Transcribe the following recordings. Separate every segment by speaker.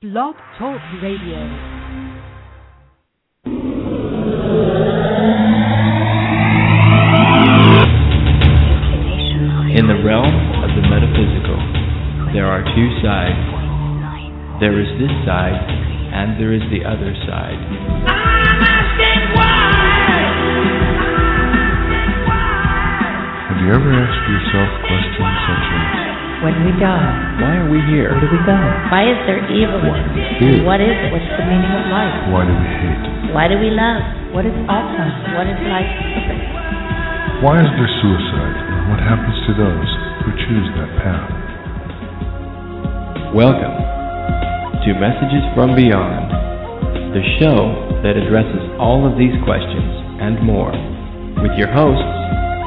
Speaker 1: Blog Talk Radio.
Speaker 2: In the realm of the metaphysical, there are two sides. There is this side, and there is the other side.
Speaker 3: Have you ever asked yourself questions such as,
Speaker 4: When we die,
Speaker 2: Why are we here?
Speaker 4: where do we go?
Speaker 5: Why is there evil?
Speaker 3: Ew.
Speaker 5: What is it?
Speaker 4: What's the meaning of life?
Speaker 3: why do we hate?
Speaker 5: Why do we love?
Speaker 4: What is Alzheimer's?
Speaker 5: What is life?
Speaker 3: Why is there suicide? And what happens to those who choose that path?
Speaker 2: Welcome to Messages from Beyond, the show that addresses all of these questions and more, with your hosts,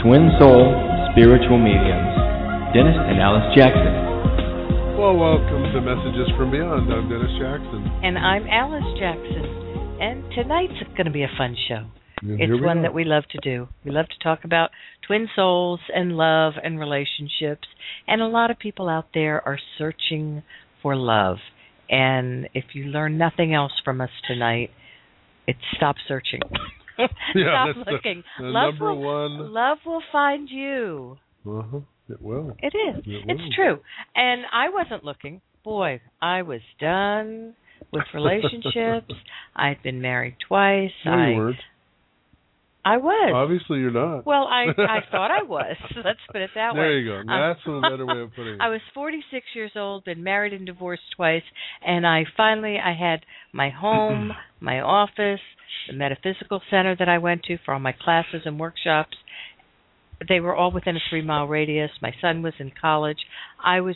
Speaker 2: Twin Soul Spiritual Mediums, Dennis and Alice Jackson.
Speaker 6: Well, welcome to Messages from Beyond. I'm Dennis Jackson.
Speaker 7: And I'm Alice Jackson. And tonight's going to be a fun show.
Speaker 6: And here
Speaker 7: It's
Speaker 6: we
Speaker 7: one
Speaker 6: go.
Speaker 7: that we love to do. We love to talk about twin souls and love and relationships. And a lot of people out there are searching for love. And if you learn nothing else from us tonight, it's stop searching.
Speaker 6: Yeah,
Speaker 7: stop
Speaker 6: that's the-
Speaker 7: looking.
Speaker 6: the
Speaker 7: love
Speaker 6: number
Speaker 7: will,
Speaker 6: one-
Speaker 7: Love will find you.
Speaker 6: Uh-huh. It will.
Speaker 7: It is.
Speaker 6: It will.
Speaker 7: it's true. And I wasn't looking. Boy, I was done with relationships. I'd been married twice.
Speaker 6: No,
Speaker 7: I
Speaker 6: you weren't.
Speaker 7: I was.
Speaker 6: Obviously, you're not.
Speaker 7: Well, I I thought I was. Let's put it that
Speaker 6: there
Speaker 7: way.
Speaker 6: you go.
Speaker 7: I'm-
Speaker 6: That's a better way of putting it.
Speaker 7: I was 46 years old, been married and divorced twice, and I finally I had my home, my office, the metaphysical center that I went to for all my classes and workshops. They were all within a 3-mile radius. My son was in college. I was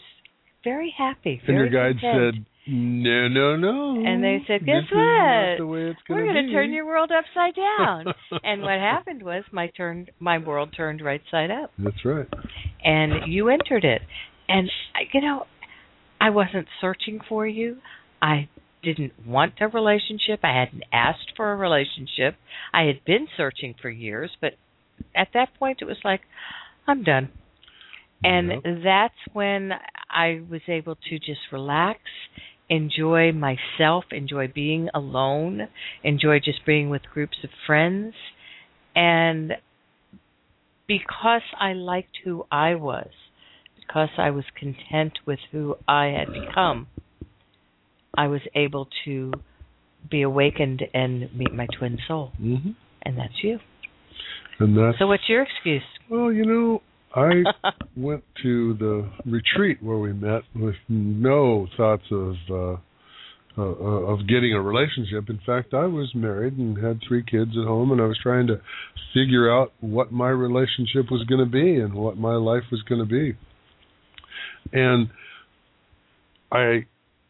Speaker 7: very happy.
Speaker 6: and your
Speaker 7: very
Speaker 6: guide
Speaker 7: content.
Speaker 6: said, no, no, no.
Speaker 7: And they said,
Speaker 6: This
Speaker 7: "Guess
Speaker 6: is not
Speaker 7: what?
Speaker 6: the way it's
Speaker 7: we're
Speaker 6: going
Speaker 7: gonna
Speaker 6: to
Speaker 7: turn your world upside down. and what happened was my turned my world turned right side up.
Speaker 6: That's right.
Speaker 7: and you entered it. And I- you know, I wasn't searching for you. I didn't want a relationship. I hadn't asked for a relationship. I had been searching for years, but at that point it was like I'm done. And
Speaker 6: Yep.
Speaker 7: that's when I was able to just relax, enjoy myself, enjoy being alone, enjoy just being with groups of friends. And because I liked who I was, because I was content with who I had become, I was able to be awakened and meet my twin soul.
Speaker 6: hmm
Speaker 7: And that's you.
Speaker 6: And that's,
Speaker 7: So, what's your excuse?
Speaker 6: well, you know, I went to the retreat where we met with no thoughts of uh, uh, of getting a relationship. In fact, I was married and had three kids at home, and I was trying to figure out what my relationship was going to be and what my life was going to be. And I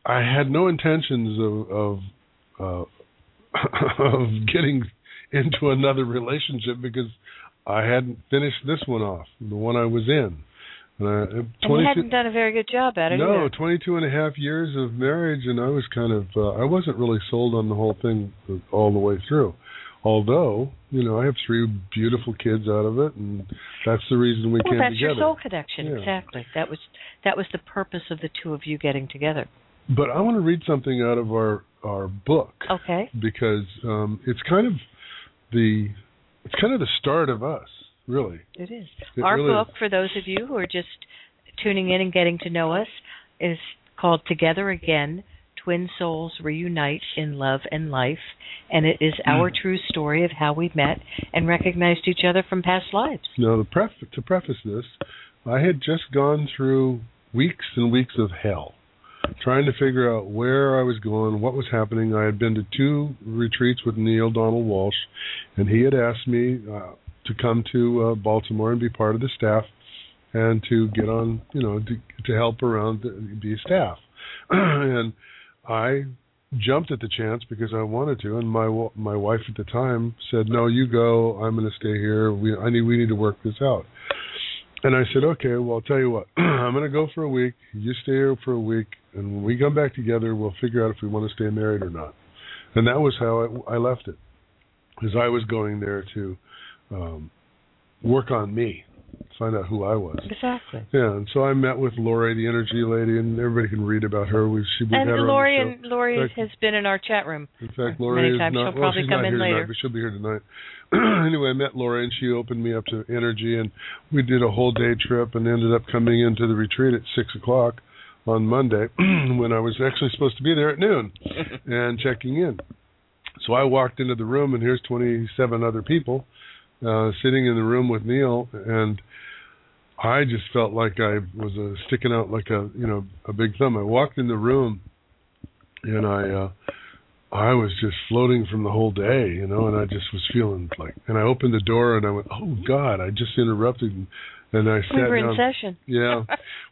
Speaker 6: I had no intentions of of uh, of getting into another relationship because I hadn't finished this one off, the one I was in. And I,
Speaker 7: And you
Speaker 6: 22
Speaker 7: hadn't done a very good job at it
Speaker 6: no,
Speaker 7: either.
Speaker 6: twenty-two and a half years of marriage, and I was kind of, uh, I wasn't really sold on the whole thing uh, all the way through. Although, you know, I have three beautiful kids out of it, and that's the reason we
Speaker 7: Well,
Speaker 6: came
Speaker 7: Oh, that's
Speaker 6: together.
Speaker 7: your soul connection,
Speaker 6: Yeah.
Speaker 7: exactly. That was that was the purpose of the two of you getting together.
Speaker 6: But I want to read something out of our our book
Speaker 7: Okay.
Speaker 6: because um, it's kind of the it's kind of the start of us, really.
Speaker 7: It is.
Speaker 6: It
Speaker 7: Our
Speaker 6: really
Speaker 7: book, for those of you who are just tuning in and getting to know us, is called Together Again Twin Souls Reunite in Love and Life. And it is our
Speaker 6: Hmm.
Speaker 7: true story of how we met and recognized each other from past lives.
Speaker 6: Now, the pref- to preface this, I had just gone through weeks and weeks of hell trying to figure out where I was going, what was happening. I had been to two retreats with Neil Donald Walsh, and he had asked me uh, to come to uh, Baltimore and be part of the staff and to get on, you know, to, to help around, the, be staff. and I jumped at the chance because I wanted to, and my wa- my wife at the time said, "No, you go. I'm going to stay here. We I need we need to work this out." And I said, "Okay, well, I'll tell you what. I'm going to go for a week. You stay here for a week, and when we come back together, we'll figure out if we want to stay married or not." And that was how I, I left it, because I was going there to um, work on me find out who I was.
Speaker 7: Exactly.
Speaker 6: Yeah, and so I met with Lori, the energy lady, and everybody can read about her. We've she we've
Speaker 7: And
Speaker 6: had her
Speaker 7: Lori
Speaker 6: on the show.
Speaker 7: and Lori
Speaker 6: Thank you.
Speaker 7: has been in our chat room.
Speaker 6: In fact, Lori
Speaker 7: Many
Speaker 6: is
Speaker 7: times
Speaker 6: not.
Speaker 7: she'll
Speaker 6: well,
Speaker 7: probably
Speaker 6: she's
Speaker 7: come
Speaker 6: not
Speaker 7: in
Speaker 6: here
Speaker 7: later.
Speaker 6: tonight, but she'll be here tonight. anyway, I met Lori and she opened me up to energy, and we did a whole day trip, and ended up coming into the retreat at six o'clock on Monday, when I was actually supposed to be there at noon, and checking in. So I walked into the room, and here's 27 other people uh, sitting in the room with Neil, and I just felt like I was uh, sticking out like a you know a big thumb. I walked in the room, and I. Uh, I was just floating from the whole day, you know, and I just was feeling like. And I opened the door and I went, "Oh God!" I just interrupted, and, and I sat
Speaker 7: We were in
Speaker 6: down.
Speaker 7: session.
Speaker 6: yeah.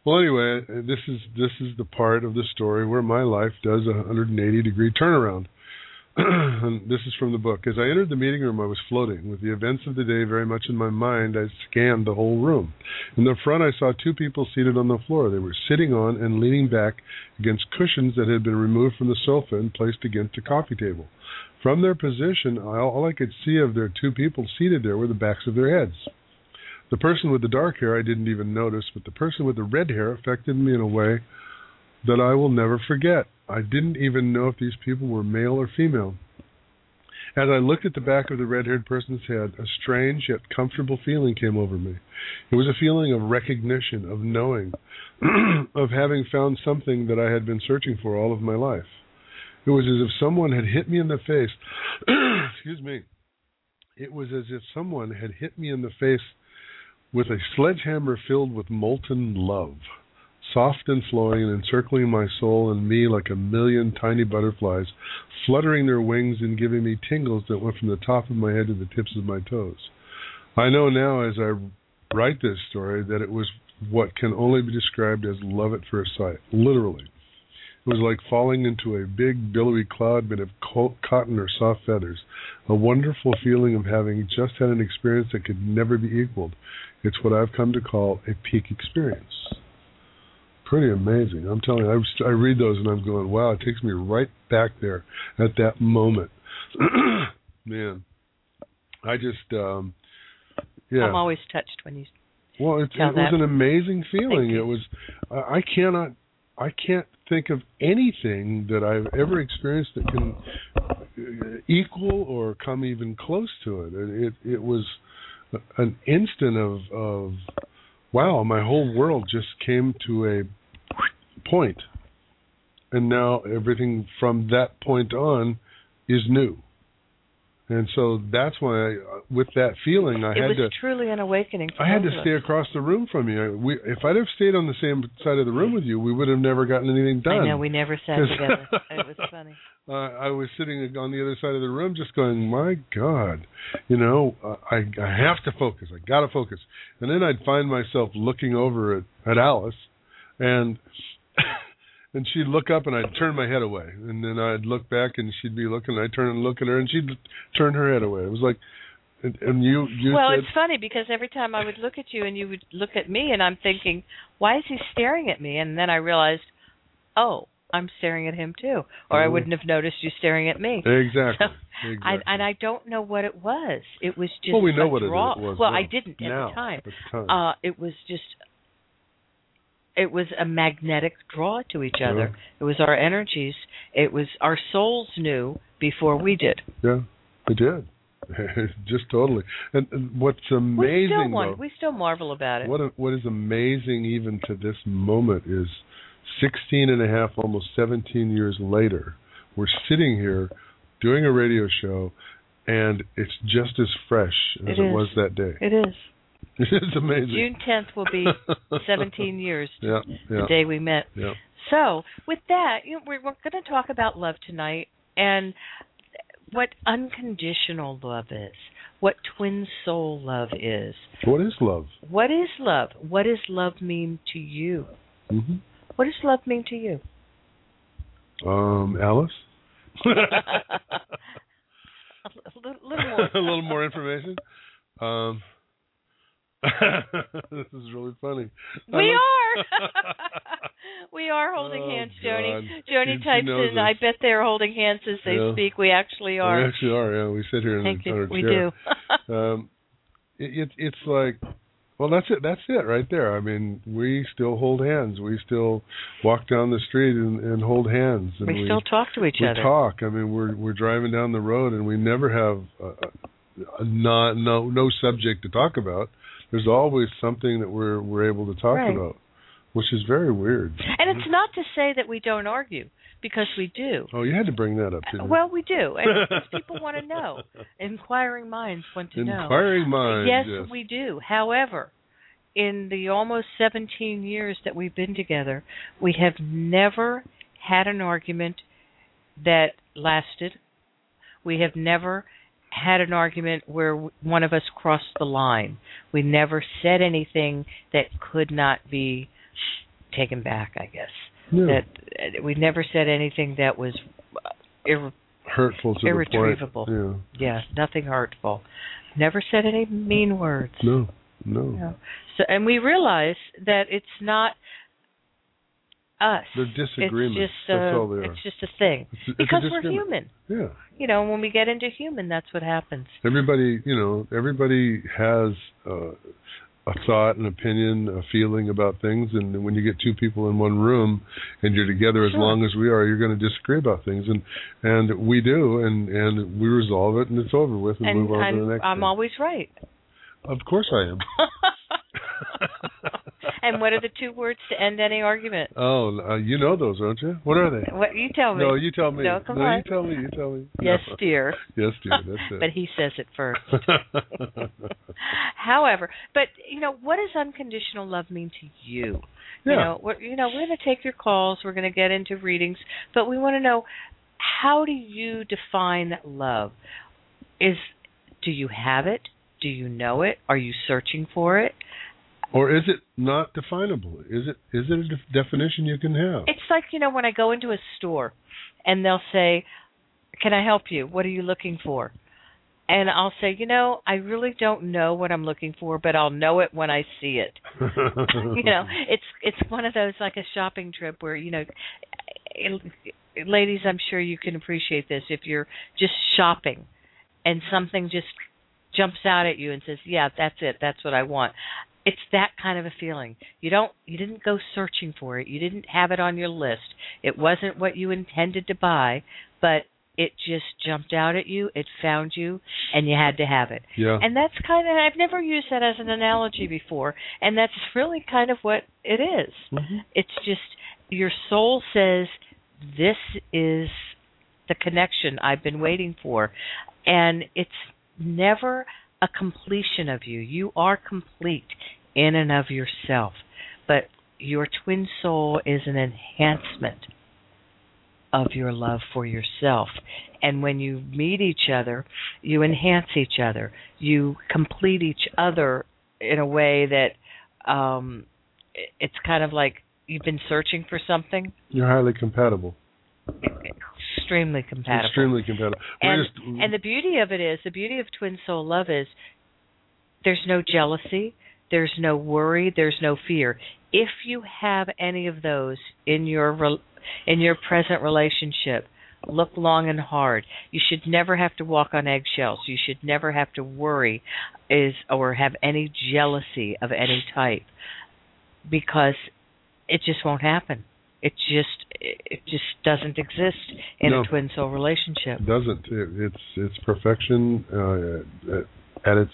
Speaker 6: Well, anyway, this is this is the part of the story where my life does a 180 degree turnaround. and this is from the book. As I entered the meeting room, I was floating with the events of the day very much in my mind. I scanned the whole room. In the front, I saw two people seated on the floor. They were sitting on and leaning back against cushions that had been removed from the sofa and placed against a coffee table. From their position, I- all I could see of their two people seated there were the backs of their heads. The person with the dark hair I didn't even notice, but the person with the red hair affected me in a way that I will never forget. I didn't even know if these people were male or female. As I looked at the back of the red haired person's head, a strange yet comfortable feeling came over me. It was a feeling of recognition, of knowing, of having found something that I had been searching for all of my life. It was as if someone had hit me in the face. Excuse me. It was as if someone had hit me in the face with a sledgehammer filled with molten love, soft and flowing and encircling my soul and me like a million tiny butterflies, fluttering their wings and giving me tingles that went from the top of my head to the tips of my toes. I know now as I write this story that it was what can only be described as love at first sight, literally. It was like falling into a big billowy cloud made of co- cotton or soft feathers, a wonderful feeling of having just had an experience that could never be equaled. It's what I've come to call a peak experience. Pretty amazing. I'm telling you, I, was- I read those and I'm going, wow, it takes me right back there at that moment. Man, I just, um, yeah.
Speaker 7: I'm always touched when you.
Speaker 6: Well, it, it
Speaker 7: tell
Speaker 6: was
Speaker 7: that.
Speaker 6: an amazing
Speaker 7: Thank
Speaker 6: feeling.
Speaker 7: you.
Speaker 6: It was. I I cannot. I can't think of anything that I've ever experienced that can uh, equal or come even close to it. It it, it was an instant of of wow. My whole world just came to a point, and now everything from that point on is new. And so that's why, I, with that feeling, I
Speaker 7: it
Speaker 6: had
Speaker 7: was
Speaker 6: to.
Speaker 7: truly an awakening. For
Speaker 6: I had
Speaker 7: both
Speaker 6: to
Speaker 7: of
Speaker 6: stay
Speaker 7: us.
Speaker 6: across the room from you. I- We, if I'd have stayed on the same side of the room with you, we would have never gotten anything done.
Speaker 7: I know we never sat
Speaker 6: 'Cause-
Speaker 7: together. it was funny.
Speaker 6: uh, I was sitting on the other side of the room, just going, "My God, you know, I, I have to focus. I got to focus." And then I'd find myself looking over at, at Alice, and and she'd look up, and I'd turn my head away, and then I'd look back, and she'd be looking. I'd turn and look at her, and she'd turn her head away. It was like, and, and you, you
Speaker 7: well,
Speaker 6: said,
Speaker 7: it's funny because every time I would look at you and you would look at me, and I'm thinking, why is he staring at me? And then I realized, oh, I'm staring at him too, or I
Speaker 6: Mhm.
Speaker 7: wouldn't have noticed you staring at me.
Speaker 6: exactly.
Speaker 7: So, I,
Speaker 6: exactly.
Speaker 7: and I don't know what it was. It was just
Speaker 6: well, we know
Speaker 7: a
Speaker 6: what
Speaker 7: draw.
Speaker 6: it is. It was
Speaker 7: well,
Speaker 6: then.
Speaker 7: I didn't at
Speaker 6: Now,
Speaker 7: the time.
Speaker 6: at the time.
Speaker 7: Uh, it was just, it was a magnetic draw to each
Speaker 6: Yeah.
Speaker 7: other. It was our energies. It was our souls knew before we did.
Speaker 6: yeah, it did. Just totally. And, and what's
Speaker 7: we
Speaker 6: amazing,
Speaker 7: still won-
Speaker 6: though,
Speaker 7: we still marvel about it.
Speaker 6: what what is amazing even to this moment is 16 and a half, almost 17 years later, we're sitting here doing a radio show, and it's just as fresh as
Speaker 7: It
Speaker 6: it,
Speaker 7: is.
Speaker 6: was that day.
Speaker 7: It is.
Speaker 6: It is amazing.
Speaker 7: June 10th will be 17 years
Speaker 6: Yeah, yeah,
Speaker 7: the day we met.
Speaker 6: yeah.
Speaker 7: So, with that, you know, we're, we're going to talk about love tonight and what unconditional love is, what twin soul love is.
Speaker 6: What is love?
Speaker 7: What is love? What does love mean to you?
Speaker 6: hmm
Speaker 7: What does love mean to you?
Speaker 6: Um, Alice.
Speaker 7: a little, little more.
Speaker 6: a little more information. Um, this is really funny. I
Speaker 7: We
Speaker 6: love-
Speaker 7: are. we are holding
Speaker 6: Oh,
Speaker 7: hands, Joni.
Speaker 6: God.
Speaker 7: Joni
Speaker 6: She
Speaker 7: types
Speaker 6: knows
Speaker 7: in,
Speaker 6: this.
Speaker 7: I bet they're holding hands as they
Speaker 6: Yeah.
Speaker 7: speak. We actually
Speaker 6: We
Speaker 7: are.
Speaker 6: actually are. Yeah, we sit here in
Speaker 7: Thank
Speaker 6: our
Speaker 7: you. We
Speaker 6: chair.
Speaker 7: do.
Speaker 6: Um, it, it, it's like Well, that's it. That's it right there. I mean, we still hold hands. We still walk down the street and, and hold hands. And
Speaker 7: we, still talk to each
Speaker 6: we
Speaker 7: other.
Speaker 6: talk. I mean, we're we're driving down the road and we never have a, a not no no subject to talk about. There's always something that we're we're able to talk
Speaker 7: Right.
Speaker 6: about, which is very weird.
Speaker 7: And
Speaker 6: Mm-hmm.
Speaker 7: it's not to say that we don't argue because we do.
Speaker 6: Oh, you had to bring that up. Didn't you?
Speaker 7: Well, we do, and because people want to know. Inquiring minds want to know.
Speaker 6: Inquiring mind.
Speaker 7: yes, we do. However, in the almost 17 years that we've been together, we have never had an argument that lasted. We have never had an argument where w- one of us crossed the line. We never said anything that could not be taken back, I guess.
Speaker 6: Yeah.
Speaker 7: That uh, we never said anything that was uh, irre-
Speaker 6: hurtful to
Speaker 7: irretrievable.
Speaker 6: the point.
Speaker 7: yeah, nothing hurtful. Never said any mean words.
Speaker 6: Yeah. No. No.
Speaker 7: No. So, and we realize that it's not us.
Speaker 6: They're disagreements.
Speaker 7: It's just
Speaker 6: That's
Speaker 7: a,
Speaker 6: all they are.
Speaker 7: It's just a thing
Speaker 6: It's- it's a
Speaker 7: because we're
Speaker 6: disagreement.
Speaker 7: human.
Speaker 6: Yeah.
Speaker 7: You know, when we get into human, that's what happens.
Speaker 6: everybody you know everybody has uh, a thought an opinion a feeling about things and when you get two people in one room and you're together as
Speaker 7: Sure.
Speaker 6: long as we are you're going to disagree about things and and we do and and we resolve it and it's over with and,
Speaker 7: and
Speaker 6: move on
Speaker 7: I'm,
Speaker 6: to the next
Speaker 7: I'm
Speaker 6: thing.
Speaker 7: always right.
Speaker 6: of course i am
Speaker 7: and what are the two words to end any argument?
Speaker 6: oh uh, you know those don't you what are they
Speaker 7: What you tell me?
Speaker 6: no you tell me
Speaker 7: No, come
Speaker 6: no
Speaker 7: on.
Speaker 6: you tell me you tell me
Speaker 7: yes,
Speaker 6: No.
Speaker 7: dear.
Speaker 6: yes dear that's it
Speaker 7: but he says it first. However, but you know, what does unconditional love mean to you? You
Speaker 6: Yeah.
Speaker 7: know, we're, you know, we're going to take your calls. We're going to get into readings, but we want to know how do you define love? Is do you have it? Do you know it? Are you searching for it?
Speaker 6: or is it not definable is it is it a def- definition you can have
Speaker 7: It's like you know when I go into a store, and they'll say, "Can I help you? What are you looking for?" And I'll say, "You know, I really don't know what I'm looking for, but I'll know it when I see it." you know, it's it's one of those like a shopping trip where you know, it- ladies, I'm sure you can appreciate this if you're just shopping, and something just jumps out at you and says, "Yeah, that's it. That's what I want." It's that kind of a feeling. You don't you didn't go searching for it. You didn't have it on your list. It wasn't what you intended to buy, but it just jumped out at you, it found you, and you had to have it.
Speaker 6: Yeah.
Speaker 7: And that's kind of I've never used that as an analogy before, and that's really kind of what it is.
Speaker 6: Mm-hmm.
Speaker 7: It's just your soul says this is the connection I've been waiting for, and it's never a completion of you. You are complete in and of yourself, but your twin soul is an enhancement of your love for yourself. And when you meet each other, you enhance each other. You complete each other in a way that um it- it's kind of like you've been searching for something
Speaker 6: You're highly compatible.
Speaker 7: extremely compatible.
Speaker 6: Extremely compatible. We're
Speaker 7: and
Speaker 6: just,
Speaker 7: and the beauty of it is the beauty of twin soul love is there's no jealousy, there's no worry, there's no fear. If you have any of those in your rel- in your present relationship, look long and hard. You should never have to walk on eggshells. You should never have to worry is or have any jealousy of any type because it just won't happen. It just it it just doesn't exist in
Speaker 6: No.
Speaker 7: a twin soul relationship.
Speaker 6: it doesn't. It, it's it's perfection uh, at, at its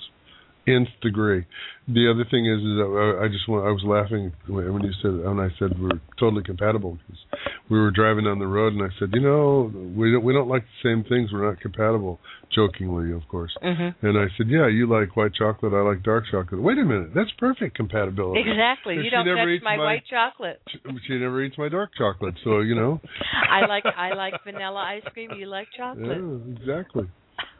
Speaker 6: nth degree. The other thing is, is that uh, I, I just want. I was laughing when when you said when I said we're totally compatible because we were driving down the road and I said, you know, we don't, we don't like the same things. We're not compatible, jokingly, of course.
Speaker 7: Mhm.
Speaker 6: And I said, yeah, you like white chocolate. I like dark chocolate. Wait a minute, that's perfect compatibility.
Speaker 7: Exactly.
Speaker 6: If she
Speaker 7: You don't
Speaker 6: never
Speaker 7: touch
Speaker 6: eats
Speaker 7: my,
Speaker 6: my-
Speaker 7: white chocolate.
Speaker 6: She never eats my dark chocolate, so you know.
Speaker 7: I like I like vanilla ice cream. You like chocolate.
Speaker 6: Yeah, exactly.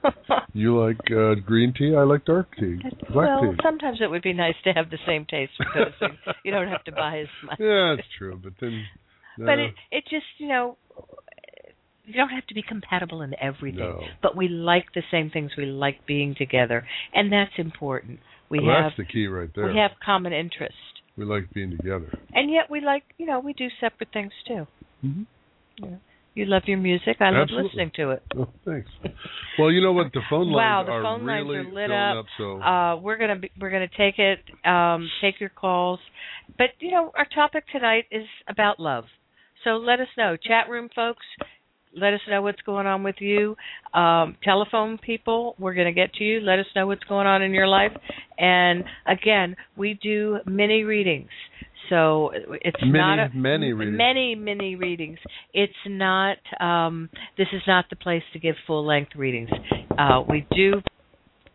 Speaker 6: You like uh, green tea. I like dark tea, black
Speaker 7: well,
Speaker 6: tea.
Speaker 7: sometimes it would be nice to have the same taste because then you don't have to buy as much.
Speaker 6: Yeah, that's true. But then,
Speaker 7: But
Speaker 6: uh,
Speaker 7: it it just you know you don't have to be compatible in everything.
Speaker 6: No.
Speaker 7: But we like the same things. We like being together, and that's important. We
Speaker 6: well,
Speaker 7: have
Speaker 6: that's the key right there.
Speaker 7: we have common interest,
Speaker 6: We like being together.
Speaker 7: and yet we like you know we do separate things too.
Speaker 6: Mhm.
Speaker 7: Yeah. You love your music. I love
Speaker 6: Absolutely.
Speaker 7: listening to it.
Speaker 6: Oh, thanks. Well, you know what? The phone lines
Speaker 7: Wow, the
Speaker 6: are
Speaker 7: phone lines
Speaker 6: really
Speaker 7: are lit
Speaker 6: filling
Speaker 7: up.
Speaker 6: up. So
Speaker 7: Uh, we're gonna be, we're gonna take it, um, take your calls, but you know our topic tonight is about love. So let us know, chat room folks. Let us know what's going on with you. Um, telephone people, we're going to get to you. Let us know what's going on in your life. And again, we do many readings. So it's
Speaker 6: Many,
Speaker 7: not a,
Speaker 6: many readings.
Speaker 7: many many readings. It's not um, this is not the place to give full length readings. Uh, we do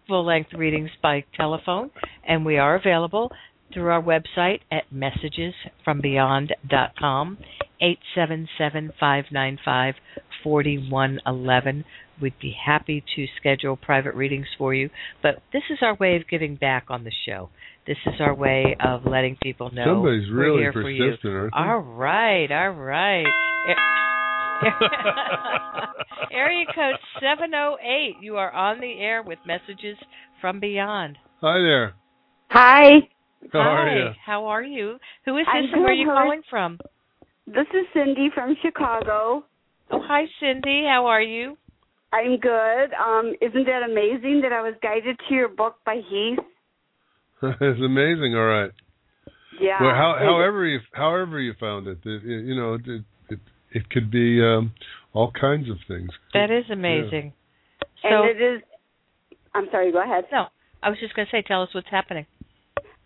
Speaker 7: full length readings by telephone, and we are available through our website at messagesfrombeyond.com, 877 595 4111. We'd be happy to schedule private readings for you, but this is our way of giving back on the show. This is our way of letting people know
Speaker 6: somebody's
Speaker 7: we're
Speaker 6: really
Speaker 7: here for you.
Speaker 6: persistent, aren't they?
Speaker 7: All right, all right. A- Area code 708. You are on the air with messages from beyond.
Speaker 6: Hi there.
Speaker 8: Hi,
Speaker 6: How
Speaker 7: Hi,
Speaker 6: are you?
Speaker 7: how are you? Who is this
Speaker 8: I'm
Speaker 7: and where are
Speaker 8: good,
Speaker 7: you
Speaker 8: how are-
Speaker 7: calling from?
Speaker 8: this is Cindy from Chicago.
Speaker 7: Oh, hi, Cindy. How are you?
Speaker 8: I'm good. Um, isn't that amazing that I was guided to your book by Heath?
Speaker 6: it's amazing. All right.
Speaker 8: Yeah.
Speaker 6: Well, how,
Speaker 8: It-
Speaker 6: however you however you found it, it, it- you know, it it, it, it could be um, all kinds of things.
Speaker 7: That is amazing.
Speaker 8: and
Speaker 7: So,
Speaker 8: it is. I'm sorry. Go ahead.
Speaker 7: no, I was just going to say, tell us what's happening.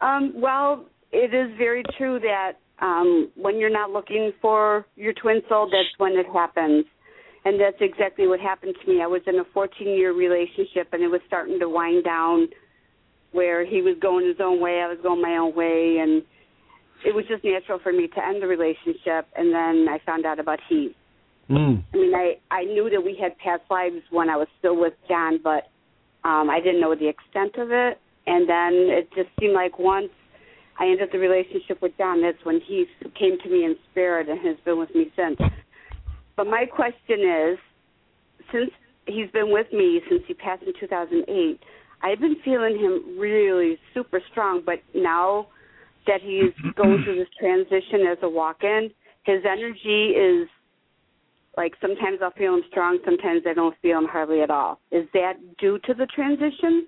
Speaker 8: Um, well, it is very true that um, when you're not looking for your twin soul, that's when it happens. And that's exactly what happened to me. I was in a 14 year relationship and it was starting to wind down where he was going his own way, I was going my own way. And it was just natural for me to end the relationship. And then I found out about he.
Speaker 6: Mm.
Speaker 8: I mean, I I knew that we had past lives when I was still with John, but um I didn't know the extent of it. And then it just seemed like once I ended the relationship with John, that's when he came to me in spirit and has been with me since. But my question is, since he's been with me since he passed in 2008, I've been feeling him really super strong. But now that he's going through this transition as a walk-in, his energy is like sometimes I'll feel him strong, sometimes I don't feel him hardly at all. Is that due to the transition?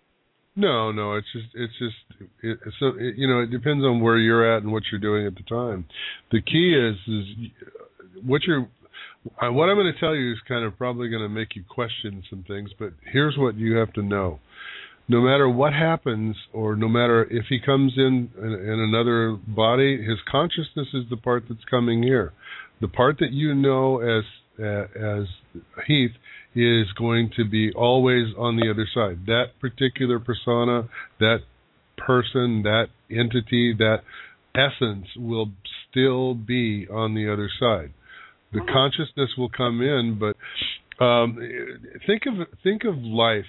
Speaker 6: No, no, it's just it's just it, so it, you know it depends on where you're at and what you're doing at the time. The key is is what you're I- what I'm going to tell you is kind of probably going to make you question some things, but here's what you have to know. No matter what happens, or no matter if he comes in in, in another body, his consciousness is the part that's coming here. The part that you know as uh, as Heath is going to be always on the other side. That particular persona, that person, that entity, that essence will still be on the other side. The consciousness will come in, but um, think of think of life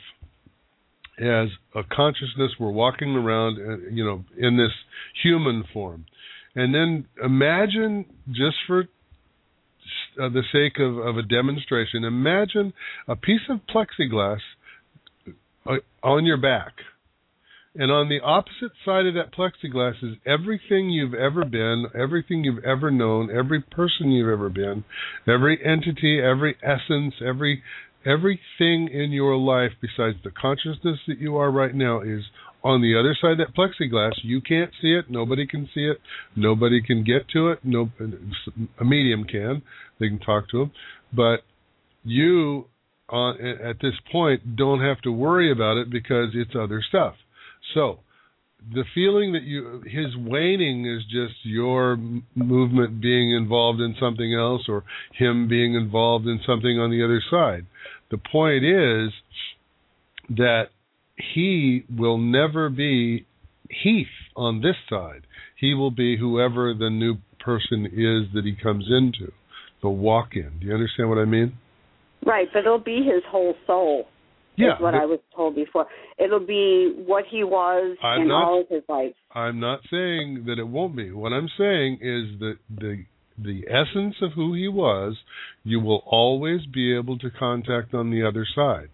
Speaker 6: as a consciousness. We're walking around, uh, you know, in this human form, and then imagine just for uh, the sake of, of a demonstration, imagine a piece of plexiglass uh, on your back. And on the opposite side of that plexiglass is everything you've ever been, everything you've ever known, every person you've ever been, every entity, every essence, every everything in your life besides the consciousness that you are right now is on the other side of that plexiglass. You can't see it, nobody can see it, nobody can get to it, no a medium can, they can talk to them, but you on at this point don't have to worry about it because it's other stuff. So, the feeling that you his waning is just your m- movement being involved in something else or him being involved in something on the other side. The point is that he will never be Heath on this side. He will be whoever the new person is that he comes into, the walk in. Do you understand what I mean?
Speaker 8: Right, but it'll be his whole soul.
Speaker 6: Yeah.
Speaker 8: is what I was told before. It'll be what he was
Speaker 6: I'm
Speaker 8: in
Speaker 6: not-
Speaker 8: all of his life.
Speaker 6: I'm not saying that it won't be. What I'm saying is that the the essence of who he was, you will always be able to contact on the other side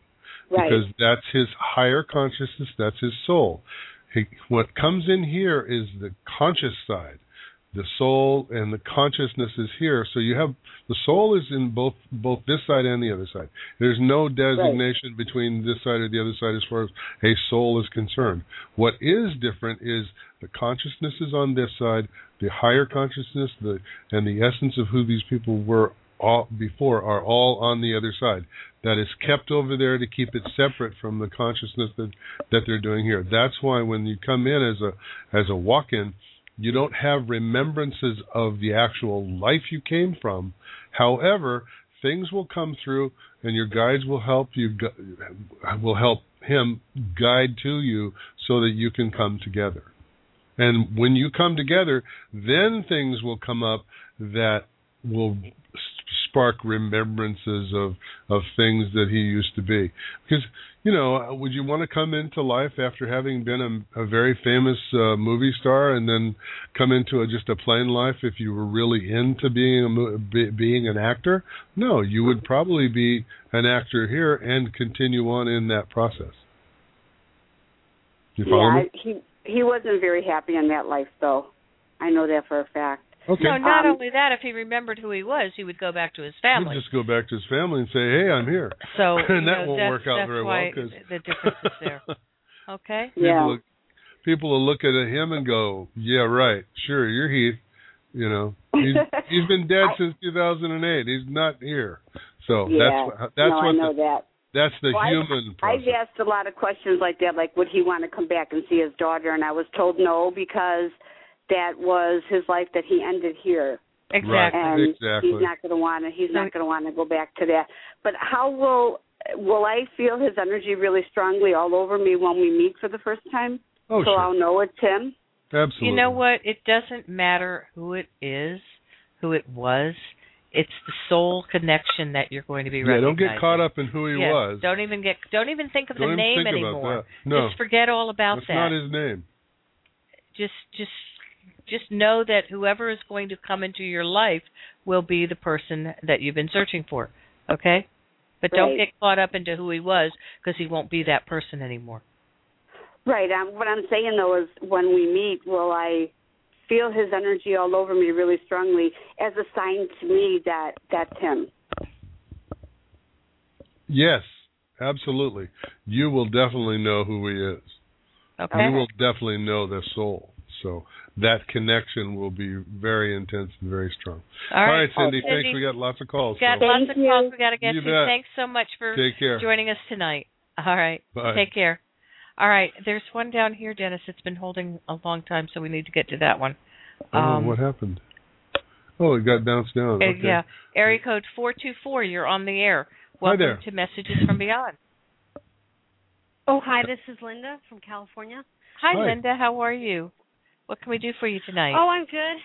Speaker 8: Right.
Speaker 6: because that's his higher consciousness, that's his soul. He, what comes in here is the conscious side. the soul and the consciousness is here. So you have the soul is in both both this side and the other side. There's no designation between this side or the other side as far as a soul is concerned. What is different is the consciousness is on this side, the higher consciousness, the and the essence of who these people were all before are all on the other side. That is kept over there to keep it separate from the consciousness that that they're doing here. That's why when you come in as a as a walk-in, you don't have remembrances of the actual life you came from. However, things will come through, and your guides will help you gu- will help him guide to you so that you can come together. And when you come together, then things will come up that will s- spark remembrances of of things that he used to be. Because you know, would you want to come into life after having been a, a very famous uh, movie star, and then come into a, just a plain life if you were really into being a, mo- be, being an actor? No, you would probably be an actor here and continue on in that process. You
Speaker 8: Yeah,
Speaker 6: follow
Speaker 8: I,
Speaker 6: me?
Speaker 8: he he wasn't very happy in that life, though. I know that for a fact.
Speaker 6: Okay.
Speaker 7: No, not
Speaker 8: Um,
Speaker 7: only that, if he remembered who he was, he would go back to his family.
Speaker 6: He'd just go back to his family and say, "Hey, I'm here."
Speaker 7: so
Speaker 6: and
Speaker 7: you
Speaker 6: that
Speaker 7: know,
Speaker 6: won't
Speaker 7: that's,
Speaker 6: work out
Speaker 7: that's
Speaker 6: very well,
Speaker 7: why
Speaker 6: 'cause-
Speaker 7: the difference is there. Okay.
Speaker 6: people,
Speaker 8: Yeah.
Speaker 6: will, people will look at him and go, "Yeah, right. Sure, you're Heath." You know, he's, he's been dead
Speaker 8: I-
Speaker 6: since 2008. He's not here. So
Speaker 8: yeah.
Speaker 6: Oh, that's wh- that's
Speaker 8: no, I
Speaker 6: what
Speaker 8: know
Speaker 6: the,
Speaker 8: that.
Speaker 6: that's the
Speaker 8: Well, I-
Speaker 6: human
Speaker 8: I've
Speaker 6: process.
Speaker 8: asked a lot of questions like that, like would he want to come back and see his daughter, and I was told no because that was his life that he ended here,
Speaker 7: Exactly.
Speaker 8: and
Speaker 6: Exactly.
Speaker 8: he's not going to want to. He's
Speaker 7: So-
Speaker 8: not going to want to go back to that. But how will will I feel his energy really strongly all over me when we meet for the first time?
Speaker 6: oh,
Speaker 8: so I'll
Speaker 6: sure.
Speaker 8: know it's him.
Speaker 6: Absolutely.
Speaker 7: You know what? It doesn't matter who it is, who it was. It's the soul connection that you're going to be
Speaker 6: Yeah, don't get
Speaker 7: recognizing.
Speaker 6: caught up in who he
Speaker 7: Yes,
Speaker 6: was.
Speaker 7: Don't even get. Don't even think of
Speaker 6: Don't
Speaker 7: the
Speaker 6: even
Speaker 7: name
Speaker 6: think
Speaker 7: anymore.
Speaker 6: about that. No,
Speaker 7: Just forget all about
Speaker 6: that's
Speaker 7: that.
Speaker 6: not his name.
Speaker 7: just just just know that whoever is going to come into your life will be the person that you've been searching for okay but don't
Speaker 8: Right.
Speaker 7: get caught up into who he was because he won't be that person anymore
Speaker 8: Right. Um, what I'm saying though is, when we meet, will I feel his energy all over me really strongly as a sign to me that that's him?
Speaker 6: Yes, absolutely. You will definitely know who he is.
Speaker 7: okay
Speaker 6: you will definitely know the soul. So that connection will be very intense and very strong.
Speaker 7: all right,
Speaker 6: Cindy,
Speaker 7: Cindy,
Speaker 6: thanks. We got lots of calls.
Speaker 7: we've got
Speaker 6: so
Speaker 7: lots of
Speaker 8: Thank
Speaker 7: calls
Speaker 8: you.
Speaker 7: we got to get
Speaker 6: You
Speaker 7: to
Speaker 6: bet.
Speaker 7: thanks so much for
Speaker 6: take care.
Speaker 7: joining us tonight all right
Speaker 6: Bye.
Speaker 7: take care all right there's one down here dennis it's been holding a long time so we need to get to that one
Speaker 6: Oh,
Speaker 7: um,
Speaker 6: what happened? Oh, it got bounced down.
Speaker 7: uh,
Speaker 6: Okay.
Speaker 7: yeah area code 424 you're on the air welcome
Speaker 6: there.
Speaker 7: to messages from beyond
Speaker 5: Oh, hi, this is Linda from California.
Speaker 7: Hi,
Speaker 6: Hi.
Speaker 7: Linda. How are you? What can we do for you tonight?
Speaker 5: Oh, I'm good.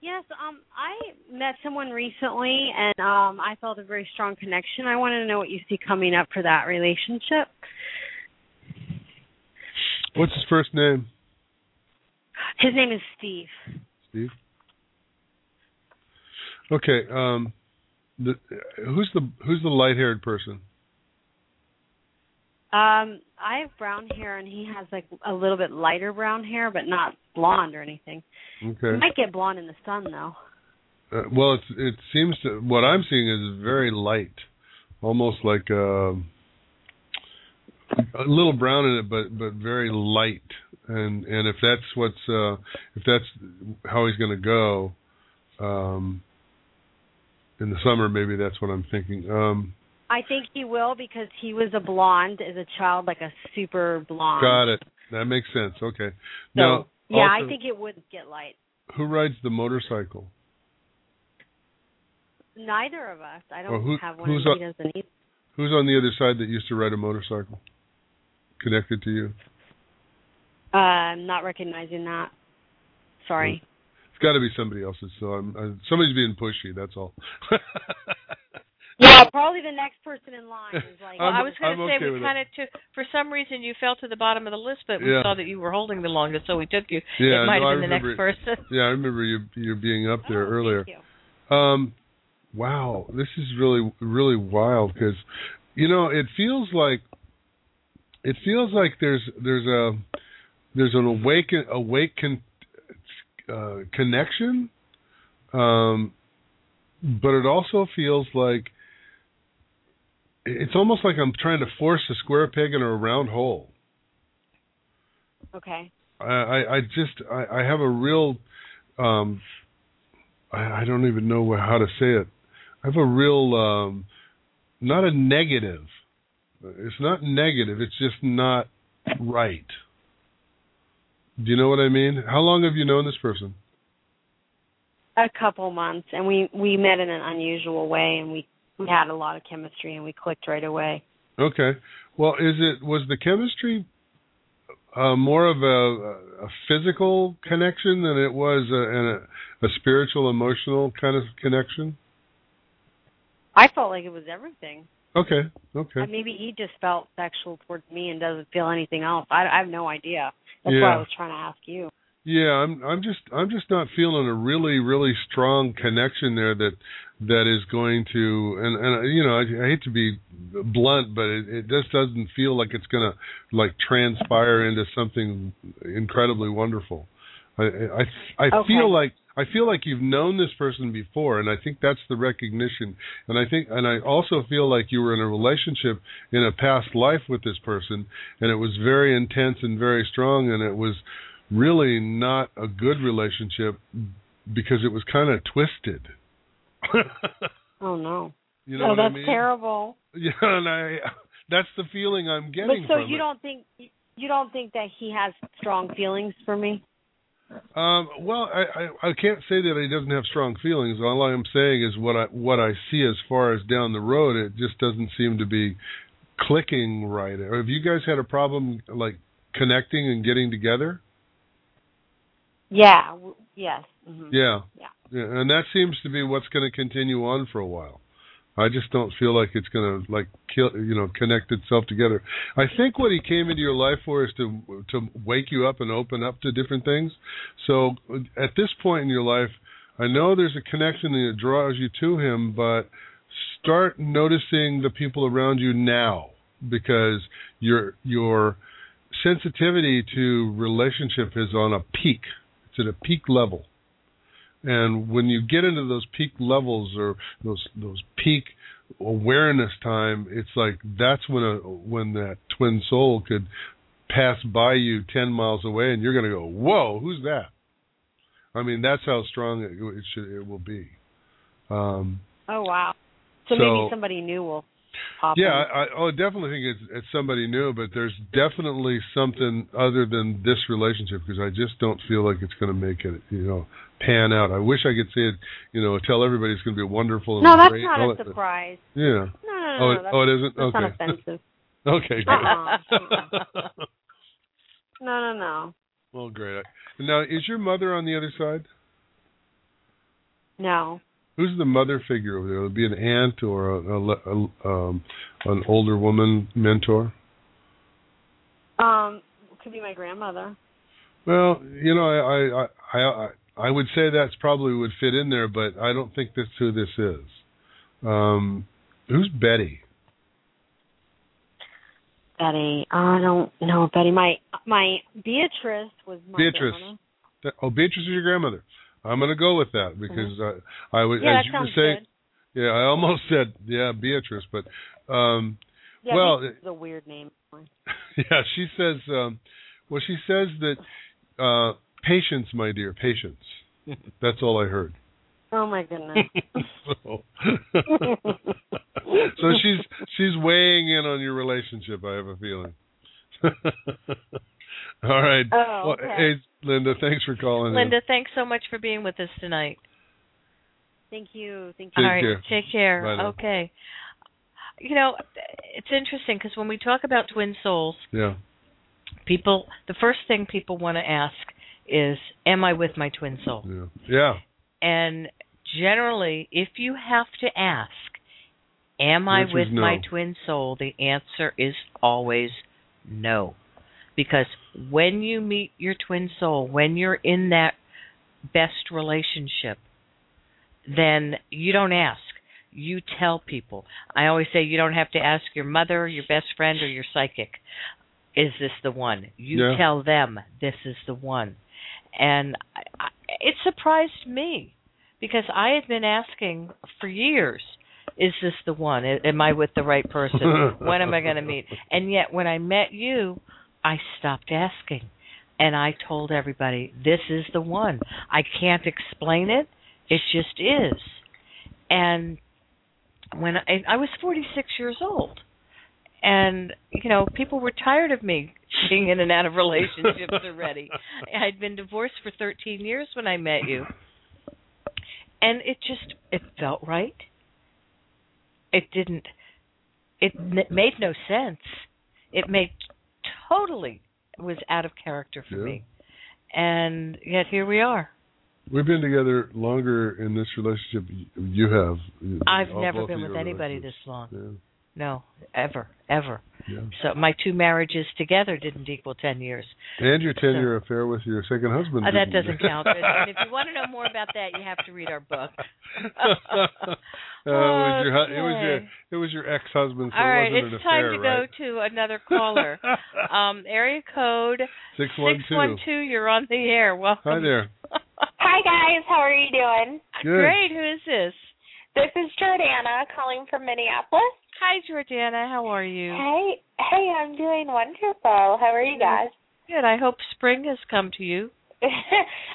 Speaker 5: Yes, um I met someone recently and um I felt a very strong connection. I wanted to know what you see coming up for that relationship.
Speaker 6: What's his first name?
Speaker 5: His name is Steve.
Speaker 6: Steve. Okay. Um, the, who's the who's the light haired person?
Speaker 5: Um I have brown hair and he has like a little bit lighter brown hair but not blonde or anything.
Speaker 6: Okay.
Speaker 5: Might get blonde in the sun though.
Speaker 6: Uh, well, it's, it seems to what I'm seeing is very light, almost like um a little brown in it, but but very light. And and if that's what's uh, if that's how he's going to go, um, in the summer maybe that's what I'm thinking. Um,
Speaker 5: I think he will because he was a blonde as a child, like a super blonde.
Speaker 6: got it. That makes sense. Okay.
Speaker 5: So,
Speaker 6: now,
Speaker 5: yeah, I
Speaker 6: also,
Speaker 5: think it would get light.
Speaker 6: who rides the motorcycle?
Speaker 5: Neither of us. I don't
Speaker 6: Well, who-
Speaker 5: have one.
Speaker 6: who's
Speaker 5: and
Speaker 6: up-
Speaker 5: he doesn't either.
Speaker 6: Who's on the other side that used to ride a motorcycle? Connected to you?
Speaker 5: Uh, I'm not recognizing that. Sorry.
Speaker 6: It's got to be somebody else's. So I'm, i somebody's being pushy. That's all.
Speaker 5: Yeah, probably the next person in line is like.
Speaker 7: well,
Speaker 6: I'm-
Speaker 7: I was going
Speaker 6: I'm
Speaker 7: to say
Speaker 6: okay
Speaker 7: we
Speaker 6: with it.
Speaker 7: kind of took. For some reason, you fell to the bottom of the list, but we
Speaker 6: Yeah.
Speaker 7: saw that you were holding the longest, so we took you.
Speaker 6: yeah,
Speaker 7: it might
Speaker 6: no, I
Speaker 7: have been the
Speaker 6: remember.
Speaker 7: next person.
Speaker 6: Yeah, I remember you you being up
Speaker 5: oh,
Speaker 6: there
Speaker 5: thank
Speaker 6: earlier.
Speaker 5: you.
Speaker 6: Um, wow, this is really really wild because, you know, it feels like it feels like there's there's a there's an awaken awake con- uh, connection, um, but it also feels like it's almost like I'm trying to force a square peg in a round hole.
Speaker 5: Okay.
Speaker 6: I, I, I just I, I have a real um, I, I don't even know how to say it. I have a real um, not a negative. It's not negative. It's just not right. Do you know what I mean? How long have you known this person?
Speaker 5: A couple months, and we we met in an unusual way, and we we had a lot of chemistry, and we clicked right away.
Speaker 6: Okay. Well, is it was the chemistry uh, more of a, a physical connection than it was a, a, a spiritual, emotional kind of connection?
Speaker 5: I felt like it was everything.
Speaker 6: Okay. Okay.
Speaker 5: Uh, Maybe he just felt sexual towards me and doesn't feel anything else. I, I have no idea. That's why
Speaker 6: Yeah.
Speaker 5: I was trying to ask you.
Speaker 6: Yeah, I'm I'm just I'm just not feeling a really really strong connection there that that is going to and and you know I, I hate to be blunt but it, it just doesn't feel like it's gonna like transpire into something incredibly wonderful. I I I
Speaker 5: Okay.
Speaker 6: feel like I feel like you've known this person before and I think that's the recognition and I think and I also feel like you were in a relationship in a past life with this person and it was very intense and very strong and it was really not a good relationship because it was kind of twisted.
Speaker 5: Oh no.
Speaker 6: you know
Speaker 5: oh,
Speaker 6: what
Speaker 5: that's
Speaker 6: I mean?
Speaker 5: terrible.
Speaker 6: Yeah, and I that's the feeling I'm
Speaker 5: But
Speaker 6: getting
Speaker 5: so
Speaker 6: from
Speaker 5: you
Speaker 6: it.
Speaker 5: don't think you don't think that he has strong feelings for me?
Speaker 6: Um, well, I, I I can't say that he doesn't have strong feelings. All I'm saying is what I what I see as far as down the road. It just doesn't seem to be clicking right. Or Have you guys had a problem like connecting and getting together?
Speaker 5: Yeah. w- Yes.
Speaker 7: mm-hmm.
Speaker 9: Mm-hmm.
Speaker 5: hmm
Speaker 6: Yeah.
Speaker 5: Yeah.
Speaker 6: Yeah, and that seems to be what's going to continue on for a while. I just don't feel like it's going to like kill, you know, connect itself together. I think what he came into your life for is to to wake you up and open up to different things. So at this point in your life, I know there's a connection that draws you to him, but start noticing the people around you now because your your sensitivity to relationship is on a peak. It's at a peak level. And when you get into those peak levels or those those peak awareness time, it's like that's when a when that twin soul could pass by you ten miles away, and you're going to go, "Whoa, who's that?" I mean, that's how strong it, it should it will be. Um,
Speaker 5: Oh wow. So,
Speaker 6: So-
Speaker 5: maybe somebody new will pop
Speaker 6: yeah,
Speaker 5: in.
Speaker 6: I, I oh, I definitely think it's, it's somebody new, but there's definitely something other than this relationship because I just don't feel like it's going to make it, you know, pan out. I wish I could say it, you know, tell everybody it's going to be wonderful. And
Speaker 5: No, that's
Speaker 6: Oh, great,
Speaker 5: not
Speaker 6: all
Speaker 5: a
Speaker 6: that-
Speaker 5: surprise.
Speaker 6: Yeah.
Speaker 5: No, no,
Speaker 6: Oh,
Speaker 5: no, no.
Speaker 6: it,
Speaker 5: That's,
Speaker 6: oh, it isn't.
Speaker 5: that's
Speaker 6: okay.
Speaker 5: not offensive.
Speaker 6: okay. Great.
Speaker 5: Uh-uh. no, no, no.
Speaker 6: well, great. Now, is your mother on the other side?
Speaker 5: No.
Speaker 6: Who's the mother figure over there? Would it be an aunt or a, a, le- a um, an older woman mentor?
Speaker 5: Um, could be my grandmother.
Speaker 6: Well, you know, I I I I, I would say that's probably would fit in there, but I don't think that's who this is. Um, who's Betty?
Speaker 5: Betty. I don't know Betty. My my Beatrice was my
Speaker 6: Beatrice.
Speaker 5: grandma.
Speaker 6: That- Oh, Beatrice is your grandmother. I'm going to go with that because I I would
Speaker 5: Mm-hmm.
Speaker 6: as
Speaker 5: Yeah, that
Speaker 6: you were
Speaker 5: sounds
Speaker 6: saying.
Speaker 5: good.
Speaker 6: Yeah, I almost said yeah Beatrice, but um,
Speaker 5: Yeah,
Speaker 6: well,
Speaker 5: Beatrice is a weird name.
Speaker 6: yeah, she says. Um, well, she says that uh, patience, my dear, patience. That's all I heard.
Speaker 5: Oh my goodness.
Speaker 6: so, so she's she's weighing in on your relationship. I have a feeling. all right.
Speaker 5: Oh,
Speaker 6: Well,
Speaker 5: okay.
Speaker 6: hey, Linda, thanks for calling. in.
Speaker 7: Linda, thanks so much for being with us tonight.
Speaker 5: Thank you. Thank
Speaker 6: Take
Speaker 5: you.
Speaker 7: All right,
Speaker 6: care.
Speaker 7: take care.
Speaker 6: Bye now.
Speaker 7: okay. You know, it's interesting because when we talk about twin souls,
Speaker 6: Yeah.
Speaker 7: people the first thing people want to ask is, "Am I with my twin soul?"
Speaker 6: Yeah. Yeah.
Speaker 7: And generally, if you have to ask, Am I
Speaker 6: answer
Speaker 7: with
Speaker 6: is no.
Speaker 7: my twin soul? the answer is always no. Because when you meet your twin soul, when you're in that best relationship, then you don't ask. You tell people. I always say you don't have to ask your mother, your best friend, or your psychic, is this the one? You
Speaker 6: Yeah.
Speaker 7: tell them this is the one. And I, I- it surprised me because I had been asking for years, is this the one? A- Am I with the right person? when am I going to meet? And yet, when I met you, I stopped asking. And I told everybody, this is the one. I can't explain it. It just is. And when I, I was 46 years old, and you know, people were tired of me being in and out of relationships already. I'd been divorced for 13 years when I met you, and it just it felt right. It didn't. It n- made no sense. It made totally was out of character for
Speaker 6: Yeah.
Speaker 7: me, and yet here we are.
Speaker 6: We've been together longer in this relationship. y- You have. y-
Speaker 7: I've
Speaker 6: all-
Speaker 7: never
Speaker 6: both
Speaker 7: been
Speaker 6: of
Speaker 7: with
Speaker 6: your
Speaker 7: anybody this
Speaker 6: relationships.
Speaker 7: long.
Speaker 6: Yeah.
Speaker 7: No, ever, ever.
Speaker 6: Yeah.
Speaker 7: So my two marriages together didn't equal 10 years.
Speaker 6: And your ten-year affair with your second husband.
Speaker 7: Uh, that
Speaker 6: didn't-
Speaker 7: doesn't count. But, and if you want to know more about that, you have to read our book.
Speaker 6: Uh, it was your hu- it was your
Speaker 7: Okay.
Speaker 6: it was your ex-husband. So
Speaker 7: All right,
Speaker 6: it wasn't
Speaker 7: it's
Speaker 6: an affair,
Speaker 7: time to
Speaker 6: right?
Speaker 7: go to another caller. um, area code
Speaker 6: Six one two.
Speaker 7: 612, you're on the air. Welcome.
Speaker 6: Hi there.
Speaker 10: Hi guys, how are you doing?
Speaker 6: Good.
Speaker 7: Great, who is this?
Speaker 10: This is Jordana calling from Minneapolis.
Speaker 7: Hi, Jordana, how are you?
Speaker 10: Hey, hey, I'm doing wonderful. How are you guys?
Speaker 7: Good, I hope spring has come to you.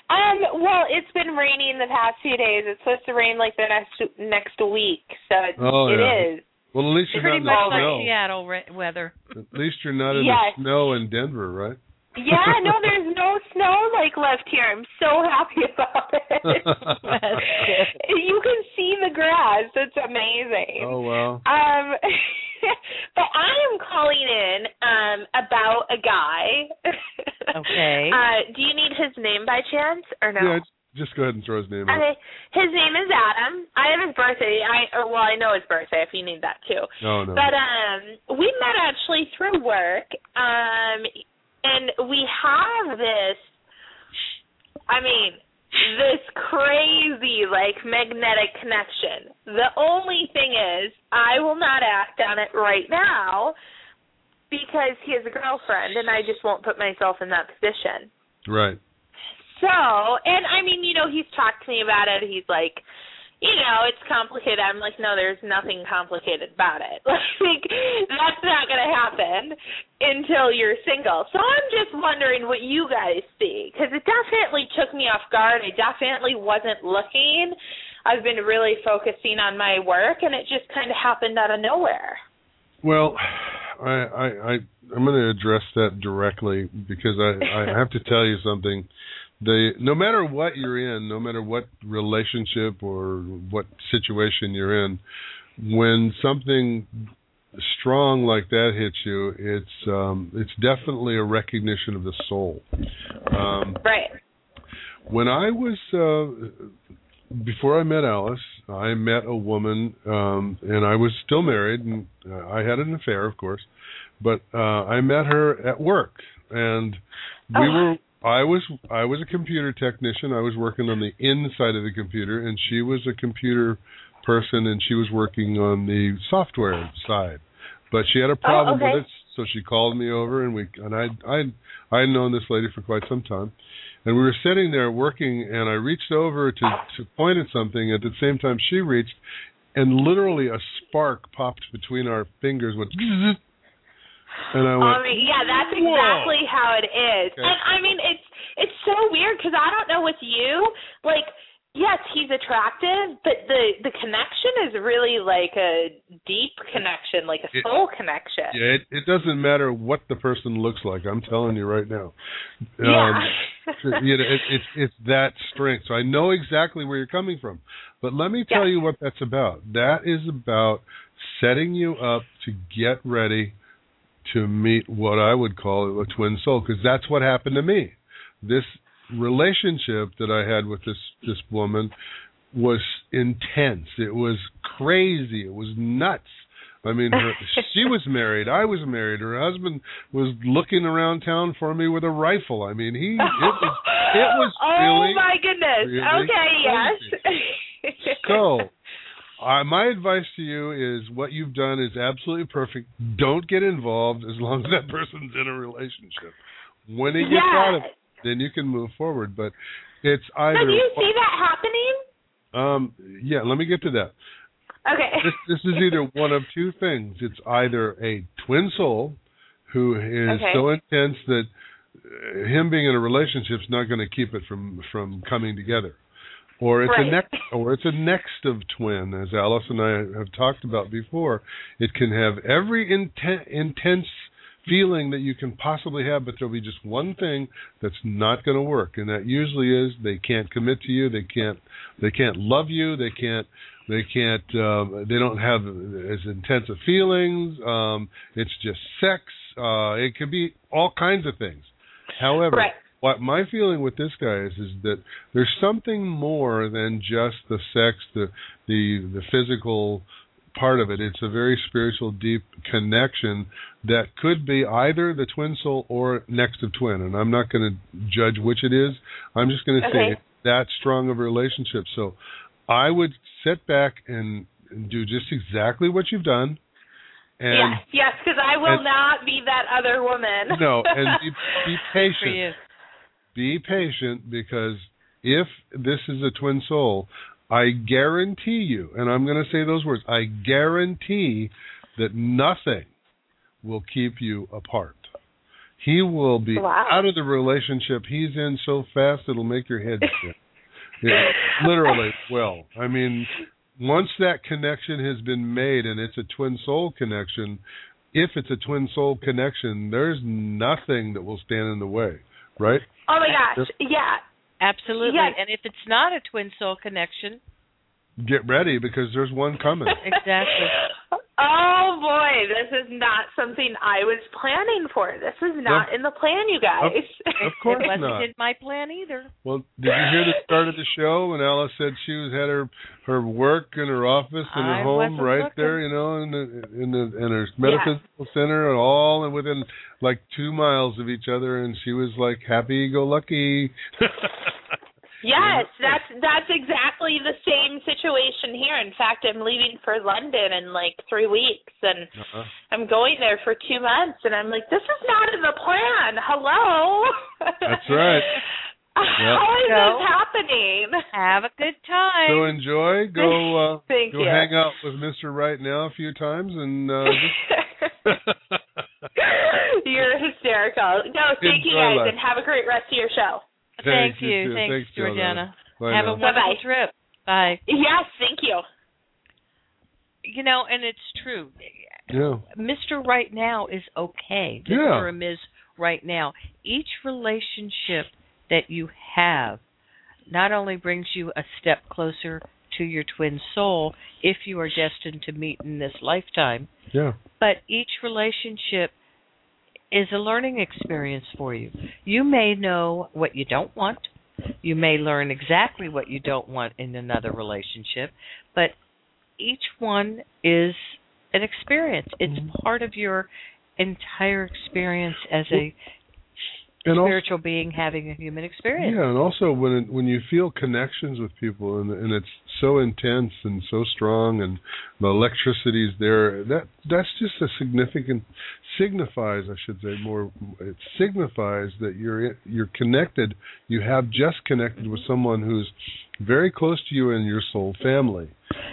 Speaker 10: um, well, it's been raining the past few days. It's supposed to rain like the next next week, so it's,
Speaker 6: Oh,
Speaker 10: it
Speaker 6: yeah.
Speaker 10: is.
Speaker 6: Well, at least you're
Speaker 7: Pretty much
Speaker 6: not
Speaker 7: like
Speaker 6: in the
Speaker 7: Seattle re- weather.
Speaker 6: snow. At least you're not in
Speaker 10: Yes.
Speaker 6: the snow in Denver, right?
Speaker 10: Yeah, no, there's no snow like left here. I'm so happy about it. you can see the grass. It's amazing.
Speaker 6: oh well.
Speaker 10: Um, but I am calling in um about a guy.
Speaker 7: Okay.
Speaker 10: Uh, do you need his name by chance or no?
Speaker 6: Yeah, just go ahead and throw his name out.
Speaker 10: Okay. His name is Adam. I have his birthday. I or, well, I know his birthday if you need that too.
Speaker 6: No, no.
Speaker 10: But um we met actually through work. Um and we have this I mean, this crazy like magnetic connection. The only thing is I will not act on it right now because he has a girlfriend and I just won't put myself in that position.
Speaker 6: Right.
Speaker 10: So, and I mean, you know, he's talked to me about it. He's like, you know, it's complicated. I'm like, no, there's nothing complicated about it. Like, that's not going to happen until you're single. So I'm just wondering what you guys see, because it definitely took me off guard. I definitely wasn't looking. I've been really focusing on my work, and it just kind of happened out of nowhere.
Speaker 6: Well, I, I, I I'm going to address that directly because I, I have to tell you something. The no matter what you're in, no matter what relationship or what situation you're in, when something strong like that hits you, it's um, it's definitely a recognition of the soul. Um,
Speaker 10: Right.
Speaker 6: when I was uh, before I met Alice, I met a woman, um, and I was still married, and uh, I had an affair, of course, but uh, I met her at work, and we were. I was I was a computer technician. I was working on the inside of the computer, and she was a computer person, and she was working on the software side. But she had a problem
Speaker 10: okay.
Speaker 6: with it, so she called me over, and we and I I I had known this lady for quite some time. And we were sitting there working, and I reached over to, to point at something. At the same time, she reached, and literally a spark popped between our fingers. Went, and I
Speaker 10: I
Speaker 6: went,
Speaker 10: mean, Um, yeah, that's
Speaker 6: Whoa.
Speaker 10: exactly how it is.
Speaker 6: Okay.
Speaker 10: And I mean, it's it's so weird because I don't know with you, like, yes, he's attractive, but the the connection is really like a deep connection, like a
Speaker 6: It-
Speaker 10: soul connection.
Speaker 6: yeah, it, it doesn't matter what the person looks like. I'm telling you right now. Um, you know, it, it's it's that strength. So I know exactly where you're coming from. But let me tell
Speaker 10: Yeah.
Speaker 6: you what that's about. That is about setting you up to get ready to meet what I would call a twin soul, because that's what happened to me. This relationship that I had with this this woman was intense. It was crazy. It was nuts. I mean, her, she was married. I was married. Her husband was looking around town for me with a rifle. I mean, he it was it was
Speaker 10: oh
Speaker 6: really
Speaker 10: my goodness.
Speaker 6: really
Speaker 10: okay, yes. Oh,
Speaker 6: so, uh, my advice to you is what you've done is absolutely perfect. Don't get involved as long as that person's in a relationship. When it gets
Speaker 10: Yeah.
Speaker 6: out of it, then you can move forward. But It's either.
Speaker 10: So do you see that happening?
Speaker 6: Um, yeah, let me get to that.
Speaker 10: Okay.
Speaker 6: This, this is either one of two things. It's either a twin soul who is
Speaker 10: Okay.
Speaker 6: so intense that uh, him being in a relationship is not going to keep it from from coming together, or it's
Speaker 10: Right.
Speaker 6: a next, or it's a next of twin, as Alice and I have talked about before. It can have every inten- intense feeling that you can possibly have, but there'll be just one thing that's not going to work, and that usually is they can't commit to you, they can't they can't love you, they can't they can't um, they don't have as intense of feelings. Um, it's just sex. Uh, it could be all kinds of things. However,
Speaker 10: Right.
Speaker 6: what my feeling with this guy is is that there's something more than just the sex, the the the physical part of it. It's a very spiritual, deep connection that could be either the twin soul or next of twin. And I'm not going to judge which it is. I'm just going to
Speaker 10: Okay.
Speaker 6: say it's that strong of a relationship. So I would sit back and and do just exactly what you've done. And
Speaker 10: yes, yes, because I will
Speaker 6: and-
Speaker 10: not be that other woman.
Speaker 6: no, and be, be
Speaker 7: For
Speaker 6: patient.
Speaker 7: you.
Speaker 6: Be patient because if this is a twin soul, I guarantee you, and I'm going to say those words, I guarantee that nothing will keep you apart. He will be
Speaker 10: Wow.
Speaker 6: out of the relationship he's in so fast it'll make your head spin. yeah, literally, well, I mean, once that connection has been made and it's a twin soul connection, if it's a twin soul connection, there's nothing that will stand in the way, right?
Speaker 10: Oh my gosh. Yeah.
Speaker 7: Absolutely.
Speaker 10: Yes.
Speaker 7: And if it's not a twin soul connection,
Speaker 6: Get ready because there's one coming.
Speaker 7: Exactly.
Speaker 10: Oh boy, this is not something I was planning for. This is not in the plan, you guys.
Speaker 6: Of course
Speaker 7: it wasn't
Speaker 6: not.
Speaker 7: in my plan either.
Speaker 6: Well, did you hear the start of the show when Alice said she was had her her work and her office and her
Speaker 7: I
Speaker 6: home
Speaker 7: wasn't
Speaker 6: right
Speaker 7: looking.
Speaker 6: there, you know, in the in the in her metaphysical center and all and within like two miles of each other, and she was like happy go lucky.
Speaker 10: Yes, that's that's exactly the same situation here. In fact, I'm leaving for London in like 3 weeks and
Speaker 6: Uh-huh.
Speaker 10: I'm going there for 2 months and I'm like this is not in the plan. Hello.
Speaker 6: That's right.
Speaker 10: Oh How is
Speaker 7: No.
Speaker 10: this happening?
Speaker 7: Have a good time.
Speaker 6: So enjoy. Go uh,
Speaker 10: Thank
Speaker 6: go
Speaker 10: you.
Speaker 6: hang out with Mister Right now a few times and uh, just-
Speaker 10: You're hysterical. No, thank you
Speaker 6: Enjoy
Speaker 10: guys
Speaker 6: life.
Speaker 10: and have a great rest of your show.
Speaker 7: Thank
Speaker 6: Thank you,
Speaker 7: you.
Speaker 6: too.
Speaker 7: Thanks,
Speaker 6: Thanks, Joanna.
Speaker 7: Georgiana.
Speaker 6: Bye
Speaker 7: Have
Speaker 6: now.
Speaker 7: a wonderful
Speaker 10: Bye-bye.
Speaker 7: trip. Bye.
Speaker 10: Yes, thank you.
Speaker 7: You know, and it's true.
Speaker 6: yeah.
Speaker 7: Mr. Right Now is okay. Mr.
Speaker 6: Yeah.
Speaker 7: or Ms. Right Now. Each relationship that you have not only brings you a step closer to your twin soul if you are destined to meet in this lifetime,
Speaker 6: Yeah.
Speaker 7: but each relationship is a learning experience for you. You may know what you don't want. You may learn exactly what you don't want in another relationship, but each one is an experience. It's
Speaker 6: Mm-hmm.
Speaker 7: part of your entire experience as a
Speaker 6: And also,
Speaker 7: spiritual being having a human experience.
Speaker 6: Yeah, and also when it, when you feel connections with people and and it's so intense and so strong and the electricity's there, that that's just a significant signifies, I should say, more it signifies that you're you're connected. You have just connected with someone who's very close to you and your soul family.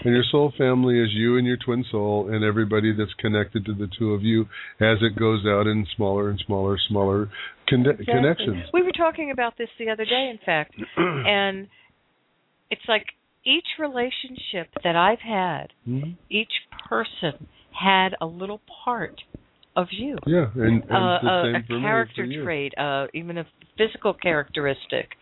Speaker 6: And your soul family is you and your twin soul and everybody that's connected to the two of you as it goes out in smaller and smaller, smaller conne- connections.
Speaker 7: We were talking about this the other day, in fact, and it's like each relationship that I've had,
Speaker 6: Mhm.
Speaker 7: each person had a little part of you,
Speaker 6: Yeah, and, and
Speaker 7: uh,
Speaker 6: it's the
Speaker 7: a,
Speaker 6: same
Speaker 7: a
Speaker 6: for me,
Speaker 7: character
Speaker 6: for you.
Speaker 7: trait, uh, even a physical characteristic.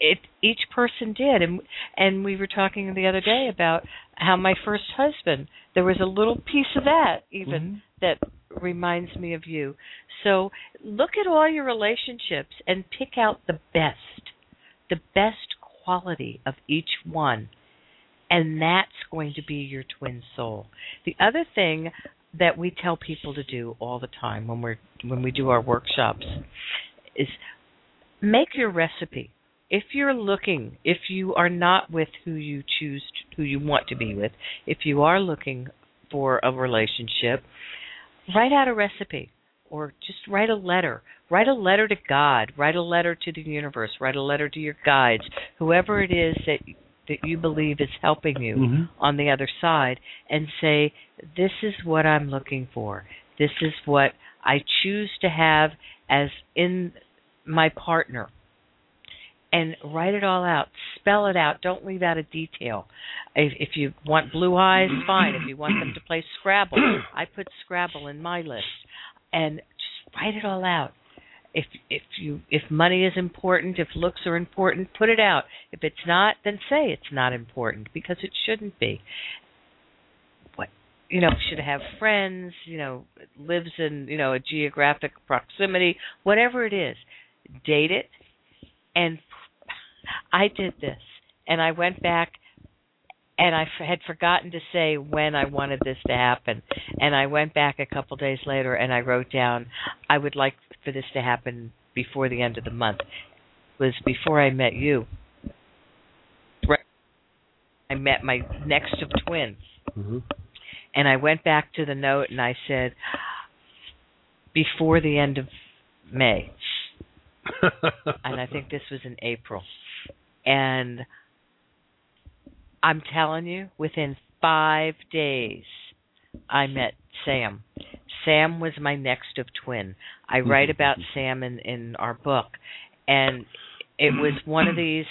Speaker 7: It each person did, and and we were talking the other day about how my first husband. There was a little piece of that even that reminds me of you. So look at all your relationships and pick out the best, the best quality of each one. And that's going to be your twin soul. The other thing that we tell people to do all the time when we're when we do our workshops is make your recipe. If you're looking, if you are not with who you choose to, who you want to be with, if you are looking for a relationship, write out a recipe or just write a letter. Write a letter to God. Write a letter to the universe. Write a letter to your guides. Whoever it is that that you believe is helping you
Speaker 11: Mhm.
Speaker 6: Mm-hmm.
Speaker 7: on the other side, and say, "This is what I'm looking for. This is what I choose to have as in my partner." And write it all out. Spell it out. Don't leave out a detail. If, if you want blue eyes, fine. If you want them to play Scrabble, I put Scrabble in my list and just write it all out. If if you if money is important, if looks are important, put it out. If it's not, then say it's not important because it shouldn't be. What you know, should have friends, you know, lives in, you know, a geographic proximity, whatever it is. Date it and I did this and I went back and I f- had forgotten to say when I wanted this to happen. And I went back a couple days later and I wrote down, I would like for this to happen before the end of the month. It was before I met you. Right. I met my next of twins.
Speaker 6: Mhm.
Speaker 7: And I went back to the note and I said, before the end of May. and I think this was in April. And I'm telling you, within five days, I met Sam. Sam was my next of twin. I write about Sam in, in our book, and it was one of these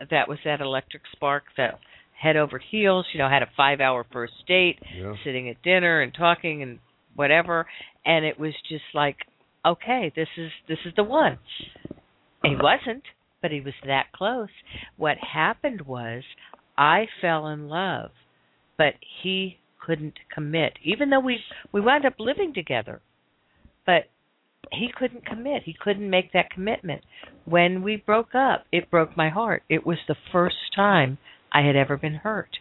Speaker 7: uh, that was that electric spark that head over heels. You know, had a five hour first date,
Speaker 6: Yeah.
Speaker 7: sitting at dinner and talking and whatever, and it was just like, okay, this is this is the one. He wasn't, but he was that close. What happened was I fell in love, but he couldn't commit. Even though we we wound up living together, but he couldn't commit. He couldn't make that commitment. When we broke up, it broke my heart. It was the first time I had ever been hurt.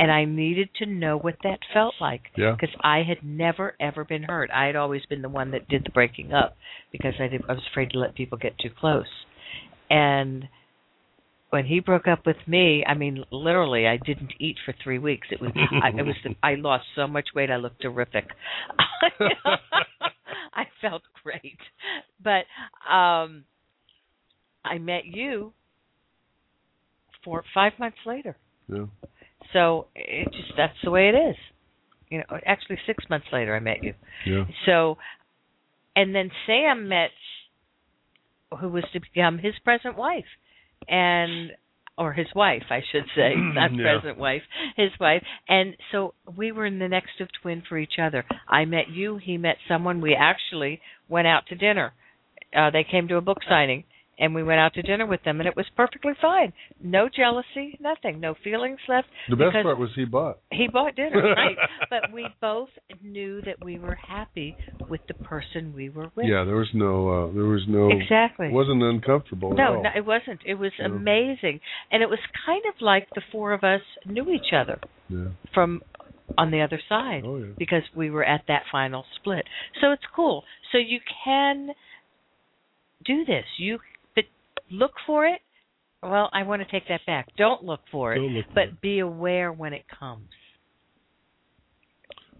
Speaker 7: And I needed to know what that felt like
Speaker 6: Yeah.
Speaker 7: because I had never ever been hurt. I had always been the one that did the breaking up because I did, I was afraid to let people get too close. And when he broke up with me, I mean, literally, I didn't eat for three weeks. It was I, it was the, I lost so much weight. I looked terrific. I felt great, but um, I met you four five months later.
Speaker 6: Yeah.
Speaker 7: So it just that's the way it is. You know, actually six months later I met you.
Speaker 6: Yeah.
Speaker 7: So, and then Sam met who was to become his present wife, and or his wife, I should say, not
Speaker 6: Yeah.
Speaker 7: present wife, his wife. And so we were in the next of twin for each other. I met you, he met someone. We actually went out to dinner. Uh, they came to a book signing. And we went out to dinner with them, and it was perfectly fine. No jealousy, nothing, no feelings left.
Speaker 6: The best
Speaker 7: because-
Speaker 6: part was he bought.
Speaker 7: he bought dinner, right? But we both knew that we were happy with the person we were with.
Speaker 6: Yeah, there was no, uh, there was no,
Speaker 7: exactly.
Speaker 6: it wasn't uncomfortable at
Speaker 7: no,
Speaker 6: all.
Speaker 7: no, it wasn't. It was
Speaker 6: Yeah.
Speaker 7: amazing, and it was kind of like the four of us knew each other
Speaker 6: yeah.
Speaker 7: from on the other side
Speaker 6: Oh yeah.
Speaker 7: because we were at that final split. So it's cool. So you can do this. You but look for it. Well, I want to take that back. Don't look for it,
Speaker 6: Don't look for
Speaker 7: but
Speaker 6: it.
Speaker 7: be aware when it comes.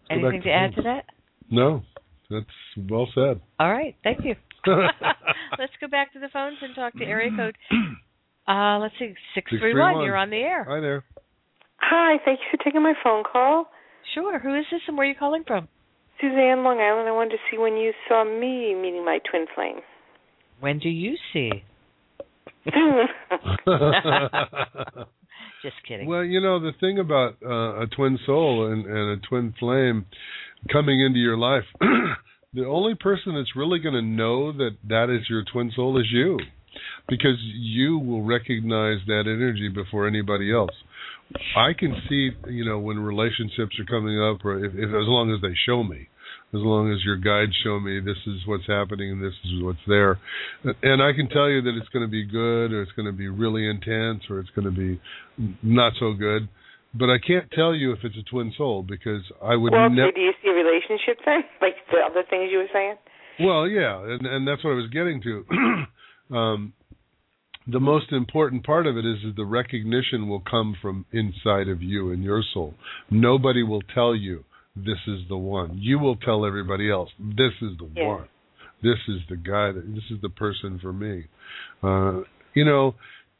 Speaker 6: go back
Speaker 7: Anything
Speaker 6: to
Speaker 7: to add
Speaker 6: food.
Speaker 7: to that?
Speaker 6: No, that's well said.
Speaker 7: All right, thank you. let's go back to the phones and talk to area code. Uh, let's see, six three one.
Speaker 6: 631.
Speaker 7: You're on the air.
Speaker 6: Hi there.
Speaker 12: Hi, thank you for taking my phone call.
Speaker 7: Sure. Who is this and where are you calling from?
Speaker 12: Suzanne, Long Island. I wanted to see when you saw me meeting my twin flame.
Speaker 7: When do you see? Just kidding.
Speaker 6: Well, you know the thing about uh, a twin soul and, and a twin flame coming into your life, the only person that's really going to know that that is your twin soul is you, because you will recognize that energy before anybody else. I can see, you know, when relationships are coming up, or if, if as long as they show me, as long as your guides show me this is what's happening and this is what's there, and I can tell you that it's going to be good or it's going to be really intense or it's going to be not so good. But I can't tell you if it's a twin soul because I would
Speaker 12: well,
Speaker 6: never.
Speaker 12: so do you see a relationship then? Like the other things you were saying?
Speaker 6: Well, yeah, and and that's what I was getting to. um, the most important part of it is that the recognition will come from inside of you and your soul. Nobody will tell you this is the one. You will tell everybody else, this is the
Speaker 12: Yeah.
Speaker 6: one. This is the guy that this is the person for me. Uh, you know,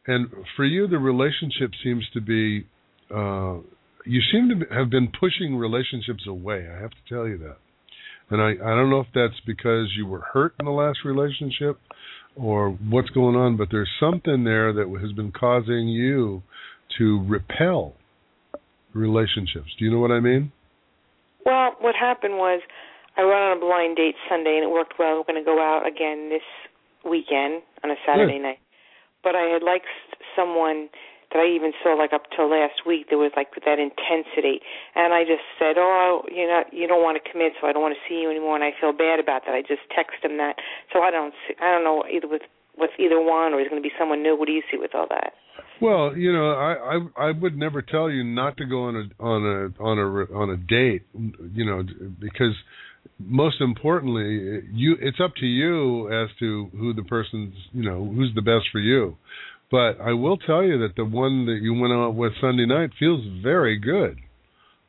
Speaker 6: and for you, the relationship seems to be. Uh, you seem to be- have been pushing relationships away. I have to tell you that. And I, I don't know if that's because you were hurt in the last relationship or what's going on, but there's something there that has been causing you to repel relationships. Do you know what I mean?
Speaker 12: Well, what happened was I went on a blind date Sunday and it worked well. We're going to go out again this weekend on a Saturday
Speaker 6: Good.
Speaker 12: night. But I had liked someone that I even saw like up till last week. There was like that intensity, and I just said, "Oh, you know, you don't want to commit, so I don't want to see you anymore." And I feel bad about that. I just text him that. So I don't, see, I don't know either with with either one or there's going to be someone new. What do you see with all that?
Speaker 6: Well, you know, I, I I would never tell you not to go on a on a on a on a date, you know, because most importantly, you it's up to you as to who the person's, you know, who's the best for you. But I will tell you that the one that you went out with Sunday night feels very good.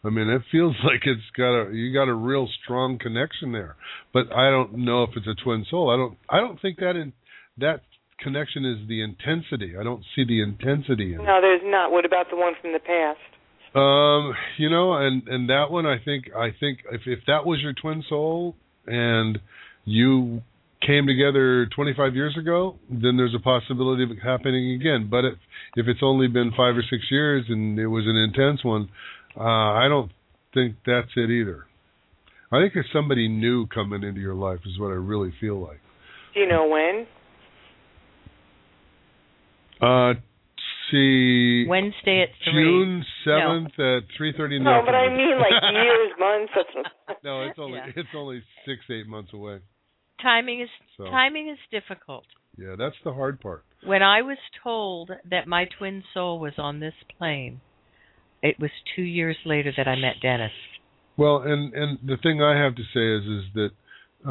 Speaker 6: I mean, it feels like it's got a you got a real strong connection there. But I don't know if it's a twin soul. I don't I don't think that in that connection is the intensity. I don't see the intensity in it.
Speaker 12: No, there's not. What about the one from the past?
Speaker 6: Um, you know, and and that one, I think, I think if if that was your twin soul and you came together 25 years ago, then there's a possibility of it happening again. But if if it's only been five or six years and it was an intense one, uh, I don't think that's it either. I think there's somebody new coming into your life is what I really feel like.
Speaker 12: Do you know when?
Speaker 6: Uh, see,
Speaker 7: Wednesday at three.
Speaker 6: June 7th at 3:30 in the
Speaker 12: No, but I
Speaker 6: afternoon.
Speaker 12: mean like years, months. That's what
Speaker 6: No, it's only
Speaker 7: Yeah.
Speaker 6: it's only six eight months away.
Speaker 7: Timing is
Speaker 6: So
Speaker 7: timing is difficult.
Speaker 6: yeah, that's the hard part.
Speaker 7: When I was told that my twin soul was on this plane, it was two years later that I met Dennis.
Speaker 6: Well, and and the thing I have to say is is that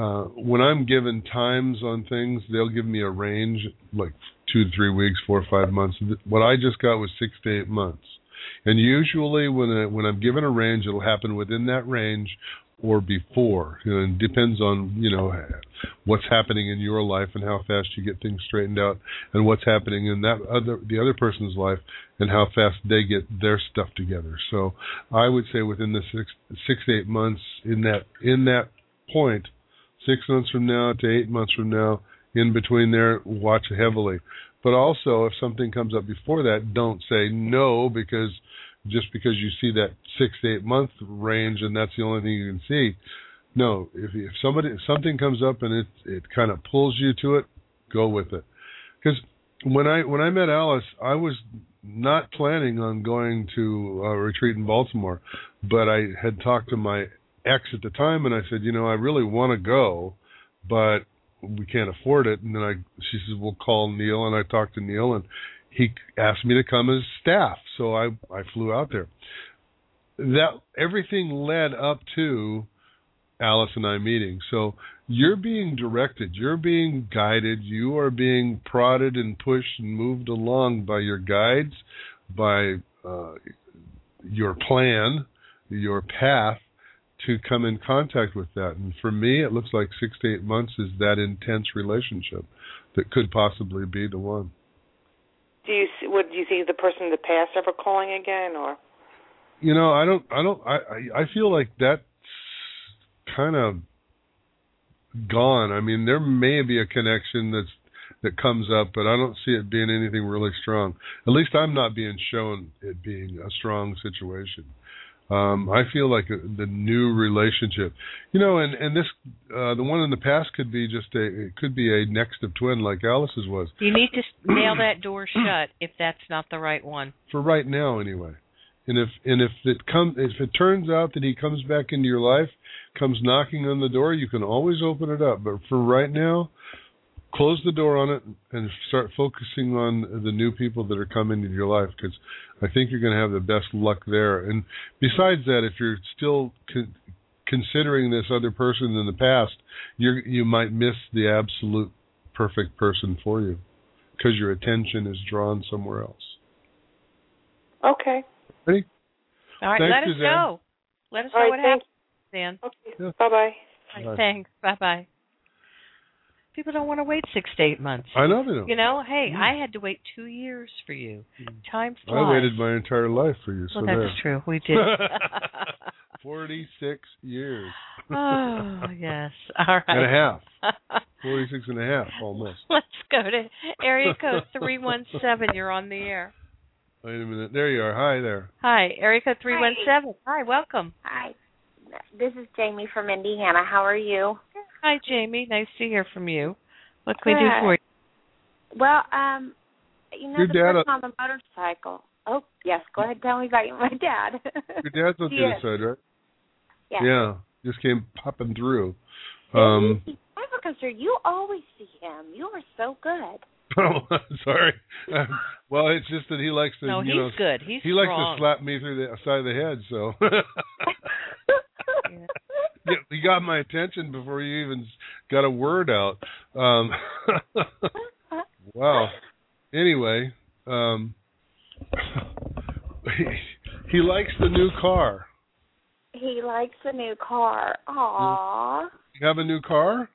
Speaker 6: uh when I'm given times on things, they'll give me a range like two to three weeks, four or five months. Th- What I just got was six to eight months, and usually when I, when I'm given a range, it'll happen within that range or before. You know, and depends on you know what's happening in your life and how fast you get things straightened out, and what's happening in that other the other person's life and how fast they get their stuff together. So I would say within the six six to eight months in that in that point, six months from now to eight months from now, in between there, watch heavily. But also, if something comes up before that, don't say no because just because you see that six to eight month range and that's the only thing you can see. No, if if somebody if something comes up and it it kind of pulls you to it, go with it. Because when I when I met Alice, I was not planning on going to a retreat in Baltimore, but I had talked to my ex at the time and I said, you know, I really want to go, but we can't afford it. And then I, she says, we'll call Neil. And I talked to Neil and he asked me to come as staff. So I, I flew out there. That everything led up to Alice and I meeting. So you're being directed, you're being guided, you are being prodded and pushed and moved along by your guides, by uh, your plan, your path to come in contact with that. And for me, it looks like six to eight months is that intense relationship that could possibly be the one.
Speaker 12: Do you see, what do you think the person in the past ever calling again or
Speaker 6: You know, I don't, I don't, I, I, I feel like that's kind of gone. I mean, there may be a connection that's that comes up, but I don't see it being anything really strong. At least I'm not being shown it being a strong situation. Um, I feel like uh, the new relationship, you know, and and this uh, the one in the past could be just a it could be a next of twin like Alice's was
Speaker 7: You need to s- nail that door shut if that's not the right one.
Speaker 6: for right now anyway. And if and if it come if it turns out that he comes back into your life, comes knocking on the door, you can always open it up. But for right now, close the door on it and start focusing on the new people that are coming into your life because I think you're going to have the best luck there. And besides that, if you're still con- considering this other person in the past, you are you might miss the absolute perfect person for you because your attention is drawn somewhere else.
Speaker 12: Okay.
Speaker 7: All right,
Speaker 6: Thanks,
Speaker 7: let us
Speaker 6: Suzanne.
Speaker 7: know. Let us
Speaker 12: All
Speaker 7: know
Speaker 12: right,
Speaker 7: what
Speaker 12: thank
Speaker 7: happens. Suzanne.
Speaker 12: Okay.
Speaker 6: Yeah.
Speaker 12: Bye-bye.
Speaker 7: Bye.
Speaker 6: Bye.
Speaker 7: Thanks. Bye bye. People don't want to wait six to eight months.
Speaker 6: I know they don't.
Speaker 7: You know, hey, I had to wait two years for you. Time flies.
Speaker 6: I waited my entire life for you. So
Speaker 7: Well,
Speaker 6: there.
Speaker 7: that's true. We did.
Speaker 6: Forty-six years
Speaker 7: oh yes. All
Speaker 6: and a
Speaker 7: right.
Speaker 6: half. Forty-six and a half, almost.
Speaker 7: Let's go to area code three one seven. You're on the air.
Speaker 6: Wait a minute. There you are. Hi there.
Speaker 7: Hi, area code three one seven. Hi, welcome.
Speaker 11: Hi. This is Jamie from Indiana. How are you?
Speaker 7: Hi, Jamie. Nice to hear from you. What can we do for you?
Speaker 11: Well, um, you know
Speaker 6: Your
Speaker 11: the
Speaker 6: dad- uh,
Speaker 11: person on the motorcycle. Oh, yes. Go ahead. Tell me about your- my dad.
Speaker 6: Your dad's on the
Speaker 11: Yes.
Speaker 6: other side, right?
Speaker 11: yeah.
Speaker 6: Just came popping through. Um,
Speaker 11: Um, I'm concerned. You always see him. You are so good.
Speaker 6: sorry. Um, well, it's just that he likes to.
Speaker 7: No,
Speaker 6: you
Speaker 7: he's
Speaker 6: know,
Speaker 7: good. He's
Speaker 6: he likes
Speaker 7: strong.
Speaker 6: to slap me through the side of the head. So yeah, he got my attention before you even got a word out. Um, wow. Anyway, um, he, he likes the new car.
Speaker 11: He likes a new car. Aww.
Speaker 6: You have a new car?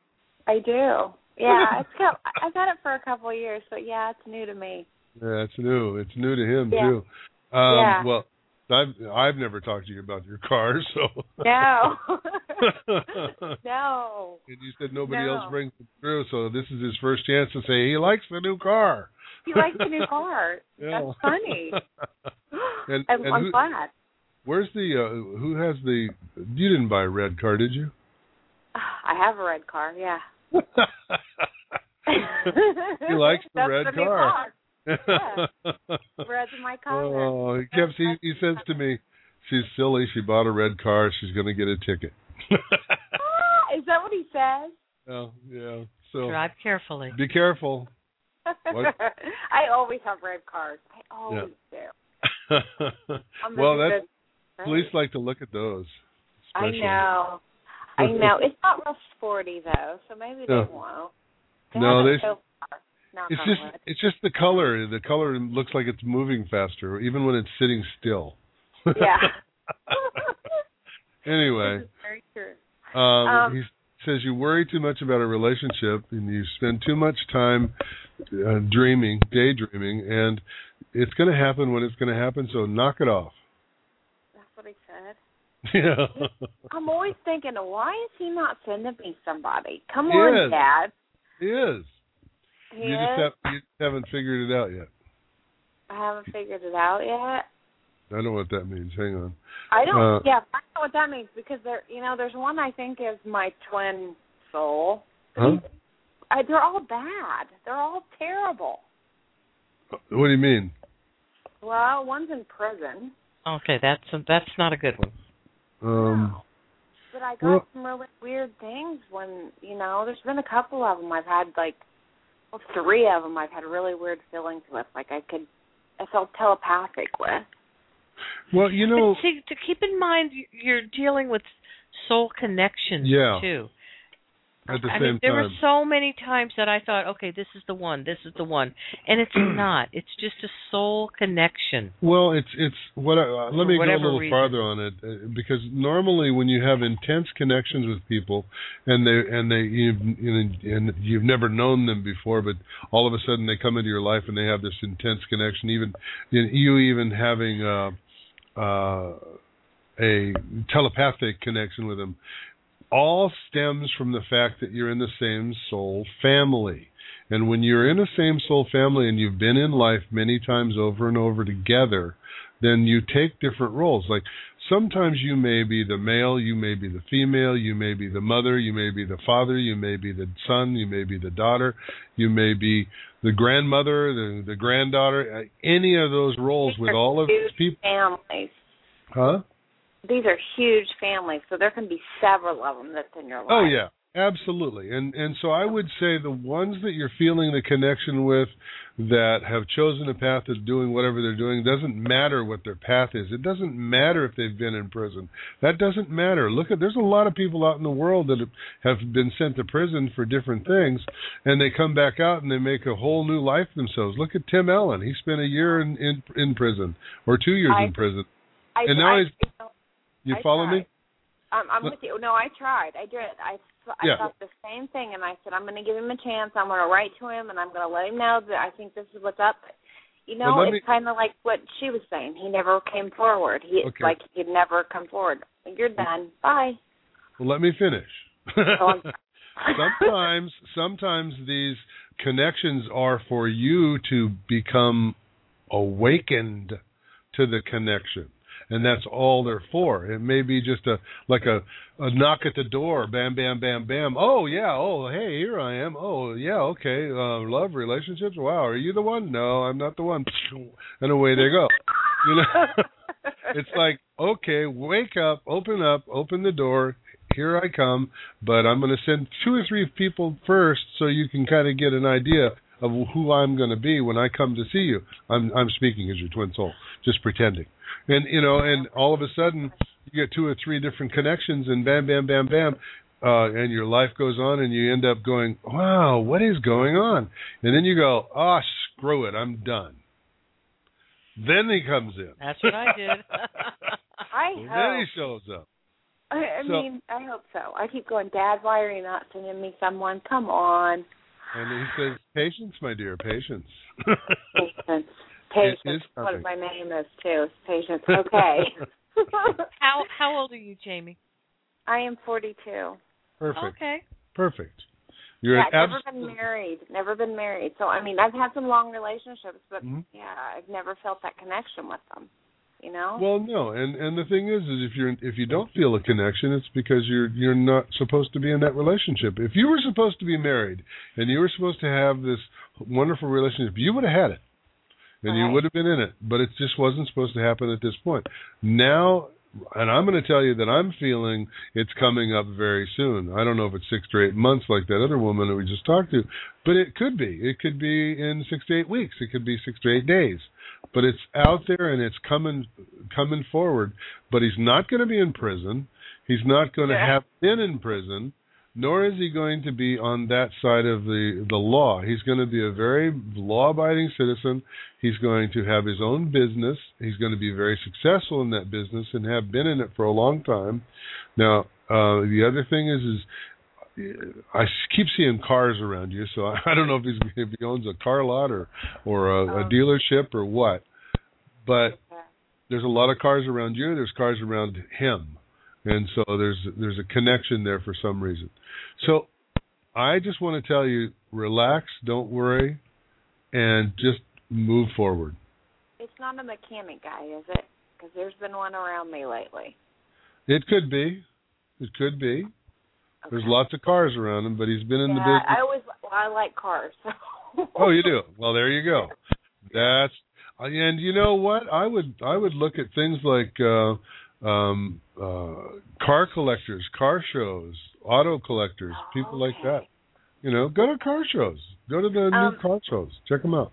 Speaker 11: I do. Yeah, it's got, I've had it for a couple of years, but yeah, it's new to me.
Speaker 6: Yeah, it's new. It's new to him
Speaker 11: Yeah.
Speaker 6: too. Um
Speaker 11: Yeah.
Speaker 6: well I've I've never talked to you about your car, so
Speaker 11: No. no.
Speaker 6: and you said nobody
Speaker 11: No.
Speaker 6: else brings it through, so this is his first chance to say he likes the new car.
Speaker 11: He likes a new car. That's funny.
Speaker 6: And-
Speaker 11: I'm,
Speaker 6: and
Speaker 11: I'm
Speaker 6: who-
Speaker 11: glad.
Speaker 6: Where's the uh, who has the you didn't buy a red car, did you?
Speaker 11: I have a red car, yeah.
Speaker 6: he likes the
Speaker 11: That's
Speaker 6: red
Speaker 11: the new
Speaker 6: car.
Speaker 11: car. Yeah. Red's my color.
Speaker 6: Oh, he kept. He, he says to me, "She's silly. She bought a red car. She's going to get a ticket."
Speaker 11: Ah, is that what he says?
Speaker 6: oh, yeah. So
Speaker 7: Drive carefully.
Speaker 6: be careful. What?
Speaker 11: I always have red cars. I always do. I'm
Speaker 6: well, that
Speaker 11: gonna do this.
Speaker 6: police like to look at those.
Speaker 11: I
Speaker 6: especially.
Speaker 11: know. I know. It's not real sporty though, so maybe they
Speaker 6: No.
Speaker 11: won't.
Speaker 6: No,
Speaker 11: haven't
Speaker 6: they-
Speaker 11: So far. Knock
Speaker 6: It's
Speaker 11: on
Speaker 6: just
Speaker 11: wood.
Speaker 6: it's just the color. The color looks like it's moving faster, even when it's sitting still.
Speaker 11: Yeah.
Speaker 6: anyway,
Speaker 11: This is very true.
Speaker 6: um,
Speaker 11: Um,
Speaker 6: he says you worry too much about a relationship and you spend too much time uh, dreaming, daydreaming, and it's going to happen when it's going to happen. So knock it off.
Speaker 11: That's what he said.
Speaker 6: yeah.
Speaker 11: I'm always thinking, why is he not sending me somebody? Come
Speaker 6: He
Speaker 11: on,
Speaker 6: is.
Speaker 11: Dad.
Speaker 6: It is.
Speaker 11: He
Speaker 6: You
Speaker 11: is.
Speaker 6: just have, you haven't figured it out yet.
Speaker 11: I haven't figured it out yet.
Speaker 6: I know what that means. Hang on.
Speaker 11: I don't.
Speaker 6: Uh,
Speaker 11: yeah, I know what that means because there. You know, there's one I think is my twin soul.
Speaker 6: Huh?
Speaker 11: I, they're all bad. They're all terrible.
Speaker 6: Uh, What do you mean?
Speaker 11: Well, one's in prison,
Speaker 7: Okay, that's that's not a good one.
Speaker 6: Um,
Speaker 11: but I got
Speaker 6: Well-
Speaker 11: some really weird things when you know. There's been a couple of them I've had like, well, three of them I've had really weird feelings with. Like I could, I felt telepathic with.
Speaker 6: well, you know,
Speaker 7: But see, to keep in mind, y- you're dealing with soul connections
Speaker 6: Yeah.
Speaker 7: too.
Speaker 6: at the
Speaker 7: I
Speaker 6: same
Speaker 7: mean, there
Speaker 6: time.
Speaker 7: were so many times that I thought, okay, this is the one, this is the one, and it's not. It's just a soul connection.
Speaker 6: Well, it's it's what. I, uh, let
Speaker 7: For
Speaker 6: me go a
Speaker 7: whatever
Speaker 6: little
Speaker 7: reason.
Speaker 6: farther on it uh, because normally when you have intense connections with people and they and they you've, and and you've never known them before, but all of a sudden they come into your life and they have this intense connection. Even you even having uh, uh, a telepathic connection with them, all stems from the fact that you're in the same soul family. And when you're in a same soul family and you've been in life many times over and over together, then you take different roles. Like sometimes you may be the male, you may be the female, you may be the mother, you may be the father, you may be the son, you may be the daughter, you may be the grandmother, the, the granddaughter, uh, any of those roles with all of these people.
Speaker 11: Families.
Speaker 6: Huh?
Speaker 11: These are huge families, so there can be several of them that's in your life.
Speaker 6: Oh yeah, absolutely. And and so I would say the ones that you're feeling the connection with that have chosen a path of doing whatever they're doing doesn't matter what their path is. It doesn't matter if they've been in prison. That doesn't matter. Look at there's a lot of people out in the world that have been sent to prison for different things and they come back out and they make a whole new life themselves. Look at Tim Allen. He spent a year in in, in prison or 2 years
Speaker 11: I-
Speaker 6: in prison.
Speaker 11: I,
Speaker 6: And now
Speaker 11: I,
Speaker 6: he's-
Speaker 11: you know,
Speaker 6: You
Speaker 11: I
Speaker 6: follow me?
Speaker 11: tried. Um, I'm, I'm with you. No, I tried. I did. I th- I
Speaker 6: Yeah.
Speaker 11: thought the same thing, and I said I'm going to give him a chance. I'm going to write to him, and I'm going to let him know that I think this is what's up. You know,
Speaker 6: Well, let
Speaker 11: it's
Speaker 6: me-
Speaker 11: kind of like what she was saying. He never came forward. He it's
Speaker 6: Okay.
Speaker 11: like he'd never come forward. You're done. Bye.
Speaker 6: Well, let me finish.
Speaker 11: I'm
Speaker 6: sometimes, sometimes these connections are for you to become awakened to the connection, and that's all they're for. It may be just a like a, a knock at the door, bam, bam, bam, bam. Oh yeah, oh hey, here I am. Oh yeah, okay. Uh, love relationships. Wow, are you the one? No, I'm not the one. And away they go. You know. it's like okay wake up open up open the door here i come but i'm going to send two or three people first so you can kind of get an idea of who i'm going to be when i come to see you i'm i'm speaking as your twin soul just pretending and you know and all of a sudden you get two or three different connections and bam bam bam bam uh, and your life goes on, and you end up going, "Wow, what is going on?" And then you go, "Ah, screw it, I'm done." Then he comes in.
Speaker 7: That's what I did.
Speaker 11: I
Speaker 6: Well, then he
Speaker 11: hope.
Speaker 6: shows up.
Speaker 11: I, I
Speaker 6: so-
Speaker 11: mean, I hope so. I keep going, Dad. Why are you not sending me someone? Come on.
Speaker 6: And he says, Patience, my dear, patience.
Speaker 11: Patience.
Speaker 6: It
Speaker 11: Patience.
Speaker 6: is
Speaker 11: What
Speaker 6: coming.
Speaker 11: my name is too. Patience. Okay.
Speaker 7: how how old are you, Jamie?
Speaker 11: I am 42.
Speaker 6: Perfect.
Speaker 7: Okay.
Speaker 6: Perfect. You're
Speaker 11: yeah,
Speaker 6: an
Speaker 11: I've never
Speaker 6: abs-
Speaker 11: been married. Never been married. So I mean, I've had some long relationships, but
Speaker 6: Mhm.
Speaker 11: yeah, I've never felt that connection with them. You know.
Speaker 6: Well, no, and and the thing is, is if you're if you don't feel a connection, it's because you're you're not supposed to be in that relationship. If you were supposed to be married and you were supposed to have this wonderful relationship, you would have had it, and you
Speaker 11: Right.
Speaker 6: would have been in it. But it just wasn't supposed to happen at this point. Now, and I'm going to tell you that I'm feeling it's coming up very soon. I don't know if it's six to eight months like that other woman that we just talked to, but it could be. It could be in six to eight weeks. It could be six to eight days. But it's out there and it's coming coming forward. But he's not going to be in prison. He's not going to
Speaker 11: Yeah.
Speaker 6: have been in prison, nor is he going to be on that side of the the law. He's going to be a very law abiding citizen. He's going to have his own business. He's going to be very successful in that business and have been in it for a long time. Now, uh, the other thing is, is I s- keep seeing cars around you, so I, I don't know if he's if he owns a car lot or or a, a
Speaker 11: Um.
Speaker 6: dealership or what. But
Speaker 11: Yeah.
Speaker 6: there's a lot of cars around you. There's cars around him, and so there's there's a connection there for some reason. So I just want to tell you, relax, don't worry, and just move forward.
Speaker 11: It's not a mechanic guy, is it? Because there's been one around me lately.
Speaker 6: It could be, it could be.
Speaker 11: Okay.
Speaker 6: There's lots of cars around him, but he's been in the
Speaker 11: yeah,
Speaker 6: business.
Speaker 11: I always well, I like cars. So.
Speaker 6: Oh, you do. Well, there you go. That's and you know what? I would I would look at things like uh, um, uh, car collectors, car shows, auto collectors, people like that.
Speaker 11: Oh, Okay.
Speaker 6: You know, go to car shows. Go to the
Speaker 11: Um,
Speaker 6: new car shows. Check them out.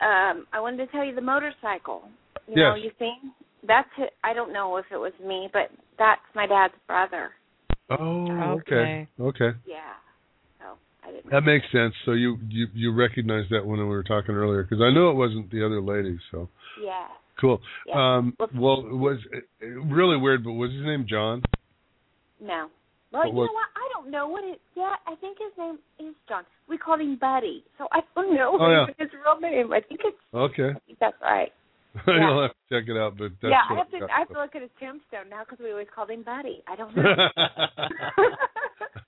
Speaker 11: Um, I wanted to tell you the motorcycle. You know,
Speaker 6: Yes.
Speaker 11: you seen? That's it. I don't know if it was me, but that's my dad's brother.
Speaker 6: Oh, okay, okay,
Speaker 11: Yeah. So I didn't.
Speaker 6: that makes sense. So you you you recognized that one when we were talking earlier because I know it wasn't the other lady. So
Speaker 11: Yeah.
Speaker 6: cool.
Speaker 11: Yeah.
Speaker 6: Um, well, it was it- it- really weird, but was his name John?
Speaker 11: No. Well,
Speaker 6: But
Speaker 11: you
Speaker 6: what-
Speaker 11: know what? I don't know what it. Yeah, I think his name is John. We called him Buddy, so I don't know
Speaker 6: Oh, yeah.
Speaker 11: his real name. I think it's.
Speaker 6: Okay.
Speaker 11: I think that's right. Yeah.
Speaker 6: You'll have to check it out, but that's
Speaker 11: yeah, I
Speaker 6: what
Speaker 11: have to.
Speaker 6: got.
Speaker 11: I have to look at his tombstone now because we always called him Buddy. I don't know.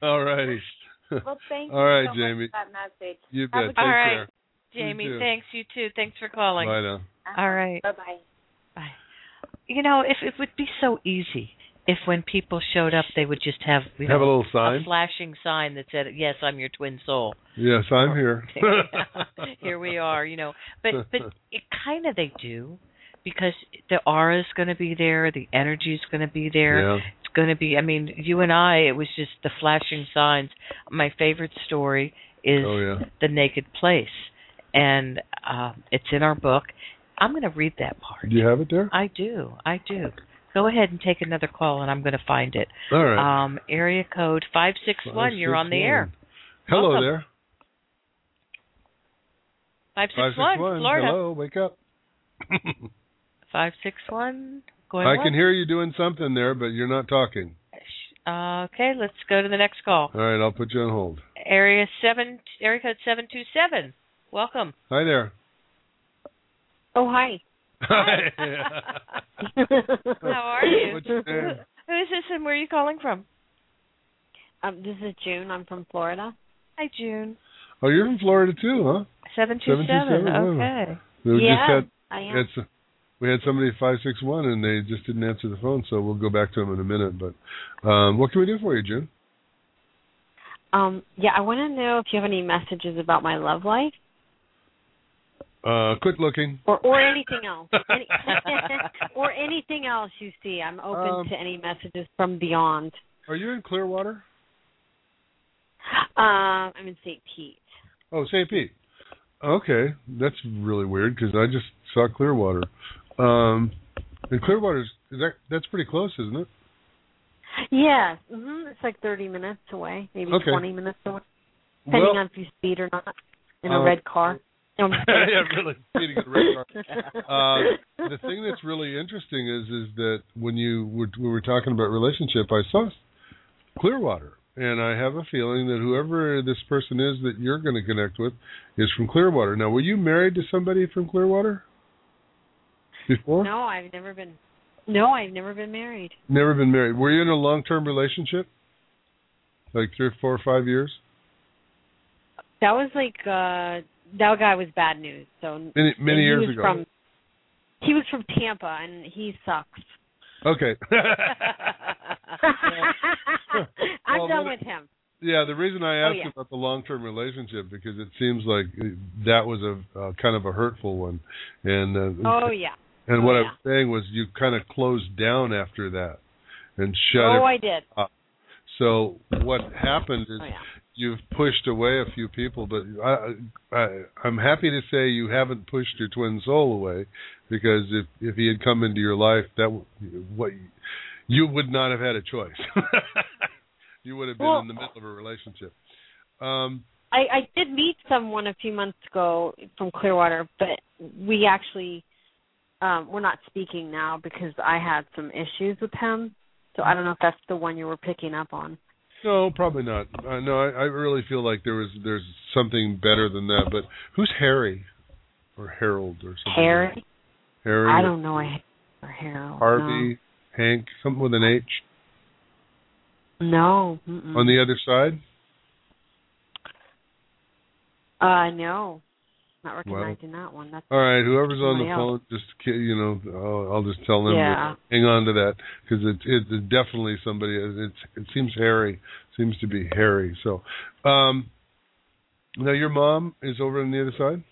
Speaker 6: All righty.
Speaker 11: well, thank you
Speaker 6: All right,
Speaker 11: so
Speaker 6: Jamie.
Speaker 11: much for that message.
Speaker 6: You
Speaker 11: Have a
Speaker 6: bet. Take
Speaker 11: good-
Speaker 7: All right,
Speaker 6: care. You
Speaker 7: Jamie,
Speaker 6: too.
Speaker 7: thanks. You too. Thanks for calling.
Speaker 6: Bye now.
Speaker 7: All right.
Speaker 11: Bye bye.
Speaker 7: Bye. You know, if it would be so easy if when people showed up, they would just have you
Speaker 6: Have a
Speaker 7: know,
Speaker 6: little sign.
Speaker 7: flashing sign that said, "Yes, I'm your twin soul."
Speaker 6: Yes, I'm here.
Speaker 7: Here we are. You know, but but it kind of they do because the aura is going to be there, the energy is going to be there.
Speaker 6: Yeah.
Speaker 7: it's going to be i mean you and i it was just the flashing signs my favorite story is
Speaker 6: Oh yeah.
Speaker 7: the naked place and um it's in our book i'm going to read that part
Speaker 6: Do you have it there?
Speaker 7: i do i do go ahead and take another call and i'm going to find it
Speaker 6: All right.
Speaker 7: um area code 561
Speaker 6: Five,
Speaker 7: you're
Speaker 6: six,
Speaker 7: on the air
Speaker 6: one. Hello
Speaker 7: Welcome.
Speaker 6: there.
Speaker 7: 561
Speaker 6: 561.
Speaker 7: florida
Speaker 6: Hello, wake up.
Speaker 7: 561 going
Speaker 6: I
Speaker 7: once.
Speaker 6: can hear you doing something there, but you're not talking.
Speaker 7: Okay, let's go to the next call.
Speaker 6: All right, I'll put you on hold.
Speaker 7: Area seven, area code seven two seven. Welcome.
Speaker 6: Hi there.
Speaker 5: Oh hi.
Speaker 7: How are you?
Speaker 6: What's your name?
Speaker 7: Who is this, and where are you calling from?
Speaker 5: Um, this is June. I'm from Florida.
Speaker 7: Hi, June.
Speaker 6: Oh, you're from Florida too, huh?
Speaker 7: Seven two seven.
Speaker 6: 727, wow.
Speaker 7: Okay.
Speaker 6: We just
Speaker 5: yeah,
Speaker 6: had-
Speaker 5: I am.
Speaker 6: It's we had somebody at five six one, and they just didn't answer the phone. So we'll go back to them in a minute. But um, what can we do for you, June?
Speaker 5: Um, yeah, I want to know if you have any messages about my love life
Speaker 6: Uh, quick looking.
Speaker 5: or or anything else, any, or anything else you see. I'm open
Speaker 6: Um,
Speaker 5: to any messages from beyond.
Speaker 6: Are you in Clearwater?
Speaker 5: Um, I'm in St. Pete.
Speaker 6: Oh, St. Pete. Okay, that's really weird because I just saw Clearwater. Um, and Clearwater's is that that's pretty close, isn't it?
Speaker 5: Yeah, hmm it's like 30 minutes away, maybe
Speaker 6: Okay.
Speaker 5: 20 minutes away, depending
Speaker 6: well,
Speaker 5: on if you speed or not in a
Speaker 6: Uh,
Speaker 5: red car. No, I'm just kidding.
Speaker 6: yeah, really speeding in a red car. Uh, the thing that's really interesting is is that when you were, we were talking about relationship, I saw Clearwater, and I have a feeling that whoever this person is that you're going to connect with is from Clearwater. Now, were you married to somebody from Clearwater before?
Speaker 5: No, I've never been. No, I've never been married.
Speaker 6: Never been married. Were you in a long-term relationship, like three, or four, or five years?
Speaker 5: That was like uh that guy was bad news. So
Speaker 6: Many,
Speaker 5: and
Speaker 6: many
Speaker 5: he
Speaker 6: years
Speaker 5: was
Speaker 6: ago.
Speaker 5: From, he was from Tampa, and he sucks.
Speaker 6: Okay.
Speaker 5: I'm
Speaker 6: Well,
Speaker 5: done
Speaker 6: what-
Speaker 5: with him.
Speaker 6: Yeah, the reason I asked
Speaker 5: Oh, yeah.
Speaker 6: about the long-term relationship because it seems like uh, that was a uh, kind of a hurtful one, and uh,
Speaker 5: Oh yeah.
Speaker 6: and what
Speaker 5: oh,
Speaker 6: I was saying was you kind of closed down after that and shut
Speaker 5: Oh,
Speaker 6: it.
Speaker 5: I did.
Speaker 6: So what happened is
Speaker 5: Oh yeah.
Speaker 6: you've pushed away a few people, but I, I I'm happy to say you haven't pushed your twin soul away because if if he had come into your life, that w- what you would not have had a choice. you would have been
Speaker 5: Well-
Speaker 6: in the middle of a relationship. Um,
Speaker 5: I I did meet someone a few months ago from Clearwater, but we actually um we're not speaking now because I had some issues with him. So I don't know if that's the one you were picking up on.
Speaker 6: no, probably not. Uh, no, I, I really feel like there was there's something better than that. But who's Harry or Harold or something?
Speaker 5: Harry?
Speaker 6: Harry,
Speaker 5: I
Speaker 6: or
Speaker 5: don't know. I or Harold.
Speaker 6: Harvey, Hank, something with an H
Speaker 5: No. no. mm-mm.
Speaker 6: on the other side.
Speaker 5: Uh, no, not
Speaker 6: Well.
Speaker 5: recognizing that one. That's
Speaker 6: All right, whoever's on the
Speaker 5: Somebody
Speaker 6: phone,
Speaker 5: else.
Speaker 6: just ki- you know, I'll, I'll just tell them.
Speaker 5: Yeah.
Speaker 6: Hang on to that because it, it, it's definitely somebody. It's it seems hairy, seems to be hairy. So, um, now your mom is over on the other side.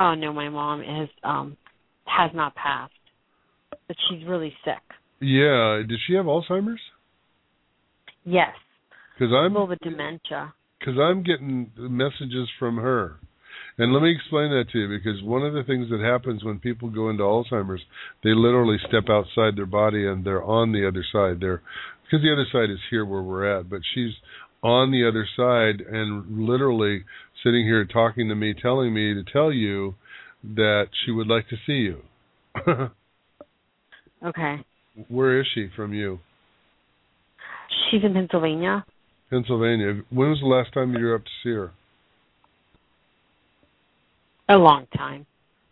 Speaker 5: oh no, my mom is um has not passed, but she's really sick.
Speaker 6: Yeah. Does she have Alzheimer's?
Speaker 5: Yes,
Speaker 6: Because
Speaker 5: a
Speaker 6: I'm
Speaker 5: little bit dementia.
Speaker 6: because I'm getting messages from her. And let me explain that to you because one of the things that happens when people go into Alzheimer's, they literally step outside their body and they're on the other side. They're because the other side is here where we're at, but she's on the other side and literally sitting here talking to me, telling me to tell you that she would like to see you.
Speaker 5: Okay,
Speaker 6: where is she from you?
Speaker 5: she's in Pennsylvania.
Speaker 6: Pennsylvania. When was the last time you were up to see her?
Speaker 5: A long time.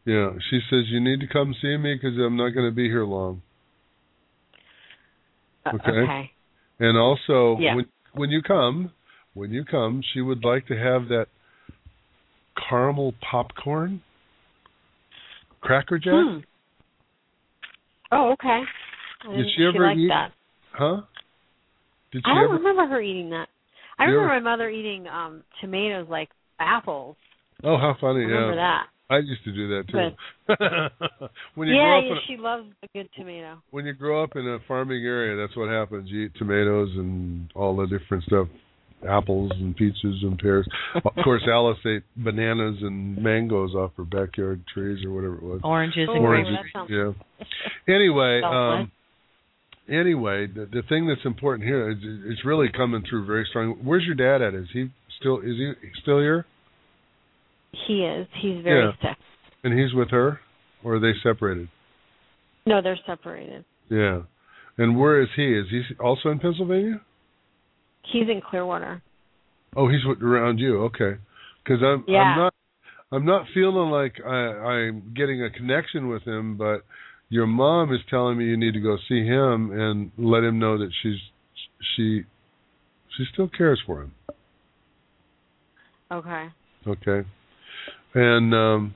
Speaker 6: Yeah, she says you need to come see me because I'm not going to be here long.
Speaker 5: Uh,
Speaker 6: Okay.
Speaker 5: okay.
Speaker 6: And also,
Speaker 5: Yeah.
Speaker 6: when when you come, when you come, she would like to have that caramel popcorn, cracker jack,
Speaker 5: Hmm. Oh, okay. I
Speaker 6: Did
Speaker 5: didn't-
Speaker 6: she ever
Speaker 5: liked
Speaker 6: eat-
Speaker 5: that?
Speaker 6: huh? Did she
Speaker 5: I don't
Speaker 6: ever?
Speaker 5: remember her eating that. I
Speaker 6: Did you
Speaker 5: remember my mother eating um tomatoes like apples.
Speaker 6: Oh, how funny!
Speaker 5: I remember
Speaker 6: yeah,
Speaker 5: that.
Speaker 6: I used to do that too. when you
Speaker 5: yeah,
Speaker 6: grow up,
Speaker 5: yeah,
Speaker 6: in a,
Speaker 5: she loves a good tomato.
Speaker 6: when you grow up in a farming area, that's what happens. You eat tomatoes and all the different stuff, apples and peaches and pears. of course, Alice ate bananas and mangoes off her backyard trees or whatever it was.
Speaker 7: Oranges and
Speaker 5: Oh,
Speaker 6: oranges.
Speaker 5: that sounds-
Speaker 6: Yeah. Anyway,
Speaker 5: Sounds
Speaker 6: um, anyway, the, the thing that's important here is it's really coming through very strong. Where's your dad at? Is he still is he still here?
Speaker 5: He is. He's very
Speaker 6: Yeah.
Speaker 5: sick.
Speaker 6: And he's with her, or are they separated?
Speaker 5: No, they're separated.
Speaker 6: Yeah. And where is he? Is he also in Pennsylvania?
Speaker 5: He's in Clearwater.
Speaker 6: Oh, he's with- around you. Okay, because I'm
Speaker 5: Yeah.
Speaker 6: I'm not I'm not feeling like I, I'm getting a connection with him, but your mom is telling me you need to go see him and let him know that she's she she still cares for him.
Speaker 5: Okay.
Speaker 6: Okay, and um,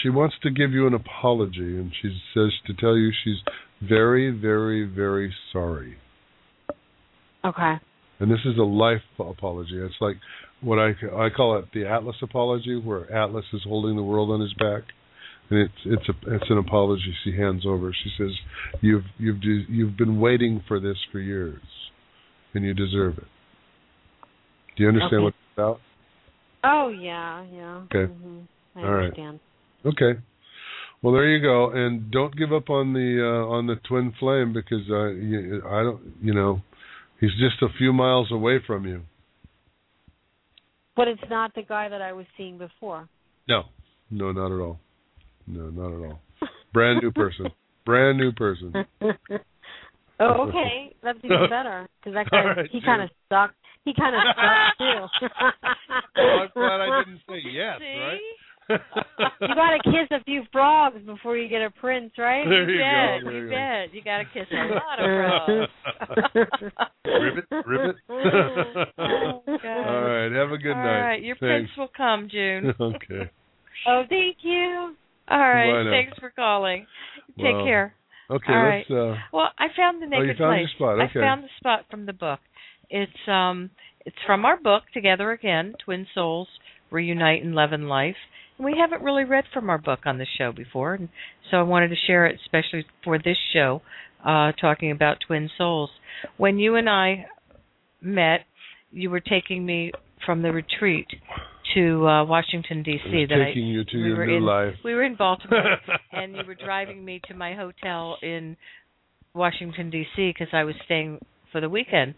Speaker 6: she wants to give you an apology, and she says to tell you she's very, very, very sorry.
Speaker 5: Okay.
Speaker 6: and this is a life apology. It's like what I I call it the Atlas apology, where Atlas is holding the world on his back, and it's it's a it's an apology she hands over. She says, "You've you've de- you've been waiting for this for years, and you deserve it." Do you understand
Speaker 5: Okay.
Speaker 6: what it's about?
Speaker 5: Oh yeah, yeah.
Speaker 6: Okay.
Speaker 5: hmm I
Speaker 6: All right.
Speaker 5: understand.
Speaker 6: Okay. Well, there you go, and don't give up on the uh, on the twin flame because uh, you, I don't you know he's just a few miles away from you.
Speaker 5: But it's not the guy that I was seeing before.
Speaker 6: No. No, not at all. No, not at all. Brand new person. Brand new person.
Speaker 5: Oh, okay. That's even better because that guy
Speaker 6: All right,
Speaker 5: he
Speaker 6: Jim.
Speaker 5: kind of sucked. He kind of sucked too.
Speaker 6: Well, Oh, I'm glad I didn't say yes, right?
Speaker 5: you gotta kiss a few frogs before you get a prince, right?
Speaker 6: There you
Speaker 7: bet,
Speaker 6: go. There
Speaker 7: you
Speaker 6: you
Speaker 7: bet. You got to kiss a lot
Speaker 6: go.
Speaker 7: of
Speaker 6: ribbit, ribbit.
Speaker 7: Oh, God.
Speaker 6: All right. Have a good
Speaker 7: All
Speaker 6: night.
Speaker 7: right, your prince
Speaker 6: Thanks.
Speaker 7: will come, June.
Speaker 6: okay.
Speaker 5: Oh, thank you.
Speaker 7: All
Speaker 6: Why
Speaker 7: right,
Speaker 6: not?
Speaker 7: thanks for calling. Take
Speaker 6: Well,
Speaker 7: care.
Speaker 6: Okay.
Speaker 7: All
Speaker 6: let's. Uh,
Speaker 7: Well, I found the
Speaker 6: Oh, you
Speaker 7: naked
Speaker 6: found
Speaker 7: place.
Speaker 6: your spot, okay.
Speaker 7: I found the spot from the book. It's um, it's from our book Together Again: Twin Souls Reunite and Love and Life. And we haven't really read from our book on the show before, and so I wanted to share it, especially for this show, uh, talking about twin souls. When you and I met, you were taking me from the retreat to uh, Washington D.C.
Speaker 6: it's
Speaker 7: That I
Speaker 6: taking you to
Speaker 7: we
Speaker 6: your
Speaker 7: were
Speaker 6: new
Speaker 7: in-
Speaker 6: life.
Speaker 7: we were in Baltimore, and you were driving me to my hotel in Washington D.C. because I was staying for the weekend,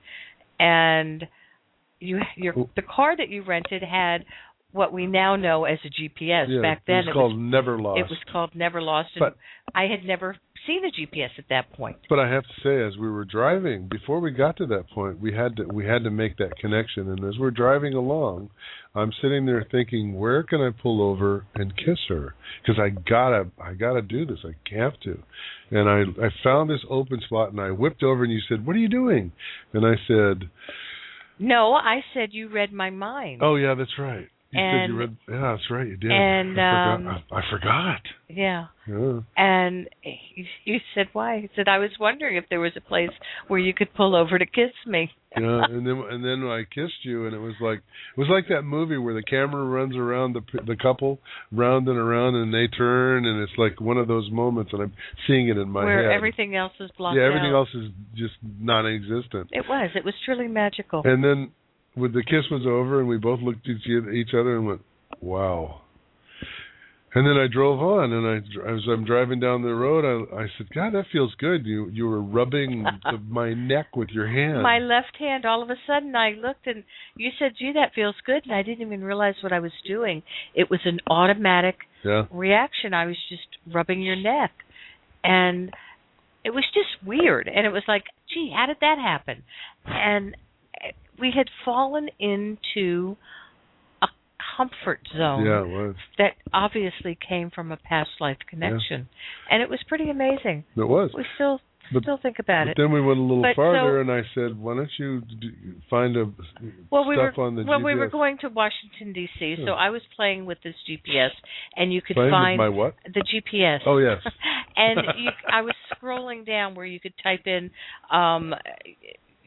Speaker 7: and you your the car that you rented had what we now know as a GPS.
Speaker 6: yeah,
Speaker 7: Back then,
Speaker 6: it's called Never Lost.
Speaker 7: it was called Never Lost, and
Speaker 6: But-
Speaker 7: I had never seen a GPS at that point.
Speaker 6: But I have to say, as we were driving, before we got to that point, we had to we had to make that connection. And as we're driving along, I'm sitting there thinking, where can I pull over and kiss her? Because I gotta I gotta do this. I have to. And I I found this open spot, and I whipped over, and you said, "What are you doing?" And I said,
Speaker 7: No, I said you read my mind.
Speaker 6: "Oh yeah, that's right." You said you
Speaker 7: And-
Speaker 6: read. Yeah, that's right. You did.
Speaker 7: and,
Speaker 6: I
Speaker 7: um,
Speaker 6: forgot. I, I forgot.
Speaker 7: Yeah.
Speaker 6: Yeah.
Speaker 7: And you- you said, why? I said, I was wondering if there was a place where you could pull over to kiss me.
Speaker 6: yeah, and then and then I kissed you, and it was like it was like that movie where the camera runs around the p- the couple, round and around, and they turn, and it's like one of those moments, and I'm seeing it in my
Speaker 7: where
Speaker 6: head.
Speaker 7: everything else is blocked
Speaker 6: yeah, everything
Speaker 7: out.
Speaker 6: else is just non-existent.
Speaker 7: It was. It was truly magical.
Speaker 6: And then when the kiss was over, and we both looked at each each other and went, "Wow." And then I drove on, and I dr- as I'm driving down the road, I I said, "God, that feels good." You you were rubbing the, my neck with your hand.
Speaker 7: My left hand, all of a sudden, I looked and you said, gee, that feels good. And I didn't even realize what I was doing. It was an automatic
Speaker 6: yeah.
Speaker 7: reaction. I was just rubbing your neck. And it was just weird. And it was like, gee, how did that happen? And eh, we had fallen into a comfort zone.
Speaker 6: Yeah, it was.
Speaker 7: that obviously came from a past life connection, and it was pretty amazing.
Speaker 6: It was.
Speaker 7: We still
Speaker 6: But-
Speaker 7: still think about
Speaker 6: but
Speaker 7: it.
Speaker 6: Then we went a little
Speaker 7: But so-
Speaker 6: farther, and I said, "Why don't you d- find a
Speaker 7: Well, we
Speaker 6: stuff
Speaker 7: were
Speaker 6: on the
Speaker 7: well,
Speaker 6: GPS?
Speaker 7: we were going to Washington D.C., so
Speaker 6: Yeah.
Speaker 7: I was playing with this GPS, and you could
Speaker 6: Playing with
Speaker 7: find
Speaker 6: my what?
Speaker 7: the GPS.
Speaker 6: Oh yes,
Speaker 7: and you, I was scrolling down where you could type in, um,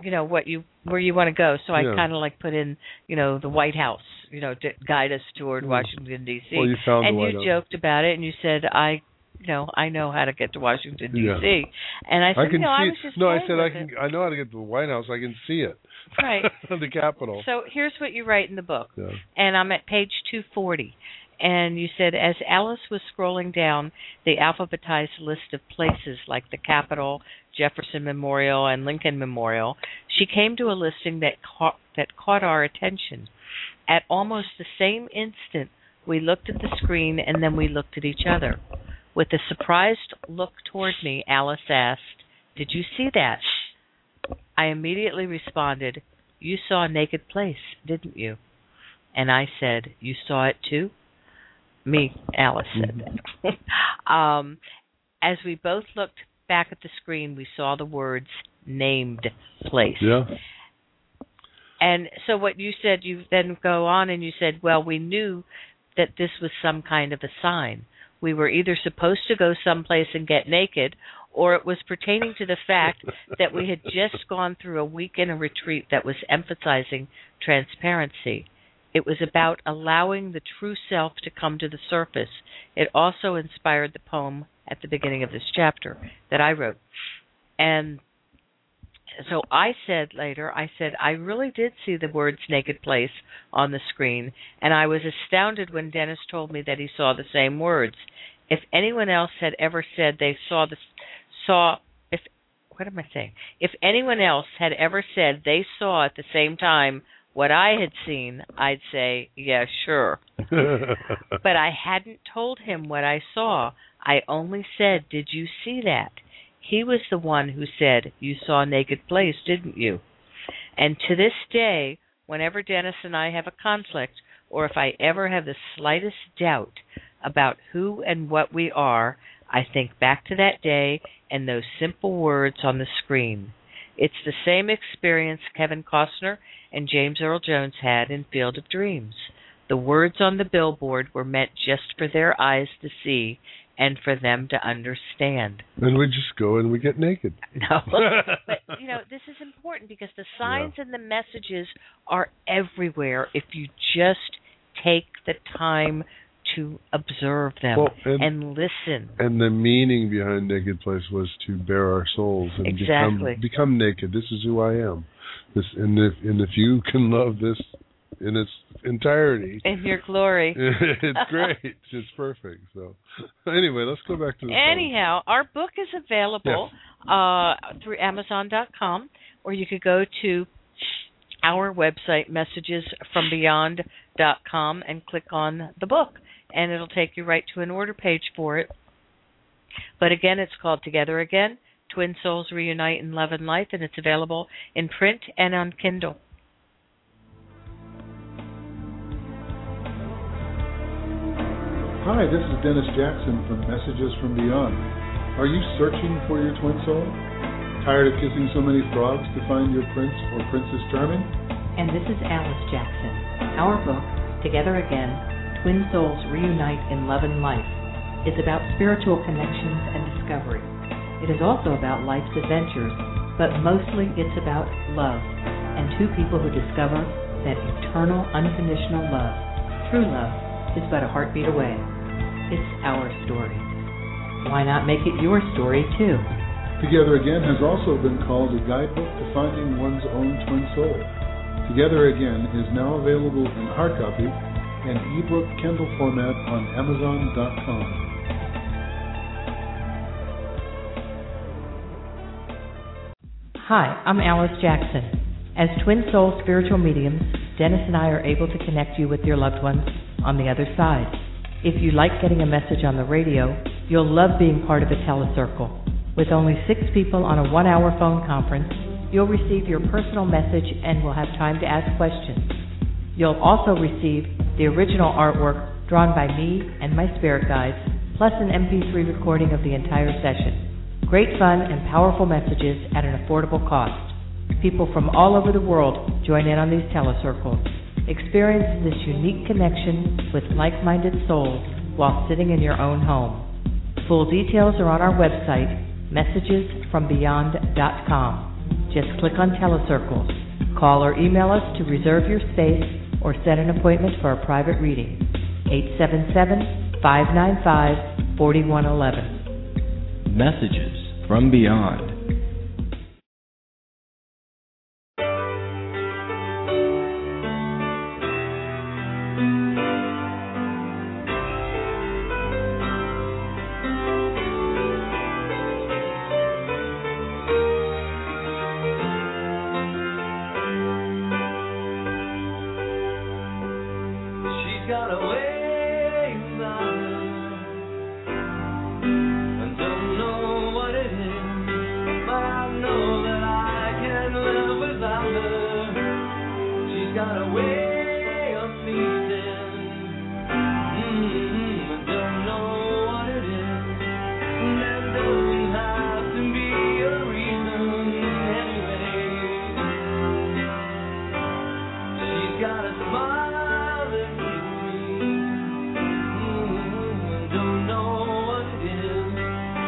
Speaker 7: you know, what you where you want to go. So I
Speaker 6: Yeah.
Speaker 7: kind of like put in, you know, the White House, you know, to guide us toward
Speaker 6: Hmm.
Speaker 7: Washington D.C.
Speaker 6: Well, you found the
Speaker 7: and
Speaker 6: White
Speaker 7: you
Speaker 6: House.
Speaker 7: joked about it, and you said, "I, you know, I know how to get to Washington D.C."
Speaker 6: Yeah.
Speaker 7: And I said,
Speaker 6: I can
Speaker 7: "No,
Speaker 6: see.
Speaker 7: I
Speaker 6: it.
Speaker 7: was just
Speaker 6: no, I
Speaker 7: playing
Speaker 6: said
Speaker 7: with
Speaker 6: I can.
Speaker 7: it."
Speaker 6: I know how to get to the White House. I can see it.
Speaker 7: Right.
Speaker 6: the Capitol.
Speaker 7: So here's what you write in the book
Speaker 6: yeah.
Speaker 7: and I'm at page 240. And you said, as Alice was scrolling down the alphabetized list of places like the Capitol, Jefferson Memorial, and Lincoln Memorial, she came to a listing that caught, that caught our attention. At almost the same instant, we looked at the screen and then we looked at each other. With a surprised look toward me, Alice asked, Did you see that? I immediately responded, You saw a naked place, didn't you? And I said, You saw it too? Me, Alice said that. um, as we both looked back at the screen, we saw the words named place.
Speaker 6: Yeah.
Speaker 7: And so what you said, you then go on and you said, well, we knew that this was some kind of a sign. We were either supposed to go someplace and get naked, or it was pertaining to the fact that we had just gone through a week in a retreat that was emphasizing transparency. It was about allowing the true self to come to the surface. It also inspired the poem at the beginning of this chapter that I wrote. And so I said later, I said, I really did see the words naked place on the screen, and I was astounded when Dennis told me that he saw the same words. If anyone else had ever said they saw the saw if what am I saying? If anyone else had ever said they saw at the same time what I had seen, I'd say, yeah, sure. but I hadn't told him what I saw. I only said, Did you see that? He was the one who said, You saw a naked place, didn't you? And to this day, whenever Dennis and I have a conflict, or if I ever have the slightest doubt about who and what we are, I think back to that day and those simple words on the screen. It's the same experience Kevin Costner and James Earl Jones had in Field of Dreams. The words on the billboard were meant just for their eyes to see and for them to understand.
Speaker 6: And we just go and we get naked.
Speaker 7: No. but you know, this is important because the signs and the messages are everywhere if you just take the time to observe them
Speaker 6: Well, and-
Speaker 7: listen.
Speaker 6: And the meaning behind naked place was to bare our souls and
Speaker 7: Exactly.
Speaker 6: become become naked. This is who I am. This and if and if you can love this in its entirety,
Speaker 7: In your glory.
Speaker 6: it's great. It's perfect. So anyway, let's go back to the phone.
Speaker 7: Anyhow, our book is available uh, through Amazon.com, or you could go to our website, messagesfrombeyond.com, and click on the book, and it'll take you right to an order page for it. But again, it's called Together Again Twin Souls Reunite in Love and Life, and it's available in print and on Kindle.
Speaker 13: Hi, this is Dennis Jackson from Messages from Beyond. Are you searching for your twin soul? Tired of kissing so many frogs to find your prince or princess charming?
Speaker 4: And this is Alice Jackson. Our book, Together Again Twin Souls Reunite in Love and Life, is about spiritual connections and discovery. It is also about life's adventures, but mostly it's about love and two people who discover that eternal, unconditional love, true love, is but a heartbeat away. It's our story. Why not make it your story, too?
Speaker 13: Together Again has also been called a guidebook to finding one's own twin soul. Together Again is now available in hard copy and ebook Kindle format on Amazon.com.
Speaker 4: Hi, I'm Alice Jackson. As twin soul spiritual mediums, Dennis and I are able to connect you with your loved ones on the other side. If you like getting a message on the radio, you'll love being part of a telecircle. With only six people on a one hour phone conference, you'll receive your personal message and will have time to ask questions. You'll also receive the original artwork drawn by me and my spirit guides, plus an MP3 recording of the entire session. Great fun and powerful messages at an affordable cost. People from all over the world join in on these telecircles. Experience this unique connection with like minded souls while sitting in your own home. Full details are on our website, messagesfrombeyond.com. Just click on telecircles. Call or email us to reserve your space or set an appointment for a private reading. 877 595 4111.
Speaker 2: Messages from Beyond.
Speaker 14: She's got a way about her. I don't know what it is. got a way of pleasing. Mm, I don't know what it is. There doesn't have to be a reason anyway. She's got a smile that gives me. Mm, I don't know what it is,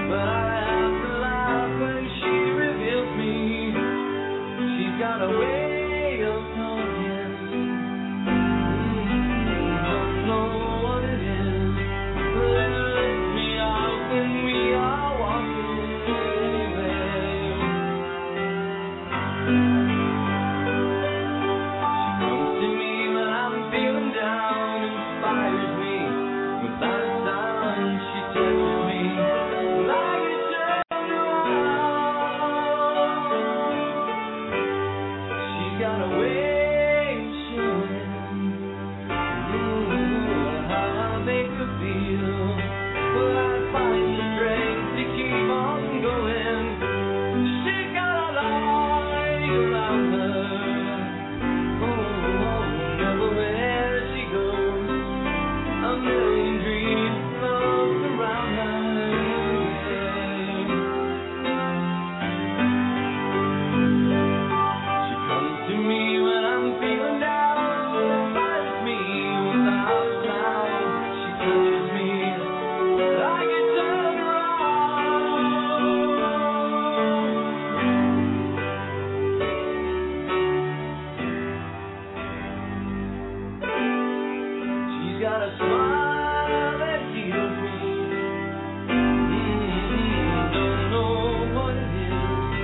Speaker 14: but I have to laugh when she reveals me. She's got a way of knowing. Don't know what it is, but it lets me out when we are walking She comes to me when I'm feeling down, inspires me with that sound. She touches me like a child. She got a way of showing. Ooh, how I make her feel. But I find the strength to keep on going. She got a light around her. Oh, everywhere she goes, a million dreams float around her. comes to me when I'm feeling down. Finds me without sound. She touches me like a turned around. She's got a smile that heals me. Mm, don't know what it is,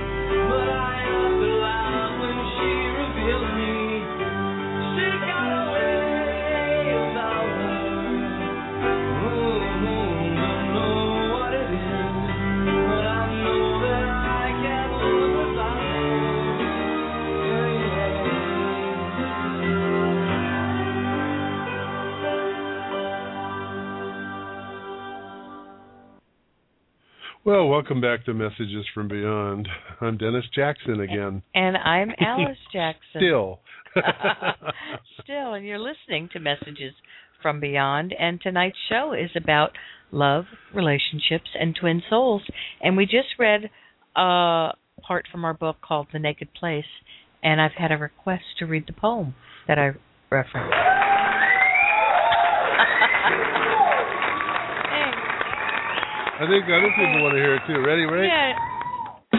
Speaker 14: but I have to laugh when she reveals me. She got a way about her. Ooh, don't know what it is, but I know that I can't live without
Speaker 6: Well, welcome back to Messages from Beyond. I'm Dennis Jackson again.
Speaker 7: And I'm Alice Jackson.
Speaker 6: Still.
Speaker 7: Still, and you're listening to Messages from Beyond. And tonight's show is about love, relationships, and twin souls. And we just read a part from our book called The Naked Place. And I've had a request to read the poem that I referenced.
Speaker 6: I think other people want to hear it too. Ready, ready?
Speaker 7: Yeah.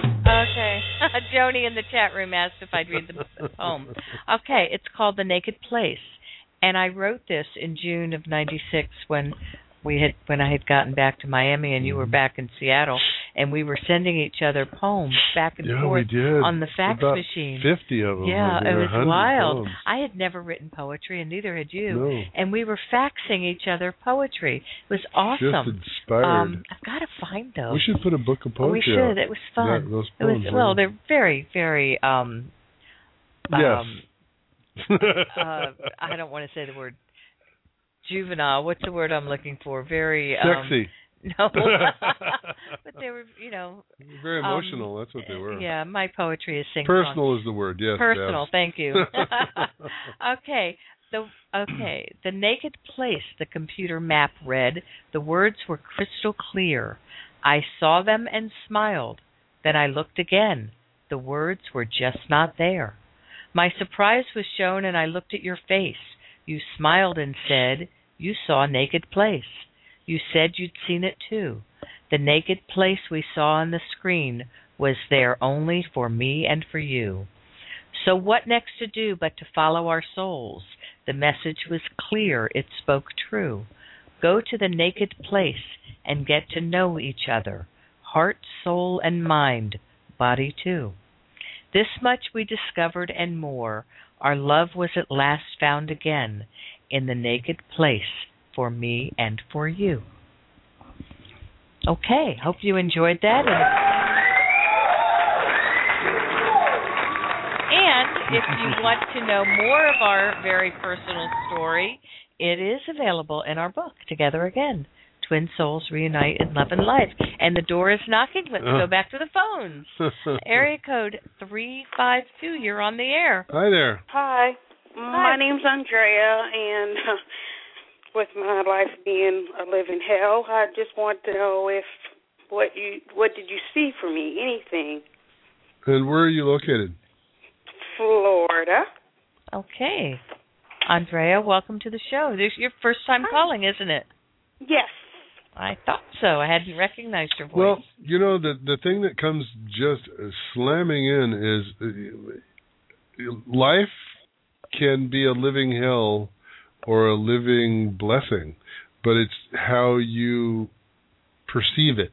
Speaker 7: Okay. Joni in the chat room asked if I'd read the poem. Okay, it's called The Naked Place. And I wrote this in June of 96 when we had when I had gotten back to Miami and you were back in Seattle and we were sending each other poems back and
Speaker 6: Yeah, we
Speaker 7: forth
Speaker 6: did.
Speaker 7: on the fax
Speaker 6: About
Speaker 7: machine.
Speaker 6: 50 of them.
Speaker 7: Yeah,
Speaker 6: Like,
Speaker 7: it
Speaker 6: there were
Speaker 7: was
Speaker 6: 100
Speaker 7: wild.
Speaker 6: poems.
Speaker 7: I had never written poetry, and neither had you.
Speaker 6: No.
Speaker 7: And we were faxing each other poetry. It was awesome.
Speaker 6: Just inspired.
Speaker 7: Um, I've got to find those.
Speaker 6: we should put a book of
Speaker 7: Oh,
Speaker 6: poetry.
Speaker 7: we should.
Speaker 6: out.
Speaker 7: It was fun.
Speaker 6: That- those
Speaker 7: it was
Speaker 6: poems,
Speaker 7: well,
Speaker 6: yeah.
Speaker 7: they're very, very. um
Speaker 6: Yes.
Speaker 7: um, uh, I don't want to say the word juvenile. What's the word I'm looking for? Very um,
Speaker 6: Sexy.
Speaker 7: No, but they were, you know,
Speaker 6: Very
Speaker 7: um,
Speaker 6: emotional. That's what they were.
Speaker 7: yeah. My poetry is sing
Speaker 6: Personal is the word. Yes.
Speaker 7: Personal.
Speaker 6: Beth.
Speaker 7: Thank you. okay. The okay. The naked place the computer map read. The words were crystal clear. I saw them and smiled. Then I looked again. The words were just not there. My surprise was shown, and I looked at your face. You smiled and said, You saw naked place. You said you'd seen it too. The naked place we saw on the screen was there only for me and for you. So, what next to do but to follow our souls? The message was clear, it spoke true. Go to the naked place and get to know each other heart, soul, and mind, body too. This much we discovered and more. Our love was at last found again in the naked place for me and for you. Okay, hope you enjoyed that. And, and if you want to know more of our very personal story, it is available in our book, Together Again Twin Souls Reunite in Love and Life. And the door is knocking. Let's go
Speaker 6: Uh-huh.
Speaker 7: back to the phones. Area code 352, you're on the air.
Speaker 6: Hi there.
Speaker 15: Hi. My name's Andrea, and uh, with my life being a living hell, I just want to know if what you what did you see for me? Anything?
Speaker 6: And where are you located?
Speaker 15: Florida.
Speaker 7: Okay. Andrea, welcome to the show. This your first time calling, isn't it?
Speaker 15: Yes.
Speaker 7: I thought so. I hadn't recognized your voice.
Speaker 6: Well, you know the the thing that comes just uh, slamming in is uh, life can be a living hell or a living blessing, but it's how you perceive it.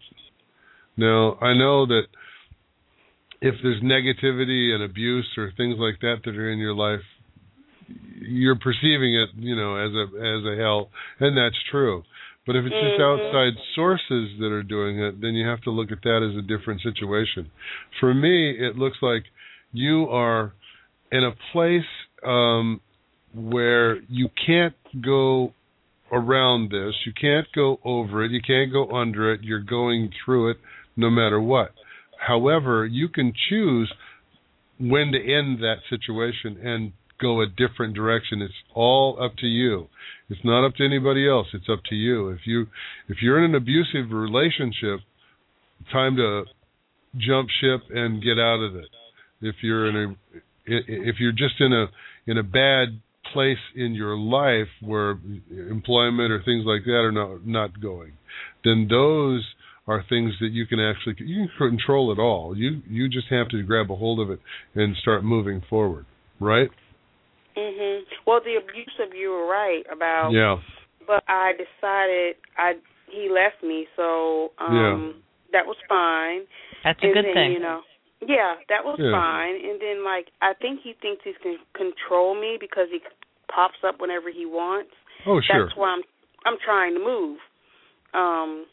Speaker 6: Now, I know that if there's negativity and abuse or things like that that are in your life, you're perceiving it, you know, as a as a hell, and that's true. But if it's just outside sources that are doing it, then you have to look at that as a different situation. For me, it looks like you are in a place um, where you can't go around this, you can't go over it, you can't go under it, you're going through it no matter what. However, you can choose when to end that situation and go a different direction. It's all up to you. It's not up to anybody else. It's up to you. If you if you're in an abusive relationship, time to jump ship and get out of it. If you're in a if you're just in a in a bad place in your life where employment or things like that are not not going, then those are things that you can actually you can control it all. You you just have to grab a hold of it and start moving forward, right?
Speaker 15: Mhm. Well, the abusive you were right about.
Speaker 6: Yeah.
Speaker 15: But I decided I he left me, so um that was fine.
Speaker 7: That's a
Speaker 15: and
Speaker 7: good
Speaker 15: then,
Speaker 7: thing.
Speaker 15: You know. Yeah, that was
Speaker 7: Yeah.
Speaker 15: fine. And then like I think he thinks he can control me because he pops up whenever he wants.
Speaker 6: Oh, sure.
Speaker 15: That's why I'm I'm trying to move. Um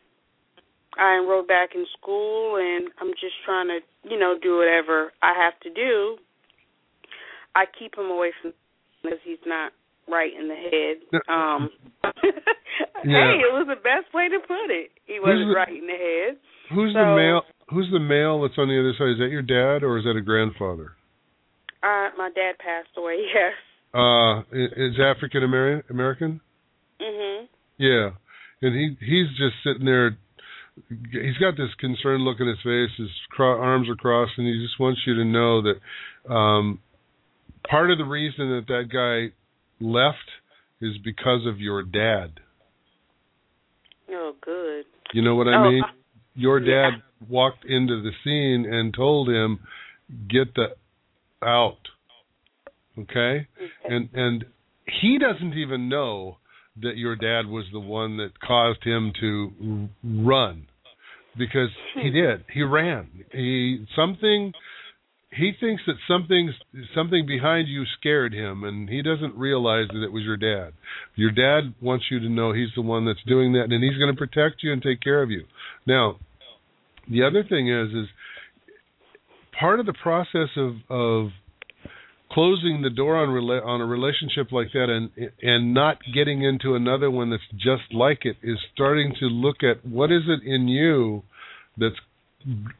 Speaker 15: I enrolled back in school and I'm just trying to, you know, do whatever I have to do. I keep him away from because he's not right in the head. Um
Speaker 6: Yeah.
Speaker 15: Hey, it was the best way to put it. He
Speaker 6: Who's
Speaker 15: wasn't
Speaker 6: the-
Speaker 15: right in the head.
Speaker 6: Who's the
Speaker 15: So-
Speaker 6: male? Who's the male that's on the other side? Is that your dad or is that a grandfather?
Speaker 15: Uh, my dad passed away. Yes.
Speaker 6: Uh, i- is African Ameri- American?
Speaker 15: Mhm.
Speaker 6: Yeah, and he he's just sitting there. He's got this concerned look in his face. His cro- arms are crossed, and he just wants you to know that um, part of the reason that that guy left is because of your dad.
Speaker 15: Oh, good.
Speaker 6: You know what I
Speaker 15: Oh,
Speaker 6: mean?
Speaker 15: uh,
Speaker 6: Your dad walked into the scene and told him, "Get the out." Okay? And and he doesn't even know that your dad was the one that caused him to r- run because he did. He ran. He something he thinks that something's something behind you scared him and he doesn't realize that it was your dad. Your dad wants you to know he's the one that's doing that and he's going to protect you and take care of you. Now, the other thing is is part of the process of of closing the door on rela- on a relationship like that and and not getting into another one that's just like it is starting to look at what is it in you that's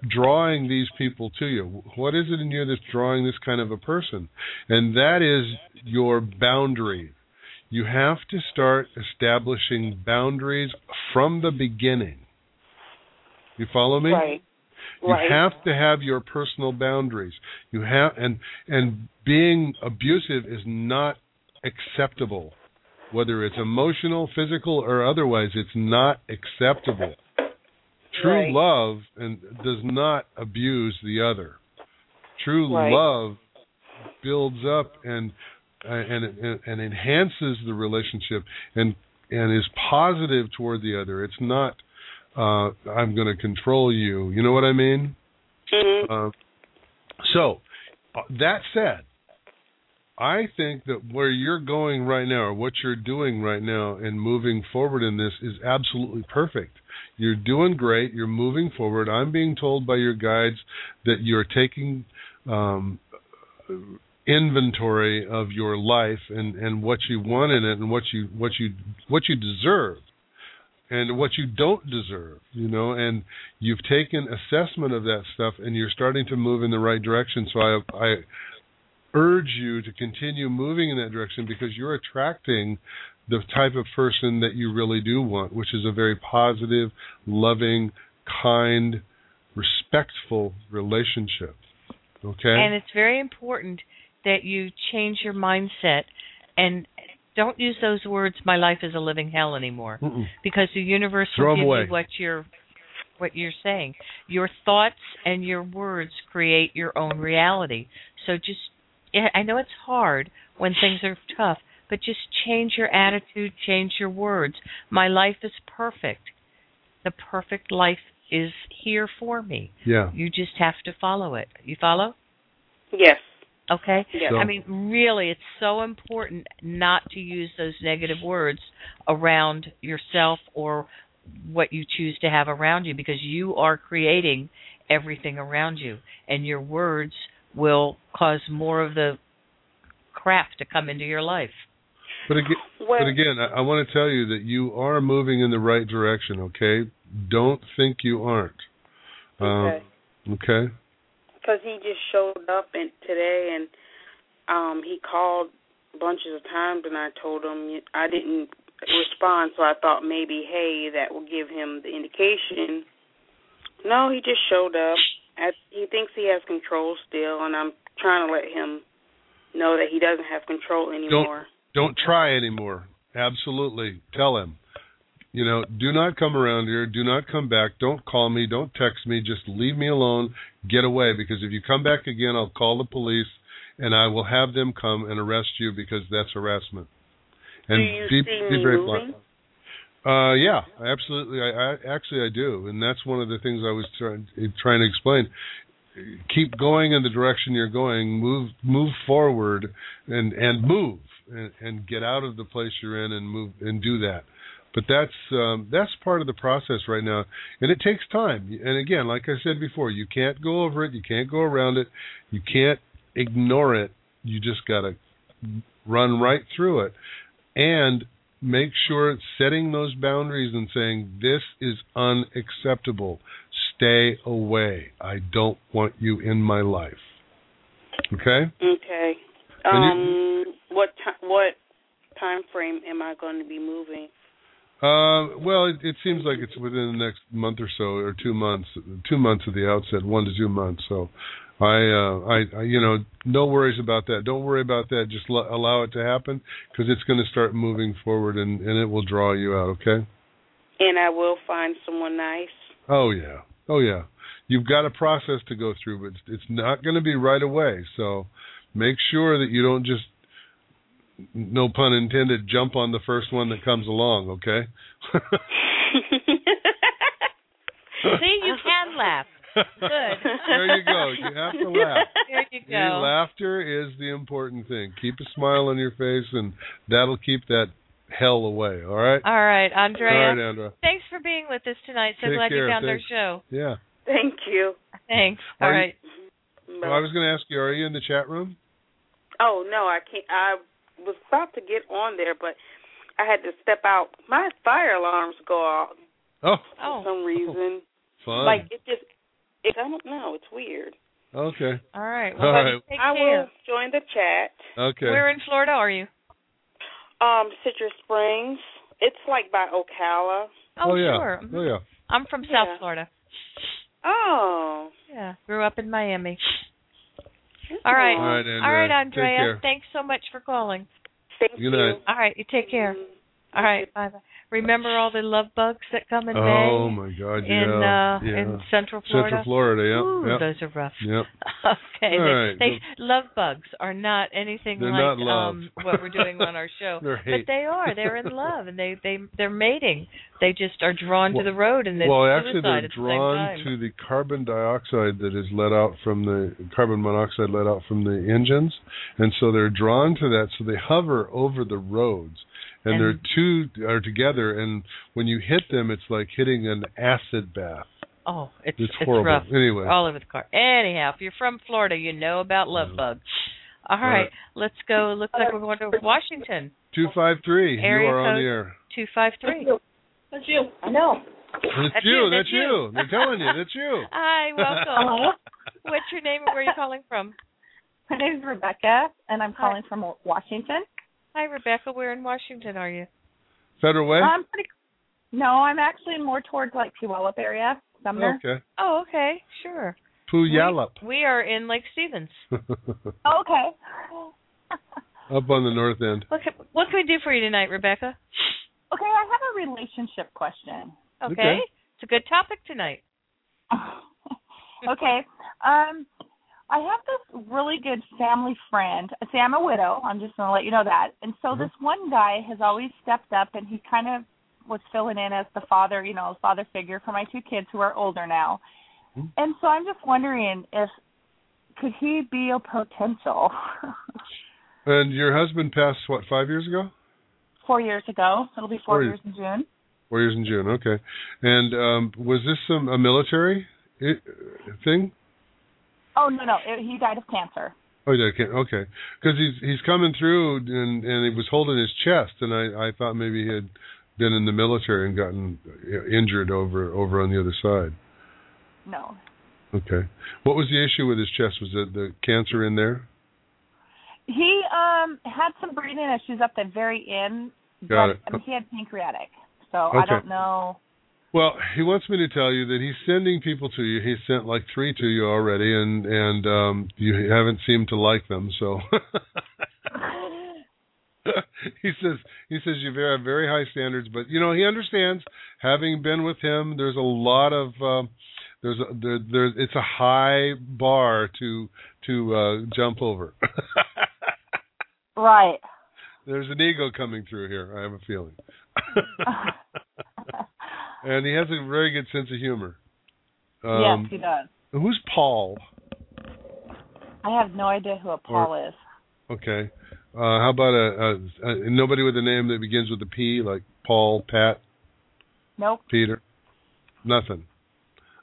Speaker 6: drawing these people to you what is it in you that's drawing this kind of a person and that is your boundary you have to start establishing boundaries from the beginning you follow me
Speaker 15: Right.
Speaker 6: you
Speaker 15: Right.
Speaker 6: have to have your personal boundaries. You have and and being abusive is not acceptable. Whether it's emotional, physical or otherwise, it's not acceptable. True
Speaker 15: Right.
Speaker 6: love and does not abuse the other. True
Speaker 15: Right.
Speaker 6: love builds up and uh, and and enhances the relationship and and is positive toward the other. It's not uh, I'm going to control you. You know what I mean? Uh, so, uh, that said, I think that where you're going right now, or what you're doing right now, and moving forward in this is absolutely perfect. You're doing great. You're moving forward. I'm being told by your guides that you're taking um, inventory of your life and, and what you want in it, and what you what you what you deserve and what you don't deserve, you know, and you've taken assessment of that stuff and you're starting to move in the right direction. So I I urge you to continue moving in that direction because you're attracting the type of person that you really do want, which is a very positive, loving, kind, respectful relationship. Okay?
Speaker 7: And it's very important that you change your mindset and don't use those words my life is a living hell anymore
Speaker 6: Mm-mm.
Speaker 7: because the universe
Speaker 6: Throw
Speaker 7: will
Speaker 6: 'em
Speaker 7: give
Speaker 6: away.
Speaker 7: you what you're what you're saying. Your thoughts and your words create your own reality. So just yeah, I know it's hard when things are tough, but just change your attitude, change your words. My life is perfect. The perfect life is here for me.
Speaker 6: Yeah.
Speaker 7: You just have to follow it. You follow?
Speaker 15: Yes.
Speaker 7: Okay.
Speaker 15: Yes.
Speaker 7: I mean, really, it's so important not to use those negative words around yourself or what you choose to have around you because you are creating everything around you, and your words will cause more of the crap to come into your life.
Speaker 6: But again, but again, I, I want to tell you that you are moving in the right direction. Okay, don't think you aren't. Um, okay.
Speaker 15: because he just showed up and today and um he called bunches of times and I told him I didn't respond so I thought maybe hey that will give him the indication. No, he just showed up. I, he thinks he has control still and I'm trying to let him know that he doesn't have control anymore.
Speaker 6: Don't try anymore. Absolutely. Tell him. You know, do not come around here. Do not come back. Don't call me. Don't text me. Just leave me alone. Get away. Because if you come back again, I'll call the police and I will have them come and arrest you because that's harassment. And
Speaker 15: Do you
Speaker 6: be,
Speaker 15: see
Speaker 6: be
Speaker 15: me
Speaker 6: very
Speaker 15: moving?
Speaker 6: blunt. Uh, yeah, I absolutely. I, I actually I do, and that's one of the things I was trying trying to explain. Keep going in the direction you're going. Move move forward, and and move and, and get out of the place you're in and move and do that. But that's um, that's part of the process right now, and it takes time. And again, like I said before, you can't go over it, you can't go around it, you can't ignore it. You just gotta run right through it, and make sure it's setting those boundaries and saying this is unacceptable. Stay away. I don't want you in my life. Okay.
Speaker 15: Okay. Um what ti- what time frame am I going to be moving?
Speaker 6: Uh, well, it, it seems like it's within the next month or so, or two months, two months at the outset, one to two months. So, I, uh, I, I, you know, no worries about that. Don't worry about that. Just l- allow it to happen because it's going to start moving forward, and and it will draw you out. Okay.
Speaker 15: And I will find someone nice.
Speaker 6: Oh yeah, oh yeah. You've got a process to go through, but it's, it's not going to be right away. So make sure that you don't just, no pun intended, jump on the first one that comes along. Okay.
Speaker 7: See, you can laugh. Good.
Speaker 6: There you go. You have to laugh.
Speaker 7: There you
Speaker 6: See,
Speaker 7: go.
Speaker 6: laughter is the important thing. Keep a smile on your face, and that'll keep that hell away. All right.
Speaker 7: All right, Andrea.
Speaker 6: All right, Andrea.
Speaker 7: Thanks for being with us tonight. So
Speaker 6: Take
Speaker 7: glad
Speaker 6: care.
Speaker 7: you found
Speaker 6: Thanks.
Speaker 7: our show.
Speaker 6: Yeah.
Speaker 15: Thank you.
Speaker 7: Thanks.
Speaker 6: Are
Speaker 7: All
Speaker 6: you-
Speaker 7: right.
Speaker 6: Oh, I was going to ask you, are you in the chat room?
Speaker 15: Oh no, I can't. I was about to get on there, but I had to step out. My fire alarms go off
Speaker 6: Oh,
Speaker 15: for some reason.
Speaker 6: fun.
Speaker 15: Like it just, it, I don't know. It's weird.
Speaker 6: okay.
Speaker 7: All right.
Speaker 6: All right.
Speaker 15: I will join the chat.
Speaker 6: Okay.
Speaker 7: Where in Florida are you?
Speaker 15: Um, Citrus Springs. It's like by Ocala.
Speaker 7: Oh, sure. Mhm.
Speaker 6: Oh yeah.
Speaker 7: I'm from South Florida.
Speaker 15: Oh.
Speaker 7: Yeah. Grew up in Miami. All right.
Speaker 6: All right, Andrea.
Speaker 7: All right,
Speaker 6: Take care.
Speaker 7: Andrea. Thanks so much for calling.
Speaker 15: Thank
Speaker 6: Good you. night.
Speaker 7: All right. You take care.
Speaker 15: Mm-hmm.
Speaker 7: All right. Bye bye. Remember all the love bugs that come in
Speaker 6: Oh
Speaker 7: May?
Speaker 6: my God!
Speaker 7: in,
Speaker 6: yeah.
Speaker 7: uh,
Speaker 6: yeah.
Speaker 7: in Central Florida?
Speaker 6: Central Florida. Yeah.
Speaker 7: Ooh,
Speaker 6: yeah.
Speaker 7: those are rough.
Speaker 6: Yep.
Speaker 7: Okay.
Speaker 6: All
Speaker 7: they,
Speaker 6: right.
Speaker 7: they love bugs are not anything
Speaker 6: They're not
Speaker 7: like
Speaker 6: love.
Speaker 7: um what we're doing on our show.
Speaker 6: They're
Speaker 7: but
Speaker 6: hate.
Speaker 7: they are. They're in love and they they they're mating. They just are drawn
Speaker 6: Well-
Speaker 7: to the road and then
Speaker 6: well, actually,
Speaker 7: suicide
Speaker 6: they're
Speaker 7: at the
Speaker 6: drawn
Speaker 7: same time.
Speaker 6: to the carbon dioxide that is let out from the carbon monoxide let out from the engines, and so they're drawn to that. So they hover over the roads, and,
Speaker 7: And-
Speaker 6: they're two are together. And when you hit them, it's like hitting an acid bath.
Speaker 7: Oh, it's
Speaker 6: It's
Speaker 7: it's
Speaker 6: horrible.
Speaker 7: rough.
Speaker 6: Anyway.
Speaker 7: all over the car. Anyhow, if you're from Florida, you know about love bugs. All
Speaker 6: All right.
Speaker 7: right, let's go. Looks like we're going to Washington.
Speaker 6: Two five three. You
Speaker 7: Area
Speaker 6: are on
Speaker 7: code
Speaker 6: the air.
Speaker 7: Two five three.
Speaker 16: That's you. I know.
Speaker 6: That's,
Speaker 7: That's
Speaker 6: you.
Speaker 7: you,
Speaker 6: That's
Speaker 7: that's you.
Speaker 6: They're telling you. That's you.
Speaker 7: Hi, welcome.
Speaker 17: Uh-huh.
Speaker 16: Hello.
Speaker 7: What's your name and where are you calling from?
Speaker 17: My name is Rebecca, and I'm calling from Washington.
Speaker 7: Hi, Rebecca. Where in Washington are you?
Speaker 6: Federal Way?
Speaker 17: I'm pretty. No, I'm actually more towards like Puyallup area, Sumner.
Speaker 6: Okay.
Speaker 7: Oh, okay. Sure.
Speaker 6: Puyallup.
Speaker 7: We are in Lake Stevens.
Speaker 17: okay.
Speaker 6: Up on the north end.
Speaker 7: What can, what can we do for you tonight, Rebecca?
Speaker 17: Okay, I have a relationship question.
Speaker 7: Okay. It's a good topic tonight.
Speaker 17: okay. Um, I have this really good family friend. See, I'm a widow. I'm just going to let you know that. And so
Speaker 6: Mm-hmm.
Speaker 17: this one guy has always stepped up, and he kind of was filling in as the father, you know, father figure for my two kids who are older now.
Speaker 6: Mm-hmm.
Speaker 17: And so I'm just wondering if could he be a potential
Speaker 6: And your husband passed, what, five years ago?
Speaker 17: four years ago? It'll be
Speaker 6: Four
Speaker 17: four
Speaker 6: years.
Speaker 17: years in June.
Speaker 6: Four years in June, okay. And um, was this some, a military i thing?
Speaker 17: Oh no, no, it, he died of cancer.
Speaker 6: Oh, yeah, okay, okay. Because he's he's coming through, and and he was holding his chest, and I I thought maybe he had been in the military and gotten uh, injured over over on the other side.
Speaker 17: No,
Speaker 6: Okay. What was the issue with his chest? Was it the cancer in there?
Speaker 17: he um had some breathing issues up the very end.
Speaker 6: Got it.
Speaker 17: I mean, he had pancreatic, so I
Speaker 6: Okay.
Speaker 17: don't know.
Speaker 6: Well, he wants me to tell you that he's sending people to you. He sent like three to you already, and and um, you haven't seemed to like them. So he says he says you have very high standards, but you know he understands. Having been with him, there's a lot of um, there's a, there, there it's a high bar to to uh, jump over.
Speaker 17: Right.
Speaker 6: there's an ego coming through here. I have a feeling. and he has a very good sense of humor. Um,
Speaker 17: yes, he does.
Speaker 6: Who's Paul?
Speaker 17: I have no idea who a Paul is.
Speaker 6: Okay. Uh, how about a, a, a nobody with a name that begins with a P, like Paul, Pat,
Speaker 17: Nope.
Speaker 6: Peter? Nothing.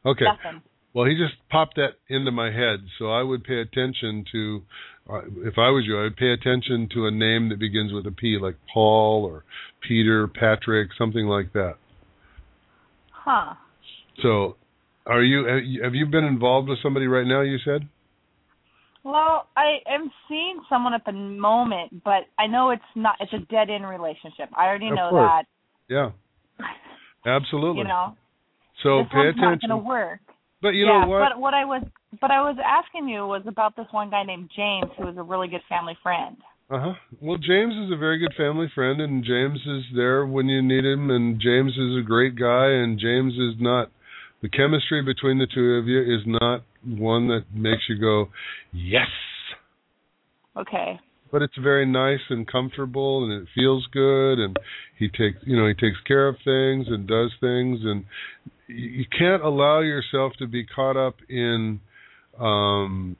Speaker 6: Okay.
Speaker 17: Nothing.
Speaker 6: Well, he just popped that into my head, so I would pay attention to. Uh, if I was you, I would pay attention to a name that begins with a P, like Paul or Peter, Patrick, something like that.
Speaker 17: Huh.
Speaker 6: So, are you? Have you been involved with somebody right now? You said.
Speaker 17: Well, I am seeing someone at the moment, but I know it's not. It's a dead end relationship. I already
Speaker 6: Of
Speaker 17: know
Speaker 6: course.
Speaker 17: that.
Speaker 6: Yeah. Absolutely.
Speaker 17: You know.
Speaker 6: so
Speaker 17: this
Speaker 6: pay
Speaker 17: one's not
Speaker 6: attention.
Speaker 17: going to work.
Speaker 6: But you
Speaker 17: yeah,
Speaker 6: know what?
Speaker 17: But what I was, but I was asking you was about this one guy named James, who was a really good family friend.
Speaker 6: Uh huh. Well, James is a very good family friend, and James is there when you need him, and James is a great guy, and James is not. The chemistry between the two of you is not one that makes you go, yes.
Speaker 17: Okay.
Speaker 6: But it's very nice and comfortable, and it feels good, and he takes, you know, he takes care of things and does things, and you you can't allow yourself to be caught up in um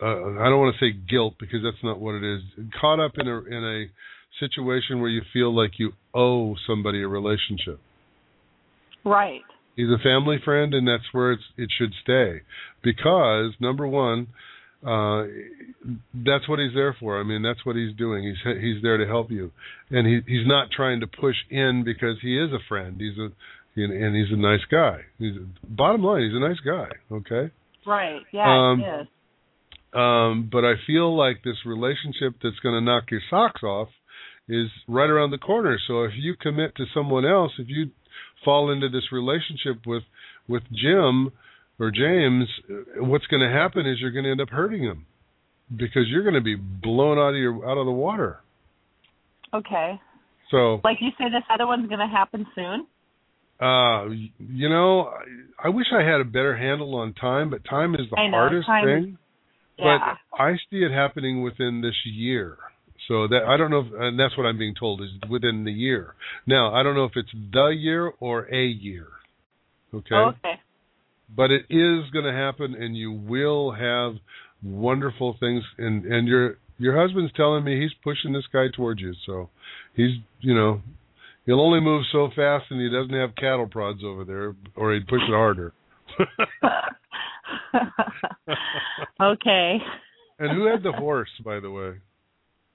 Speaker 6: uh, I don't want to say guilt because that's not what it is. Caught up in a in a situation where you feel like you owe somebody a relationship.
Speaker 17: Right.
Speaker 6: He's a family friend, and that's where it's it should stay, because number one, uh, that's what he's there for. I mean, that's what he's doing. He's he's there to help you, and he he's not trying to push in because he is a friend. He's a and he's a nice guy. He's bottom line, he's a nice guy. Okay.
Speaker 17: Right.
Speaker 6: yeah,
Speaker 17: Yeah.
Speaker 6: Um, it Um, but I feel like this relationship that's going to knock your socks off is right around the corner. So if you commit to someone else, if you fall into this relationship with with Jim or James, uh, what's going to happen is you're going to end up hurting him because you're going to be blown out of your out of the water.
Speaker 17: Okay.
Speaker 6: So
Speaker 17: Like you say, this other one's going to happen soon.
Speaker 6: uh y- you know, I, I wish I had a better handle on time, but time is the
Speaker 17: I know,
Speaker 6: hardest
Speaker 17: time is-
Speaker 6: thing.
Speaker 17: Yeah.
Speaker 6: But I see it happening within this year. So that I don't know, if, and that's what I'm being told is within the year. Now I don't know if it's the year or a year. Okay.
Speaker 17: okay.
Speaker 6: But it is going to happen, and you will have wonderful things. And and your your husband's telling me he's pushing this guy towards you. So he's you know he'll only move so fast, and he doesn't have cattle prods over there, or he'd push it harder.
Speaker 17: Okay.
Speaker 6: and who had the horse, by the way?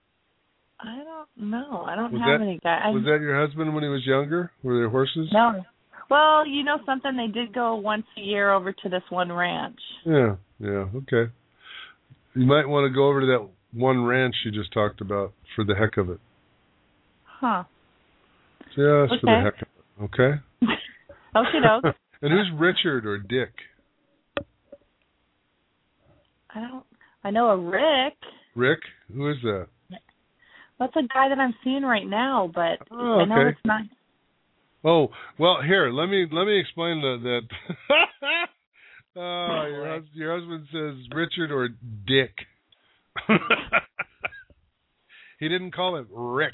Speaker 17: I don't know. I don't
Speaker 6: Was
Speaker 17: have
Speaker 6: that-
Speaker 17: any guy. I,
Speaker 6: Was that your husband when he was younger? Were there horses?
Speaker 17: No. Well, you know something. They did go once a year over to this one ranch.
Speaker 6: Yeah, yeah, okay. You might want to go over to that one ranch you just talked about for the heck of it.
Speaker 17: Huh.
Speaker 6: Just for the
Speaker 17: Okay.
Speaker 6: heck of it. Okay?
Speaker 17: Okie doke.
Speaker 6: and who's Richard or Dick?
Speaker 17: I don't. I know a Rick.
Speaker 6: Rick? Who is that?
Speaker 17: That's a guy that I'm seeing right now, but
Speaker 6: Oh,
Speaker 17: I know
Speaker 6: okay.
Speaker 17: it's not.
Speaker 6: Oh, well, here, let me let me explain the, that. oh, your, hus- your husband says Richard or Dick. he didn't call it Rick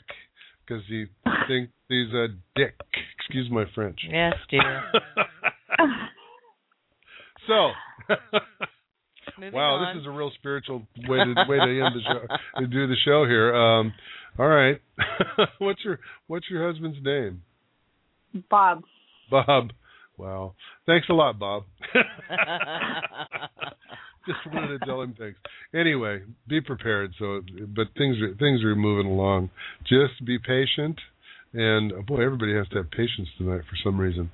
Speaker 6: because he thinks he's a dick. Excuse my French.
Speaker 7: Yes, dear.
Speaker 6: So,
Speaker 7: Moving
Speaker 6: wow,
Speaker 7: on.
Speaker 6: this is a real spiritual way to way to end the show to do the show here. Um, all right, what's your what's your husband's name?
Speaker 17: Bob.
Speaker 6: Bob. Wow. Thanks a lot, Bob. Just wanted to tell him thanks. Anyway, be prepared. So, but things are things are moving along. Just be patient, and oh, boy, everybody has to have patience tonight for some reason.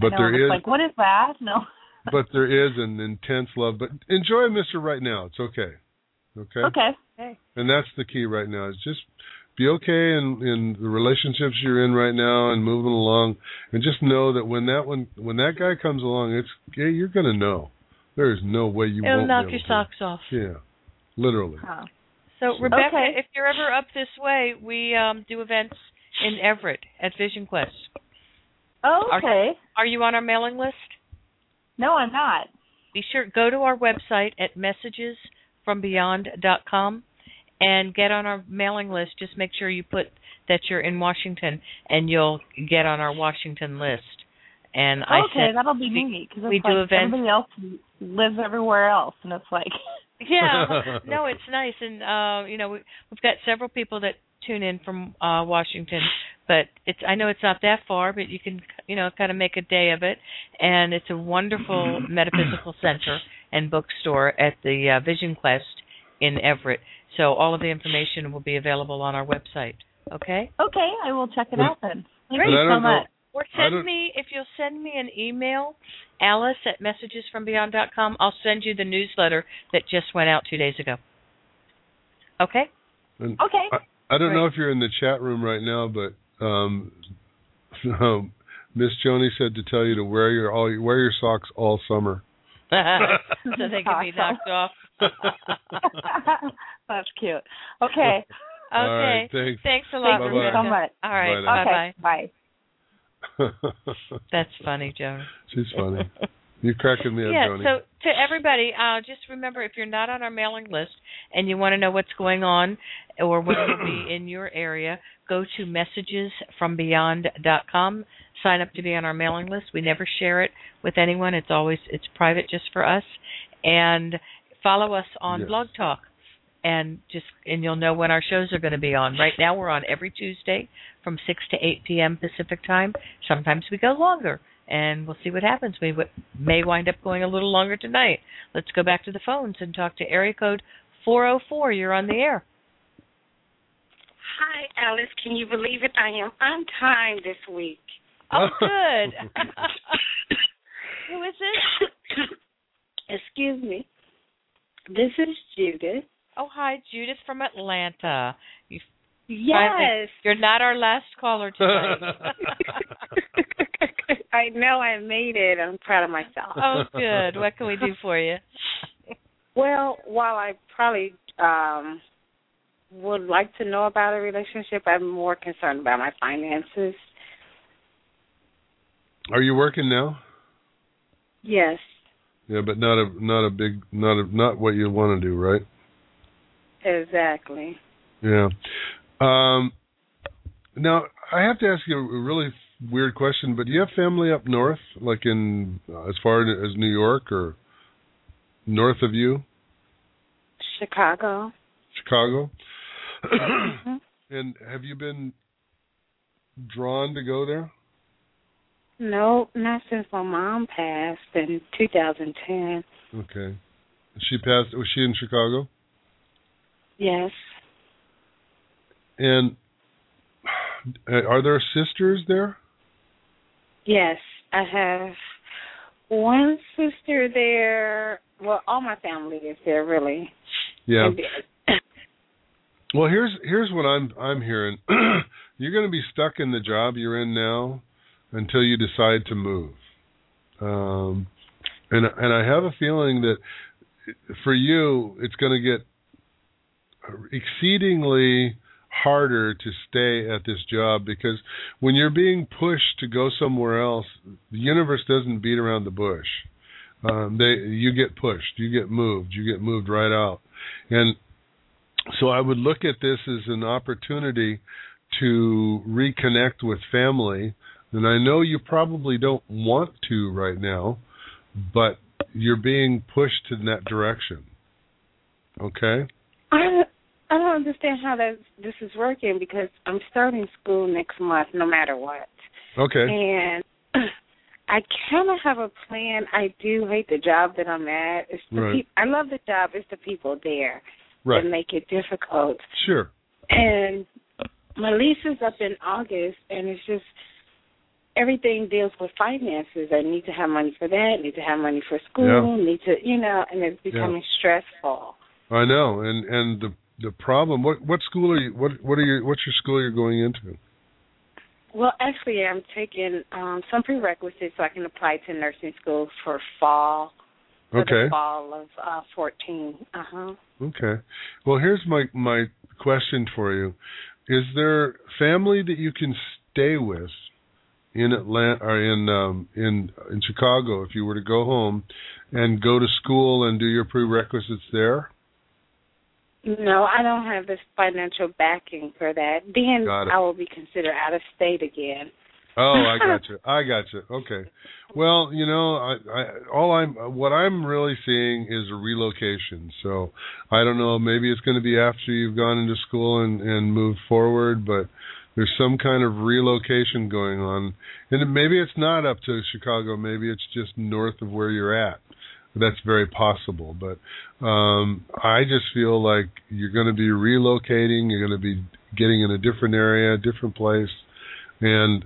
Speaker 6: But
Speaker 17: no,
Speaker 6: there
Speaker 17: it's
Speaker 6: is,
Speaker 17: like, what is that? No.
Speaker 6: but there is an intense love. But enjoy Mister right now. It's okay. Okay.
Speaker 17: Okay.
Speaker 6: And that's the key right now. Is just be okay in in the relationships you're in right now and moving along, and just know that when that one when that guy comes along, it's yeah, you're gonna know. There is no way you
Speaker 7: It'll
Speaker 6: won't
Speaker 7: knock
Speaker 6: be
Speaker 7: your
Speaker 6: able
Speaker 7: socks off.
Speaker 6: to. Yeah, literally.
Speaker 7: So
Speaker 6: So-
Speaker 7: Rebecca,
Speaker 6: Okay.
Speaker 7: if you're ever up this way, we um, do events in Everett at Vision Quest.
Speaker 17: Oh, okay.
Speaker 7: Are, are you on our mailing list?
Speaker 17: No, I'm not.
Speaker 7: Be sure go to our website at messagesfrombeyond.com and get on our mailing list. Just make sure you put that you're in Washington, and you'll get on our Washington list. And I
Speaker 17: okay,
Speaker 7: sent-
Speaker 17: that'll be neat because
Speaker 7: we
Speaker 17: it's
Speaker 7: do
Speaker 17: like
Speaker 7: events.
Speaker 17: everybody else lives everywhere else, and it's like.
Speaker 7: yeah no it's nice and uh you know we, we've got several people that tune in from uh washington but it's i know it's not that far but you can you know kind of make a day of it and it's a wonderful metaphysical center and bookstore at the uh, vision quest in everett so all of the information will be available on our website okay
Speaker 17: Okay, I will check it
Speaker 7: But-
Speaker 17: out then. Thank
Speaker 7: Great.
Speaker 17: you so much.
Speaker 7: Or
Speaker 17: I
Speaker 7: send
Speaker 17: don't-
Speaker 7: me if you'll send me an email, Alice at messagesfrombeyond.com. I'll send you the newsletter that just went out two days ago. Okay.
Speaker 6: And
Speaker 7: Okay.
Speaker 6: I, I don't know if you're in the chat room right now, but um, um, Miss Joni said to tell you to wear your all wear your socks all summer.
Speaker 7: so they can be knocked off.
Speaker 17: That's cute. Okay.
Speaker 7: Okay.
Speaker 6: All right, thanks.
Speaker 7: a lot,
Speaker 17: Thank you
Speaker 7: Rebecca.
Speaker 17: so much.
Speaker 7: All right.
Speaker 6: Bye now.
Speaker 7: Bye
Speaker 17: Okay, bye.
Speaker 7: That's funny, Joan.
Speaker 6: She's funny. You're cracking me up,
Speaker 7: yeah,
Speaker 6: Joni.
Speaker 7: so to everybody, uh, just remember if you're not on our mailing list and you want to know what's going on or when we'll be in your area, go to messagesfrombeyond.com. Sign up to be on our mailing list. We never share it with anyone. It's always it's private just for us. And follow us on
Speaker 18: Yes.
Speaker 7: Blog Talk, and just and you'll know when our shows are going to be on. Right now, we're on every Tuesday from six to eight p.m. Pacific time. Sometimes we go longer, and we'll see what happens. We w- may wind up going a little longer tonight. Let's go back to the phones and talk to area code four zero four. You're on the air.
Speaker 19: Hi, Alice. Can you believe it? I am on time this week.
Speaker 7: Oh, good. Who is this?
Speaker 19: Excuse me. This is Judith.
Speaker 7: Oh, hi, Judith from Atlanta. You
Speaker 19: Yes.
Speaker 7: you're not our last caller tonight.
Speaker 19: I know I made it. I'm proud of myself.
Speaker 7: oh, good. What can we do for you?
Speaker 19: Well, while I probably um would like to know about a relationship, I'm more concerned about my finances.
Speaker 6: Are you working now?
Speaker 19: Yes.
Speaker 6: Yeah, but not a not a big not a not what you want to do, right?
Speaker 19: Exactly.
Speaker 6: Yeah. Um now I have to ask you a really weird question, but do you have family up north, like in uh, as far as New York or north of you,
Speaker 19: Chicago.
Speaker 6: Chicago? and have you been drawn to go there?
Speaker 19: No, not since my mom passed in 2010.
Speaker 6: Okay. She passed was she in Chicago?
Speaker 19: Yes.
Speaker 6: And uh, are there sisters there?
Speaker 19: Yes, I have one sister there. Well, all my family is there, really.
Speaker 6: Yeah. Well, here's here's what I'm I'm hearing. you're going to be stuck in the job you're in now until you decide to move. Um, and and I have a feeling that for you it's going to get exceedingly harder to stay at this job because when you're being pushed to go somewhere else, the universe doesn't beat around the bush. Um, they you get pushed, you get moved, you get moved right out, and so I would look at this as an opportunity to reconnect with family. And I know you probably don't want to right now, but you're being pushed in that direction. Okay?
Speaker 19: I I don't understand how that this is working because I'm starting school next month, no matter what.
Speaker 6: Okay.
Speaker 19: And I kind of have a plan. I do hate the job that I'm at. It's the
Speaker 6: Right.
Speaker 19: peop I love the job. It's the people there
Speaker 6: Right.
Speaker 19: that make it difficult.
Speaker 6: Sure.
Speaker 19: And my lease is up in August, and it's just everything deals with finances. I need to have money for that. Need to have money for school. Need to, you know, and it's
Speaker 6: Yeah.
Speaker 19: becoming stressful.
Speaker 6: I know. And and the the problem what what school are you what what are your what's your school you're going into?
Speaker 19: Well, actually, I'm taking um some prerequisites so I can apply to nursing school for fall. For
Speaker 6: Okay.
Speaker 19: The fall of uh, 14. Uh huh.
Speaker 6: Okay. Well, here's my my question for you: Is there family that you can stay with in Atlanta or in um, in in Chicago if you were to go home and go to school and do your prerequisites there?
Speaker 19: No, I don't have this financial backing for that. Then
Speaker 6: Got it.
Speaker 19: I will be considered out of state again.
Speaker 6: Oh, I got you. I got you. Okay. Well, you know, I, I all I'm what I'm really seeing is a relocation. So I don't know. Maybe it's going to be after you've gone into school and and moved forward, but there's some kind of relocation going on, and it- maybe it's not up to Chicago. Maybe it's just north of where you're at. That's very possible, but um, I just feel like you're going to be relocating. You're going to be getting in a different area, different place, and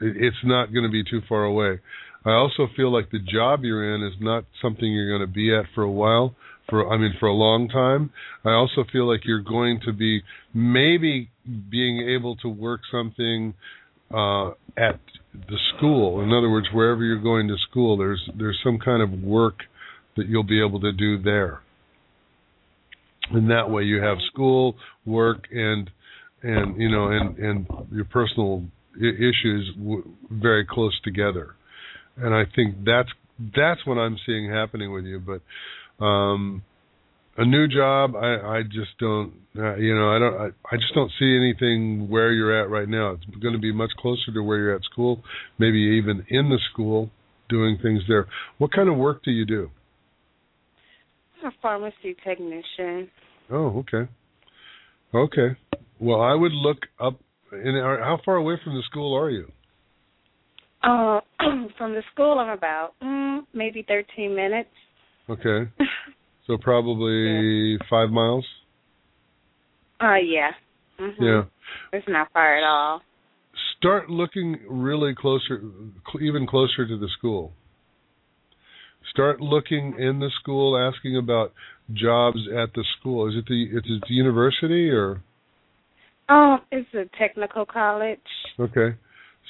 Speaker 6: it- it's not going to be too far away. I also feel like the job you're in is not something you're going to be at for a while. For I mean, for a long time. I also feel like you're going to be maybe being able to work something uh, at the school. In other words, wherever you're going to school, there's there's some kind of work that you'll be able to do there. And that way, you have school, work, and and you know, and and your personal i- issues w- very close together, and I think that's that's what I'm seeing happening with you. But um, a new job, I I just don't, uh, you know, I don't, I, I just don't see anything where you're at right now. It's going to be much closer to where you're at school, maybe even in the school, doing things there. What kind of work do you do?
Speaker 19: I'm a pharmacy technician.
Speaker 6: Oh, okay. Okay. Well, I would look up. And are, how far away from the school are you?
Speaker 19: Uh, from the school, I'm about mm, maybe 13 minutes.
Speaker 6: Okay. So probably five miles.
Speaker 19: Uh, yeah. Mm-hmm.
Speaker 6: Yeah.
Speaker 19: It's not far at all.
Speaker 6: Start looking really closer, cl- even closer to the school. Start looking in the school, asking about jobs at the school. Is it the is it the university or
Speaker 19: Um, it's a technical college.
Speaker 6: okay?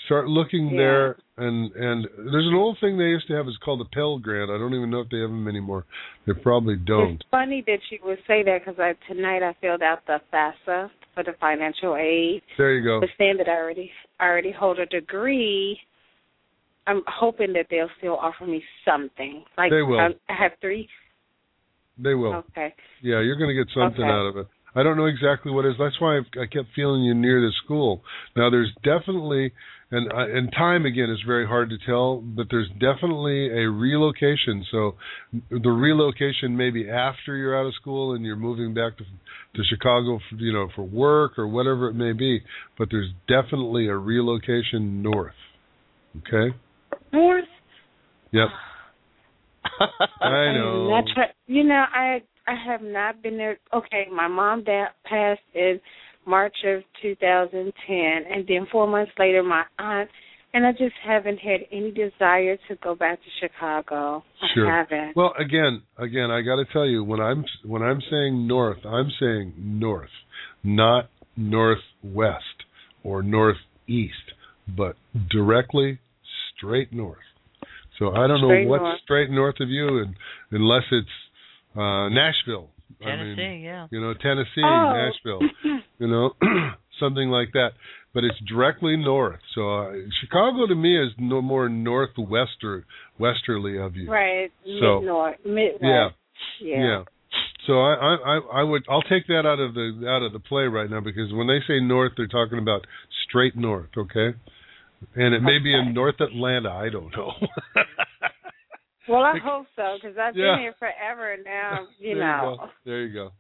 Speaker 6: Start looking
Speaker 19: Yeah.
Speaker 6: there, and and there's an old thing they used to have. It's called a Pell Grant. I don't even know if they have them anymore. They probably don't.
Speaker 19: It's funny that you would say that because I, tonight I filled out the FAFSA for the financial aid.
Speaker 6: There you go.
Speaker 19: But saying that I already I already hold a degree, I'm hoping that they'll still offer me something. Like
Speaker 6: They will.
Speaker 19: I, I have three.
Speaker 6: They will.
Speaker 19: Okay.
Speaker 6: Yeah, you're going to get something
Speaker 19: Okay.
Speaker 6: out of it. I don't know exactly what it is. That's why I've, I kept feeling you near the school. Now, there's definitely, and uh, and time again is very hard to tell, but there's definitely a relocation. So, the relocation may be after you're out of school and you're moving back to to Chicago, for, you know, for work or whatever it may be. But there's definitely a relocation north. Okay.
Speaker 19: North.
Speaker 6: Yep. I know.
Speaker 19: Not try- you know, I I have not been there. Okay, my mom da- passed in March of 2010, and then four months later, my aunt And I just haven't had any desire to go back to Chicago.
Speaker 6: Sure.
Speaker 19: I haven't.
Speaker 6: Well, again, again, I got to tell you, when I'm when I'm saying north, I'm saying north, not northwest or northeast, but directly straight north. So I don't
Speaker 19: Straight
Speaker 6: know what's
Speaker 19: north.
Speaker 6: straight north of you, and unless it's uh Nashville, I mean,
Speaker 7: Tennessee, yeah.
Speaker 6: you know Tennessee,
Speaker 7: Oh.
Speaker 6: Nashville, you know something like that. But it's directly north, so uh, Chicago to me is no more northwester westerly of you.
Speaker 19: Right.
Speaker 6: So-
Speaker 19: Mid-north. Midwest.
Speaker 6: Yeah.
Speaker 19: Yeah.
Speaker 6: So I, I I- I would I'll take that out of the out of the play right now because when they say north they're talking about straight north, okay? And it may be in North Atlanta, I don't know.
Speaker 19: Well, I hope so because I've
Speaker 6: Yeah.
Speaker 19: been here forever
Speaker 20: Oh,
Speaker 19: now. You
Speaker 6: there
Speaker 19: know.
Speaker 6: go. There you go.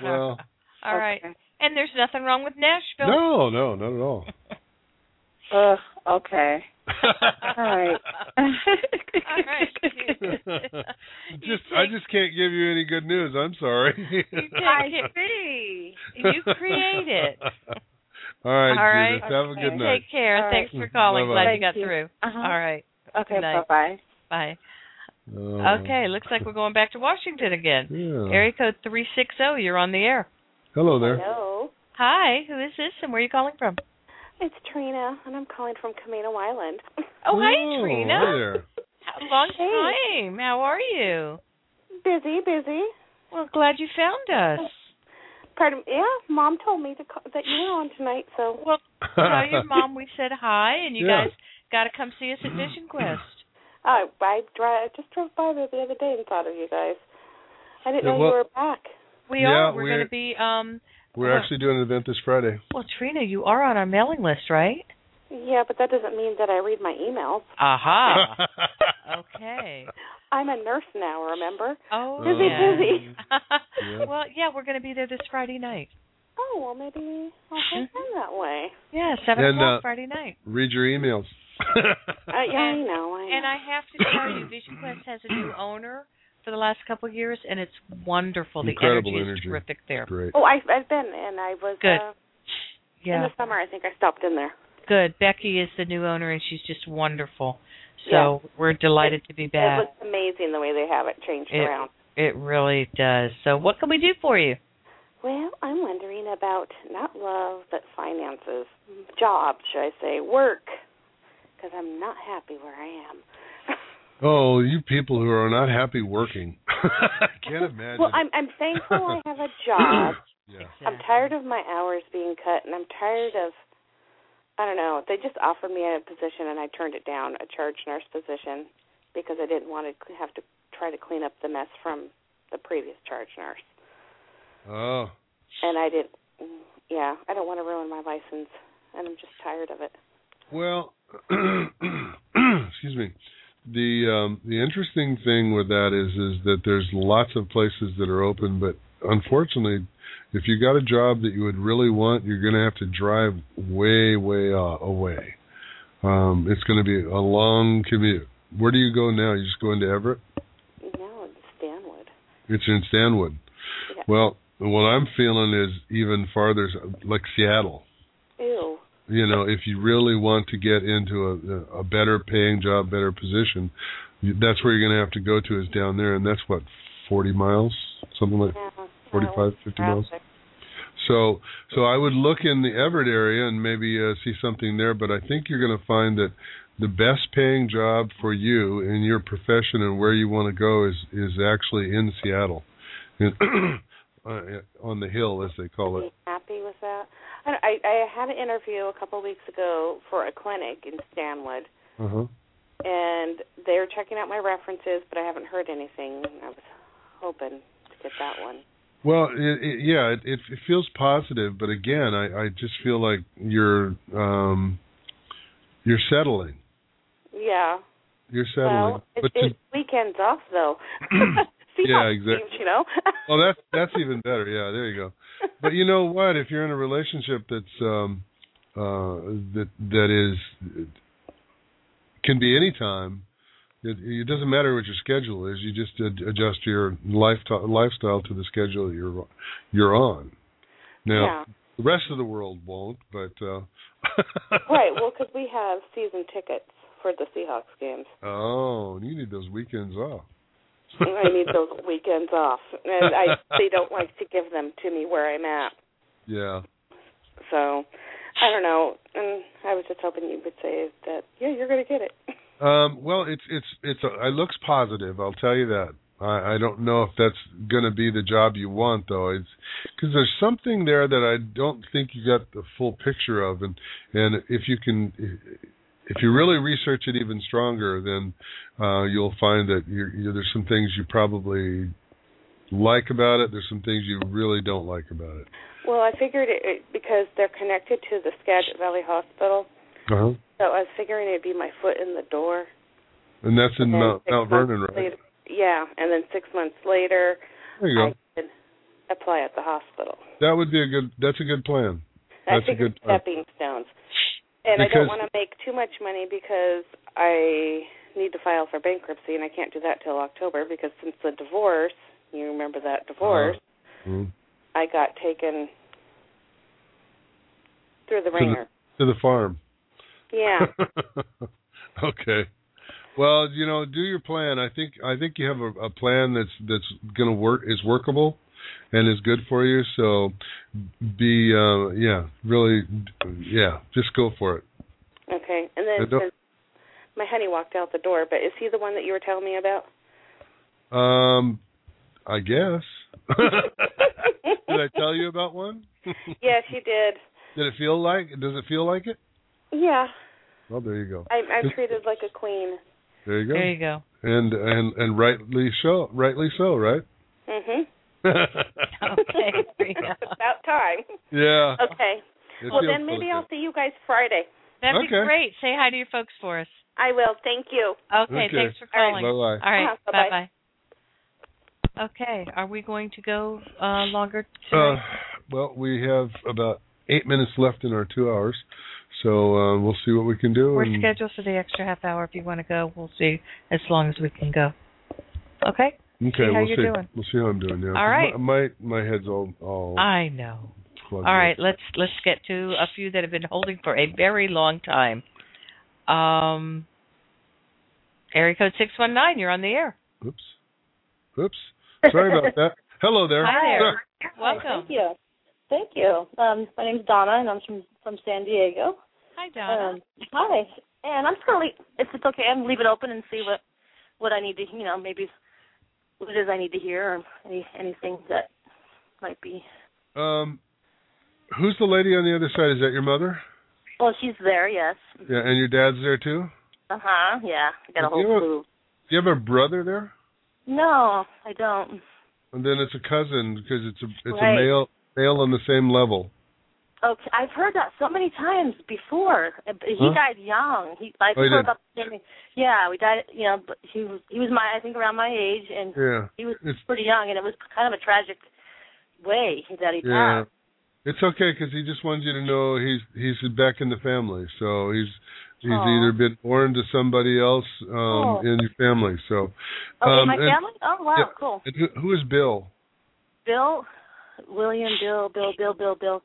Speaker 6: Well,
Speaker 7: All right. And there's nothing wrong with Nashville.
Speaker 6: no, no, not at all.
Speaker 18: Uh,
Speaker 19: Ugh, okay.
Speaker 6: All
Speaker 19: right.
Speaker 7: All
Speaker 6: right. Just I just can't give you any good news. I'm sorry.
Speaker 19: I see.
Speaker 7: You create it.
Speaker 6: All right,
Speaker 7: All right.
Speaker 6: Judith. Have a good night.
Speaker 7: Take care.
Speaker 19: All
Speaker 7: Thanks
Speaker 6: right.
Speaker 7: for calling. Glad
Speaker 6: Bye-bye.
Speaker 7: you got
Speaker 19: Thank you.
Speaker 7: through.
Speaker 19: Uh-huh.
Speaker 7: All right.
Speaker 19: Okay.
Speaker 7: Good
Speaker 19: Bye
Speaker 7: night.
Speaker 19: bye.
Speaker 7: Bye.
Speaker 6: Oh.
Speaker 7: okay. Looks like we're going back to Washington again.
Speaker 6: Yeah.
Speaker 7: Area code three six zero. You're on the air.
Speaker 6: Hello there.
Speaker 18: Hello.
Speaker 7: Hi. Who is this? And where are you calling from?
Speaker 18: It's Trina, and I'm calling from Camino Island.
Speaker 7: Oh, hi,
Speaker 18: Oh,
Speaker 7: Trina.
Speaker 18: hi there.
Speaker 7: How- Long
Speaker 18: Hey.
Speaker 7: time. How are you?
Speaker 18: Busy, busy.
Speaker 7: Well, glad you found us.
Speaker 18: Pardon? Yeah, Mom told me to call, that you were on tonight, so.
Speaker 7: Well, Tell your mom we said hi, and you
Speaker 18: Yeah.
Speaker 7: guys got to come see us at Mission Quest.
Speaker 18: I I dri- just drove by there the other day and thought of you guys. I didn't
Speaker 6: Yeah,
Speaker 18: know
Speaker 6: well-
Speaker 18: you were back.
Speaker 7: We
Speaker 6: Yeah,
Speaker 7: are. We're,
Speaker 6: we're-
Speaker 7: going to be. Um.
Speaker 6: We're actually doing an event this Friday.
Speaker 7: Well, Trina, you are on our mailing list, right?
Speaker 18: Yeah, but that doesn't mean that I read my emails.
Speaker 7: Aha. okay.
Speaker 18: I'm a nurse now, remember?
Speaker 7: Oh,
Speaker 18: busy,
Speaker 7: yeah.
Speaker 18: busy.
Speaker 7: Well, yeah, we're going to be there this Friday night.
Speaker 18: Oh well, maybe I'll hang in that way.
Speaker 7: Yeah, seven
Speaker 6: And,
Speaker 7: o'clock
Speaker 6: uh,
Speaker 7: Friday night.
Speaker 6: Read your emails.
Speaker 18: Uh, yeah, I
Speaker 7: And-
Speaker 18: know. I know.
Speaker 7: And I have to tell you, Vision Quest has a new owner for the last couple of years, and it's wonderful.
Speaker 6: Incredible
Speaker 7: the energy,
Speaker 6: energy.
Speaker 7: is terrific there.
Speaker 6: Great.
Speaker 18: Oh, I, I've been, and I was
Speaker 7: Good.
Speaker 18: Uh, in
Speaker 7: Yeah,
Speaker 18: the summer. I think I stopped in there.
Speaker 7: good. Becky is the new owner, and she's just wonderful. So we're delighted to be
Speaker 18: It
Speaker 7: back.
Speaker 18: looks amazing the way they have it changed
Speaker 7: It-
Speaker 18: around.
Speaker 7: It really does. So what can we do for you?
Speaker 18: Well, I'm wondering about not love, but finances, job, should I say, work, because I'm not happy where I am.
Speaker 6: Oh, you people who are not happy working. I can't imagine.
Speaker 18: Well, I'm I'm thankful I have a job.
Speaker 6: yeah.
Speaker 18: I'm tired of my hours being cut, and I'm tired of I don't know. They just offered me a position, and I turned it down, a charge nurse position, because I didn't want to have to try to clean up the mess from the previous charge nurse.
Speaker 6: Oh.
Speaker 18: And I didn't. Yeah, I don't want to ruin my license, and I'm just tired of it.
Speaker 6: Well, excuse me. The um, the interesting thing with that is is that there's lots of places that are open, but unfortunately, if you got a job that you would really want, you're going to have to drive way way uh, away. Um, it's going to be a long commute. Where do you go now? You just go into Everett?
Speaker 18: No, it's Stanwood.
Speaker 6: It's in Stanwood.
Speaker 18: Yeah.
Speaker 6: Well, what I'm feeling is even farther, like Seattle.
Speaker 18: Ew.
Speaker 6: you know if you really want to get into a a better paying job better position you- that's where you're going to have to go to is down there and that's what 40 miles something like forty-five, fifty 45 50 miles so so i would look in the everett area and maybe uh, see something there but i think you're going to find that the best paying job for you in your profession and where you want to go is is actually in seattle in, uh, on the hill as they call it
Speaker 18: Happy with that? I, don't- I I had an interview a couple weeks ago for a clinic in Stanwood,
Speaker 6: uh-huh
Speaker 18: and they were checking out my references, but I haven't heard anything. I was hoping to get that one.
Speaker 6: Well, it, it, yeah, it, it it feels positive, but again, I, I just feel like you're um, you're settling,
Speaker 18: Yeah.
Speaker 6: you're settling.
Speaker 18: Well, it's,
Speaker 6: but to,
Speaker 18: it's weekends off though. See
Speaker 6: Yeah,
Speaker 18: how it
Speaker 6: exact-
Speaker 18: seems, You know.
Speaker 6: well, that's that's even better. Yeah, there you go. But you know what? If you're in a relationship that's um, uh, that that is can be any time, it, it doesn't matter what your schedule is. You just ad- adjust your lifestyle lifestyle to the schedule you're you're on. Now, The rest of the world won't, but uh,
Speaker 18: right. Well, because we have season tickets for the Seahawks games.
Speaker 6: oh, you need those weekends off.
Speaker 18: I need those weekends off, and I they don't like to give them to me where I'm at.
Speaker 6: Yeah.
Speaker 18: So I don't know. And I was just hoping you would say that yeah, you're gonna get it.
Speaker 6: Um, well, it's it's it's uh, it looks positive. I'll tell you that. I, I don't know if that's going to be the job you want though. It's because there's something there that I don't think you got the full picture of, and and if you can, if you really research it even stronger, then uh, you'll find that you're, you there's some things you probably like about it. There's some things you really don't like about it.
Speaker 18: Well, I figured it, it because they're connected to the Skagit Valley Hospital,
Speaker 6: Uh-huh.
Speaker 18: so I was figuring it'd be my foot in the door.
Speaker 6: And that's in
Speaker 18: And
Speaker 6: Mount,
Speaker 18: six
Speaker 6: Mount
Speaker 18: months
Speaker 6: Vernon, right?
Speaker 18: later- yeah, and then six months later,
Speaker 6: There you go.
Speaker 18: I could apply at the hospital.
Speaker 6: That would be a good. That's a good plan. That's
Speaker 18: I
Speaker 6: a good
Speaker 18: figured
Speaker 6: plan.
Speaker 18: stepping stones. And I
Speaker 6: Because-
Speaker 18: don't want to make too much money because I need to file for bankruptcy, and I can't do that till October because since the divorce, you remember that divorce,
Speaker 6: Mm.
Speaker 18: I got taken through the
Speaker 6: To the-
Speaker 18: ringer.
Speaker 6: To the farm.
Speaker 18: yeah.
Speaker 6: okay. Well, you know, do your plan. I think I think you have a, a plan that's that's going to work is workable and is good for you. So be uh yeah, really yeah, just go for it.
Speaker 18: Okay. And
Speaker 6: I
Speaker 18: then
Speaker 6: don't-
Speaker 18: since my honey walked out the door, but is he the one that you were telling me about?
Speaker 6: Um I guess. Did I tell you about one?
Speaker 18: yes, you did.
Speaker 6: Did it feel like does it feel like it?
Speaker 18: Yeah.
Speaker 6: Well, there you go.
Speaker 18: I, I'm treated like a queen.
Speaker 6: There you go.
Speaker 18: There you go.
Speaker 6: And and and rightly so, rightly so, right?
Speaker 18: Mhm.
Speaker 6: okay.
Speaker 18: About time.
Speaker 6: Yeah.
Speaker 18: Okay.
Speaker 6: It
Speaker 18: well,
Speaker 6: feels
Speaker 18: then
Speaker 6: really
Speaker 18: maybe
Speaker 6: good.
Speaker 18: I'll see you guys Friday.
Speaker 7: That'd be
Speaker 6: Okay.
Speaker 7: great. Say hi to your folks for us.
Speaker 18: I will. Thank you.
Speaker 7: Okay, thanks for calling.
Speaker 6: All right. Bye-bye.
Speaker 7: All right,
Speaker 18: Uh-huh,
Speaker 7: bye
Speaker 18: bye-bye.
Speaker 7: bye. Okay, are we going to go uh, longer?
Speaker 6: Uh, well, we have about eight minutes left in our two hours, so uh, we'll see what we can do.
Speaker 7: We're
Speaker 6: and-
Speaker 7: scheduled for the extra half hour. If you want to go, we'll see as long as we can go. Okay.
Speaker 6: Okay,
Speaker 7: See how
Speaker 6: we'll
Speaker 7: you're
Speaker 6: see.
Speaker 7: doing.
Speaker 6: We'll see how I'm doing. Yeah.
Speaker 7: All right.
Speaker 6: My my, my head's all all.
Speaker 7: I know.
Speaker 6: plugged
Speaker 7: All
Speaker 6: up.
Speaker 7: right, let's let's get to a few that have been holding for a very long time. Um, area code six one nine. You're on the air.
Speaker 6: Oops. Oops. Sorry about that. Hello there.
Speaker 16: Hi there.
Speaker 7: Welcome.
Speaker 16: Thank you. Thank you. Um, my name's Donna, and I'm from from San Diego.
Speaker 7: Hi Donna.
Speaker 16: Um, hi. And I'm just gonna leave, if it's okay, I'm gonna leave it open and see what what I need to, you know, maybe what it is I need to hear or any anything that might be.
Speaker 6: Um, who's the lady on the other side? Is that your mother?
Speaker 16: Well, she's there, yes.
Speaker 6: Yeah, and your dad's there too.
Speaker 16: Uh huh. Yeah, I got a
Speaker 6: Do you
Speaker 16: whole
Speaker 6: have
Speaker 16: crew.
Speaker 6: Do you have a brother there?
Speaker 16: No, I don't.
Speaker 6: And then it's a cousin because it's a it's
Speaker 16: Right.
Speaker 6: a male male on the same level.
Speaker 16: Okay, I've heard that so many times before. Uh, but He
Speaker 6: Huh?
Speaker 16: died young. He, I've
Speaker 6: Oh, he
Speaker 16: heard
Speaker 6: did.
Speaker 16: about the same. Yeah, we died. You know, but he was he was my I think around my age, and
Speaker 6: Yeah.
Speaker 16: he was
Speaker 6: It's-
Speaker 16: pretty young, and it was kind of a tragic way that he
Speaker 6: Yeah.
Speaker 16: passed.
Speaker 6: It's okay because he just wants you to know he's he's back in the family. So he's he's
Speaker 16: Aw.
Speaker 6: either been born to somebody else um
Speaker 16: Oh.
Speaker 6: in your family. So
Speaker 16: Okay,
Speaker 6: um,
Speaker 16: my
Speaker 6: and-
Speaker 16: family. Oh wow,
Speaker 6: yeah.
Speaker 16: cool.
Speaker 6: And who, who is Bill?
Speaker 16: Bill, William, Bill, Bill, Bill, Bill, Bill,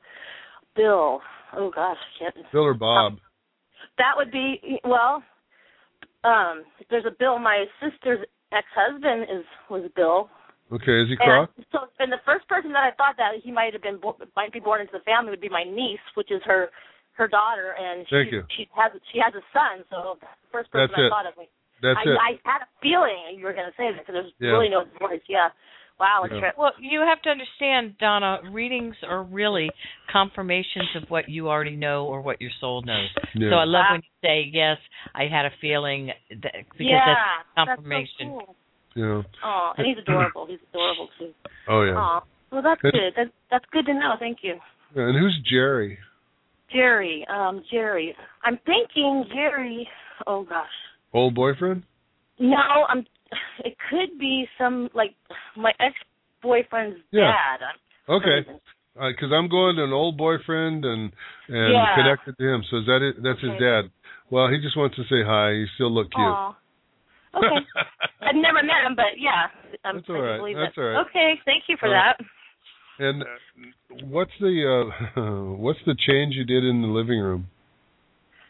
Speaker 16: Bill. Oh gosh, I can't.
Speaker 6: Bill or Bob?
Speaker 16: That would be well. Um, there's a Bill. My sister's ex-husband is was Bill.
Speaker 6: okay, is he
Speaker 16: And,
Speaker 6: cross?
Speaker 16: I- so, and the first person that I thought that he might have been bo- might be born into the family would be my niece, which is her her daughter, and
Speaker 6: Thank
Speaker 16: she
Speaker 6: you.
Speaker 16: she has she has a son. So the first person
Speaker 6: That's
Speaker 16: I
Speaker 6: it.
Speaker 16: thought of. was-
Speaker 6: That's
Speaker 16: I,
Speaker 6: it.
Speaker 16: I had a feeling you were going to say that because there's
Speaker 7: Yeah.
Speaker 16: really no difference. Yeah. Wow. It's right.
Speaker 7: Well, you have to understand, Donna. Readings are really confirmations of what you already know or what your soul knows.
Speaker 14: Yeah.
Speaker 7: So I love when you say, "Yes, I had a feeling," that, because
Speaker 16: yeah.
Speaker 7: that's confirmation.
Speaker 16: That's so
Speaker 6: Yeah.
Speaker 16: cool. Oh, and he's adorable. He's adorable too.
Speaker 6: Oh yeah.
Speaker 16: Aw. Well, that's
Speaker 6: Good.
Speaker 16: good. That's that's good to know. Thank you.
Speaker 6: Yeah, And who's Jerry?
Speaker 16: Jerry, um, Jerry. I'm thinking Jerry. Oh gosh.
Speaker 6: Old boyfriend?
Speaker 16: No, I'm. It could be some like my ex boyfriend's
Speaker 6: Yeah.
Speaker 16: dad. I'm-
Speaker 6: Okay. Because I'm going to an old boyfriend and and
Speaker 16: Yeah.
Speaker 6: connected to him. So is that it? That's his
Speaker 16: Okay.
Speaker 6: dad. Well, he just wants to say hi. You still look cute.
Speaker 16: Aw. Okay. I've never met him, but yeah, I'm,
Speaker 6: all
Speaker 16: I can
Speaker 6: right.
Speaker 16: believe
Speaker 6: That's
Speaker 16: it.
Speaker 6: all right.
Speaker 16: Okay, thank you for
Speaker 6: All right.
Speaker 16: that.
Speaker 6: And uh, what's the uh, what's the change you did in the living room?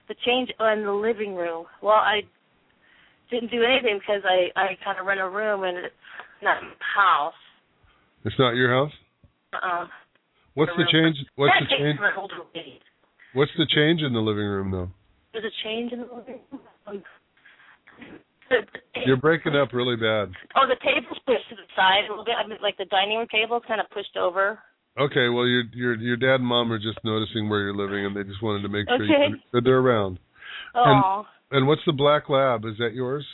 Speaker 16: The change on the living room. Well, I didn't do anything because I I kind of rent a room and it's not my house.
Speaker 6: It's not your house.
Speaker 16: Uh-uh.
Speaker 6: What's the change? What's the
Speaker 16: that takes
Speaker 6: change?
Speaker 16: for an older lady.
Speaker 6: What's the change in the living room though?
Speaker 16: There's a change in the living room. Um,
Speaker 6: You're breaking up really bad.
Speaker 16: Oh, the table's pushed to the side a little bit. I mean, like the dining room table's kind of pushed over.
Speaker 6: Okay, well your your your dad and mom are just noticing where you're living, and they just wanted to make sure you,
Speaker 16: Okay.
Speaker 6: that they're around.
Speaker 16: Oh,
Speaker 6: And what's the black lab? Is that yours?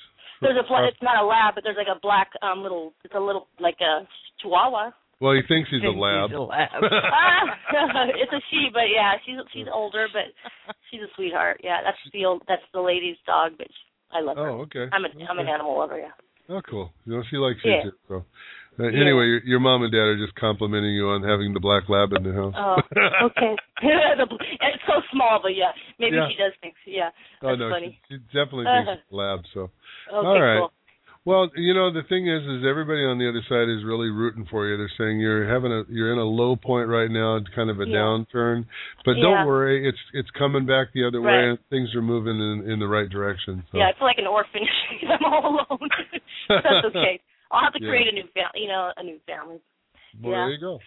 Speaker 16: there's a
Speaker 6: uh,
Speaker 16: pla- it's not a lab, but there's like a black um little it's a little like a chihuahua.
Speaker 6: Well, he thinks he's a
Speaker 14: Thinks
Speaker 6: lab.
Speaker 14: he's
Speaker 16: Ah, it's a she, but yeah, she's she's older, but she's a sweetheart. Yeah, that's the old that's the lady's dog, but she, I love her.
Speaker 6: Oh, okay.
Speaker 16: I'm an I'm an
Speaker 6: Okay.
Speaker 16: animal lover. Yeah.
Speaker 6: oh, cool. You know, she likes
Speaker 16: Yeah.
Speaker 6: you too. So. Uh, anyway, your, your mom and dad are just complimenting you on having the black lab in the house.
Speaker 16: Oh, okay. The bl- it's so small, but yeah, maybe
Speaker 6: Yeah.
Speaker 16: she does think. Yeah,
Speaker 6: Oh,
Speaker 16: that's
Speaker 6: no,
Speaker 16: funny.
Speaker 6: She, she definitely thinks
Speaker 16: Uh-huh.
Speaker 6: it's a lab. So,
Speaker 16: Okay,
Speaker 6: all right.
Speaker 16: cool.
Speaker 6: Well, you know the thing is, is everybody on the other side is really rooting for you. They're saying you're having a, you're in a low point right now, it's kind of a
Speaker 16: Yeah.
Speaker 6: downturn. But
Speaker 16: Yeah.
Speaker 6: don't worry, it's it's coming back the other way.
Speaker 16: Right.
Speaker 6: and Things are moving in in the right direction. So.
Speaker 16: Yeah, I feel like an orphan. 'cause I'm all alone. That's okay. I'll have to
Speaker 6: Yeah.
Speaker 16: create a new family. You know, a new family.
Speaker 6: Well,
Speaker 16: yeah.
Speaker 6: there you go.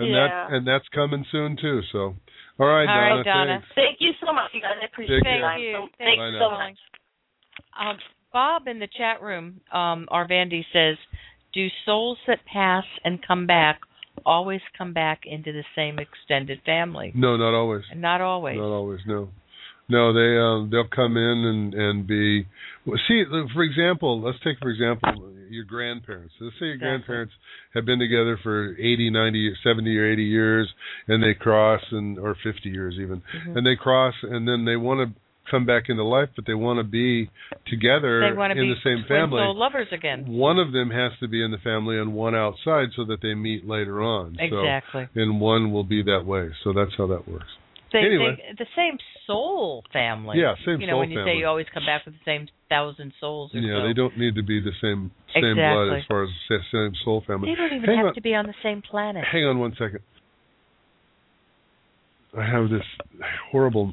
Speaker 6: And
Speaker 16: yeah.
Speaker 6: that and that's coming soon too. So, all right, Donna. thanks.
Speaker 16: Thank you so much, you guys. I appreciate
Speaker 6: Take care.
Speaker 16: your time.
Speaker 7: Thank you.
Speaker 16: So- Thank
Speaker 6: Bye
Speaker 16: you
Speaker 6: now.
Speaker 16: so much.
Speaker 7: Um, Bob in the chat room, um, Arvandi says, "Do souls that pass and come back always come back into the same extended family?
Speaker 6: No, not always.
Speaker 7: Not always.
Speaker 6: Not always. No. No, they um, they'll come in and and be. well, See, for example, let's take for example your grandparents. Let's say your
Speaker 14: Exactly.
Speaker 6: grandparents have been together for 80, 90, 70 or 80 years and they cross and or 50 years even.
Speaker 7: Mm-hmm.
Speaker 14: Mhm.
Speaker 6: And they cross and then they want to come back into life but they want to be together
Speaker 7: They want to
Speaker 6: in
Speaker 7: be
Speaker 6: the same
Speaker 7: twin
Speaker 6: family.
Speaker 7: soul lovers again.
Speaker 6: One of them has to be in the family and one outside so that they meet later on.
Speaker 7: Exactly.
Speaker 6: So, and one will be that way. So that's how that works.
Speaker 7: They,
Speaker 6: anyway,
Speaker 7: they, the same soul family.
Speaker 6: Yeah, same
Speaker 7: You know,
Speaker 6: soul
Speaker 7: when you say
Speaker 6: family.
Speaker 7: you always come back with the same thousand souls or
Speaker 6: yeah,
Speaker 7: so.
Speaker 6: they don't need to be the same same blood
Speaker 7: Exactly.
Speaker 6: as far as the same soul family.
Speaker 7: They don't even
Speaker 6: hang
Speaker 7: have
Speaker 6: on,
Speaker 7: to be on the same planet.
Speaker 6: hang on one second. I have this horrible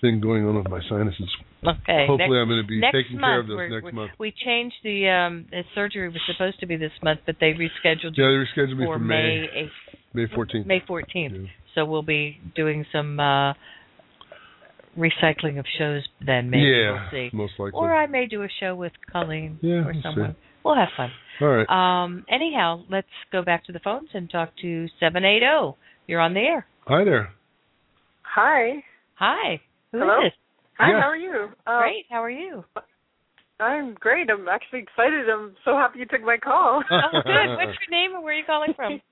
Speaker 6: thing going on with my sinuses.
Speaker 7: Okay.
Speaker 6: Hopefully,
Speaker 7: next-
Speaker 6: I'm going to be
Speaker 7: next
Speaker 6: taking care of
Speaker 7: month,
Speaker 6: this
Speaker 7: we're-
Speaker 6: next
Speaker 7: we,
Speaker 6: month.
Speaker 7: We changed the um the surgery was supposed to be this month, but they rescheduled
Speaker 6: Yeah,
Speaker 7: it
Speaker 6: they rescheduled me
Speaker 7: for
Speaker 6: for
Speaker 7: May
Speaker 6: May
Speaker 7: eighth,
Speaker 6: May 14th.
Speaker 7: May 14th. So we'll be doing some uh recycling of shows then. Maybe
Speaker 6: yeah,
Speaker 7: we'll see.
Speaker 6: most likely.
Speaker 7: Or I may do a show with Colleen
Speaker 6: Yeah,
Speaker 7: or
Speaker 6: we'll see.
Speaker 7: someone. We'll have fun.
Speaker 6: All right.
Speaker 7: Um, anyhow, let's go back to the phones and talk to 780. You're on the air.
Speaker 6: Hi there.
Speaker 20: Hi.
Speaker 7: Hi. Who is
Speaker 20: Hello?
Speaker 7: this?
Speaker 20: Hi,
Speaker 7: Yeah.
Speaker 20: how are you? Uh,
Speaker 7: Great. How are you?
Speaker 20: I'm great. I'm actually excited. I'm so happy you took my call.
Speaker 7: Oh, good. What's your name and where are you calling from?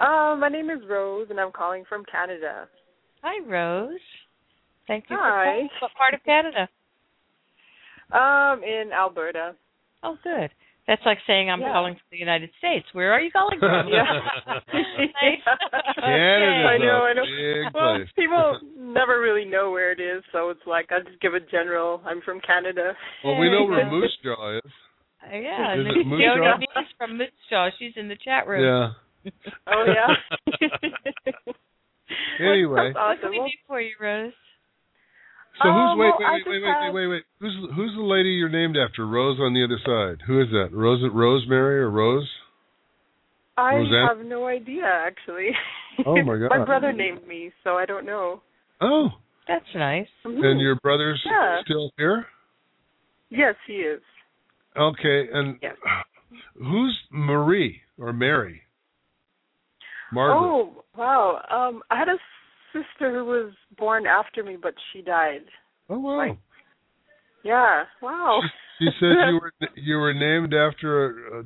Speaker 20: Uh, my name is Rose, and I'm calling from Canada.
Speaker 7: Hi, Rose. Thank you
Speaker 20: Hi.
Speaker 7: for calling. What part of Canada?
Speaker 20: Um, in Alberta.
Speaker 7: Oh, good. That's like saying I'm
Speaker 20: Yeah.
Speaker 7: calling from the United States. Where are you calling from?
Speaker 20: Yeah.
Speaker 7: Nice.
Speaker 6: Canada's
Speaker 20: I know,
Speaker 6: a
Speaker 20: I know.
Speaker 6: big
Speaker 20: well,
Speaker 6: place.
Speaker 20: people never really know where it is, so it's like I just give a general. I'm from Canada.
Speaker 6: Well, we know where Moose Jaw is.
Speaker 7: yeah.
Speaker 6: Is
Speaker 7: and
Speaker 6: it Moose
Speaker 7: Fiona
Speaker 6: Jaw?
Speaker 7: B is from Moose Jaw. She's in the chat room.
Speaker 6: Yeah.
Speaker 20: Oh yeah.
Speaker 6: Anyway.
Speaker 7: What can we do for you, Rose?
Speaker 20: Oh,
Speaker 6: So who's
Speaker 7: Um,
Speaker 6: wait
Speaker 7: well, I
Speaker 6: wait
Speaker 7: just
Speaker 6: wait wait wait
Speaker 7: have-
Speaker 6: wait wait who's who's the lady you're named after? Rose on the other side. Who is that? Rose Rosemary or Rose?
Speaker 20: I
Speaker 6: Roseanne?
Speaker 20: have no idea, actually.
Speaker 6: Oh, my
Speaker 20: my
Speaker 6: God.
Speaker 20: brother named me, so I don't know.
Speaker 6: Oh,
Speaker 7: that's nice.
Speaker 6: and your brother's
Speaker 20: Yeah.
Speaker 6: still here?
Speaker 20: Yes, he is.
Speaker 6: Okay, and who's Marie or Mary? Margaret.
Speaker 20: Oh wow! Um, I had a sister who was born after me, but she died.
Speaker 6: Oh wow!
Speaker 20: yeah, wow.
Speaker 6: She said you were you were named after uh,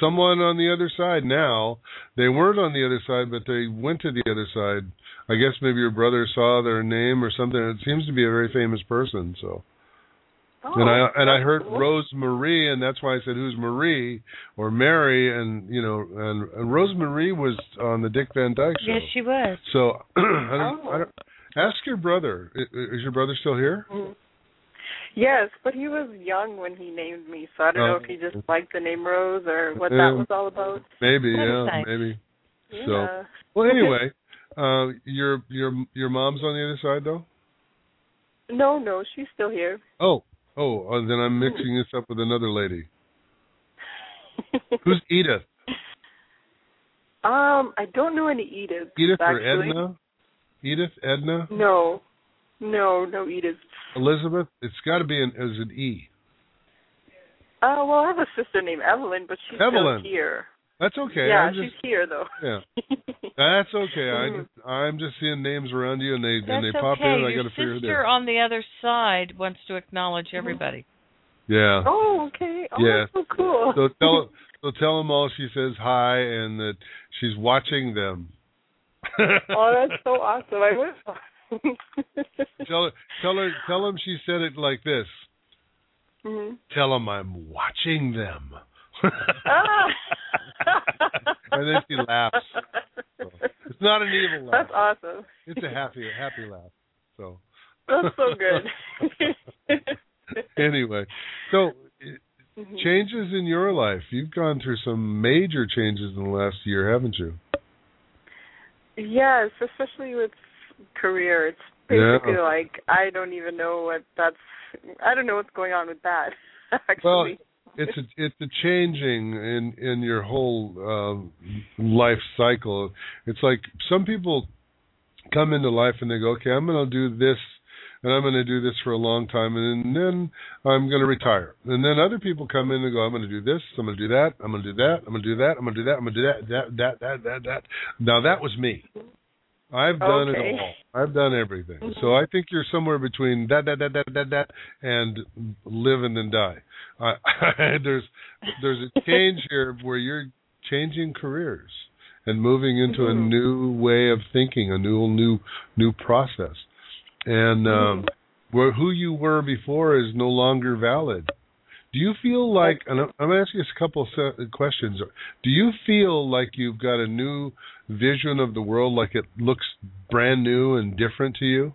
Speaker 6: someone on the other side. Now they weren't on the other side, but they went to the other side. I guess maybe your brother saw their name or something. It seems to be a very famous person. So,
Speaker 20: Oh,
Speaker 6: and I and I heard Rose Marie, and that's why I said who's Marie or Mary, and you know, and, and Rose Marie was on the Dick Van Dyke show.
Speaker 7: Yes, she was.
Speaker 6: So I don't, I don't, ask your brother. I- i- Is your brother still here?
Speaker 20: Yes, but he was young when he named me, so I don't know if he just liked the name Rose or what
Speaker 6: Uh, Yeah.
Speaker 20: that was all about.
Speaker 6: Maybe,
Speaker 20: That is
Speaker 6: yeah,
Speaker 20: nice.
Speaker 6: maybe. So well, anyway, uh, your your your mom's on the other side though.
Speaker 20: No, no, she's still here.
Speaker 6: Oh, oh, uh, then I'm mixing this up with another lady. Who's Edith?
Speaker 20: Um, I don't know any Ediths.
Speaker 6: Edith or
Speaker 20: actually.
Speaker 6: Edna? Edith, Edna,
Speaker 20: No, no, no Ediths.
Speaker 6: Elizabeth. It's got to be an as an E.
Speaker 20: Uh, well, I have a sister named Evelyn, but she's
Speaker 6: Evelyn.
Speaker 20: still here.
Speaker 6: That's okay.
Speaker 20: yeah,
Speaker 6: I'm just,
Speaker 20: she's here though.
Speaker 6: yeah. That's okay. I just, I'm just seeing names around you, and they and they
Speaker 7: That's
Speaker 6: pop
Speaker 7: okay.
Speaker 6: in. and I
Speaker 7: Your
Speaker 6: got to figure it
Speaker 7: sister
Speaker 6: out.
Speaker 7: on the other side wants to acknowledge
Speaker 20: Mm-hmm.
Speaker 7: everybody.
Speaker 6: Yeah.
Speaker 20: Oh, okay. Oh,
Speaker 6: yeah.
Speaker 20: that's so cool.
Speaker 6: So tell so tell them all she says hi and that she's watching them.
Speaker 20: oh, that's so awesome. I wish.
Speaker 6: Tell her tell her tell them she said it like this.
Speaker 15: Mm-hmm.
Speaker 20: Mhm.
Speaker 6: Tell them I'm watching them. Oh.
Speaker 20: Ah.
Speaker 6: and then she laughs. So, it's not an evil laugh.
Speaker 20: That's awesome.
Speaker 6: It's a happy happy laugh. So
Speaker 20: That's so good.
Speaker 6: anyway, so changes in your life. You've gone through some major changes in the last year, haven't you?
Speaker 20: yes, especially with career. It's basically
Speaker 6: Yeah.
Speaker 20: like I don't even know what that's. I don't know what's going on with that. Actually.
Speaker 6: It's a it's a changing in in your whole um, life cycle. It's like some people come into life and they go, okay, I'm going to do this. And I'm going to do this for a long time, and then I'm going to retire. And then other people come in and go, I'm going to do this, I'm going to do that, I'm going to do that, I'm going to do that, I'm going to do that, I'm going to do that, that, that, that, that, that. Now that was me. I've done
Speaker 14: Okay.
Speaker 6: it all. I've done everything. So I think you're somewhere between that, that, that, that, that, that, and live and then die. I, there's there's a change here where you're changing careers and moving into a new way of thinking, a new new new process, and um, where who you were before is no longer valid. Do you feel like, and I'm I'm asking us a couple of se- questions. Do you feel like you've got a new vision of the world, like it looks brand new and different to you?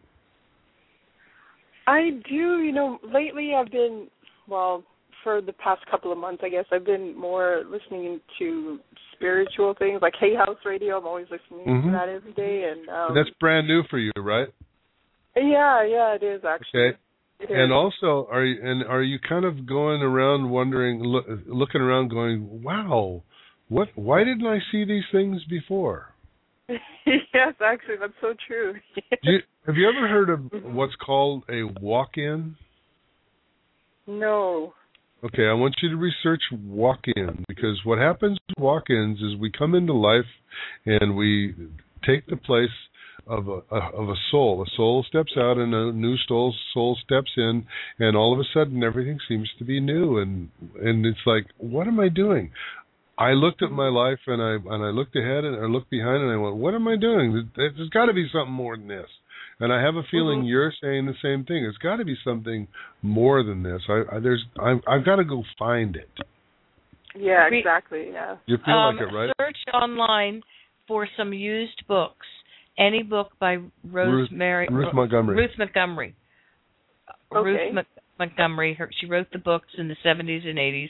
Speaker 20: I do, you know, lately I've been, well, for the past couple of months, I guess, I've been more listening to spiritual things like Hay House Radio. I'm always listening
Speaker 6: Mhm.
Speaker 20: to that every day. And um,
Speaker 6: That's brand new for you, right?
Speaker 20: yeah, yeah, it is actually.
Speaker 6: Okay.
Speaker 20: It is.
Speaker 6: And also, are you and are you kind of going around wondering, look, looking around, going, "Wow, what? Why didn't I see these things before?"
Speaker 20: yes, actually, that's so true.
Speaker 6: Do you, have you ever heard of what's called a walk-in?
Speaker 20: no.
Speaker 6: Okay, I want you to research walk in because what happens with walk ins is we come into life and we take the place of a, a of a soul. A soul steps out and a new soul soul steps in and all of a sudden everything seems to be new and and it's like, what am I doing? I looked at my life and I and I looked ahead and I looked behind and I went, what am I doing? There- There's got to be something more than this. And I have a feeling
Speaker 9: Mhm.
Speaker 6: you're saying the same thing. It's got to be something more than this. I, I there's I I've got to go find it.
Speaker 20: Yeah,
Speaker 7: We-
Speaker 20: exactly. Yeah.
Speaker 6: You feel
Speaker 7: um,
Speaker 6: like it, right?
Speaker 7: Search online for some used books. Any book by Rosemary
Speaker 6: Ruth
Speaker 7: Ro-
Speaker 6: Montgomery.
Speaker 7: Ruth Montgomery.
Speaker 20: Okay.
Speaker 7: Ruth Mon- Montgomery. Her, she wrote the books in the 70s and 80s,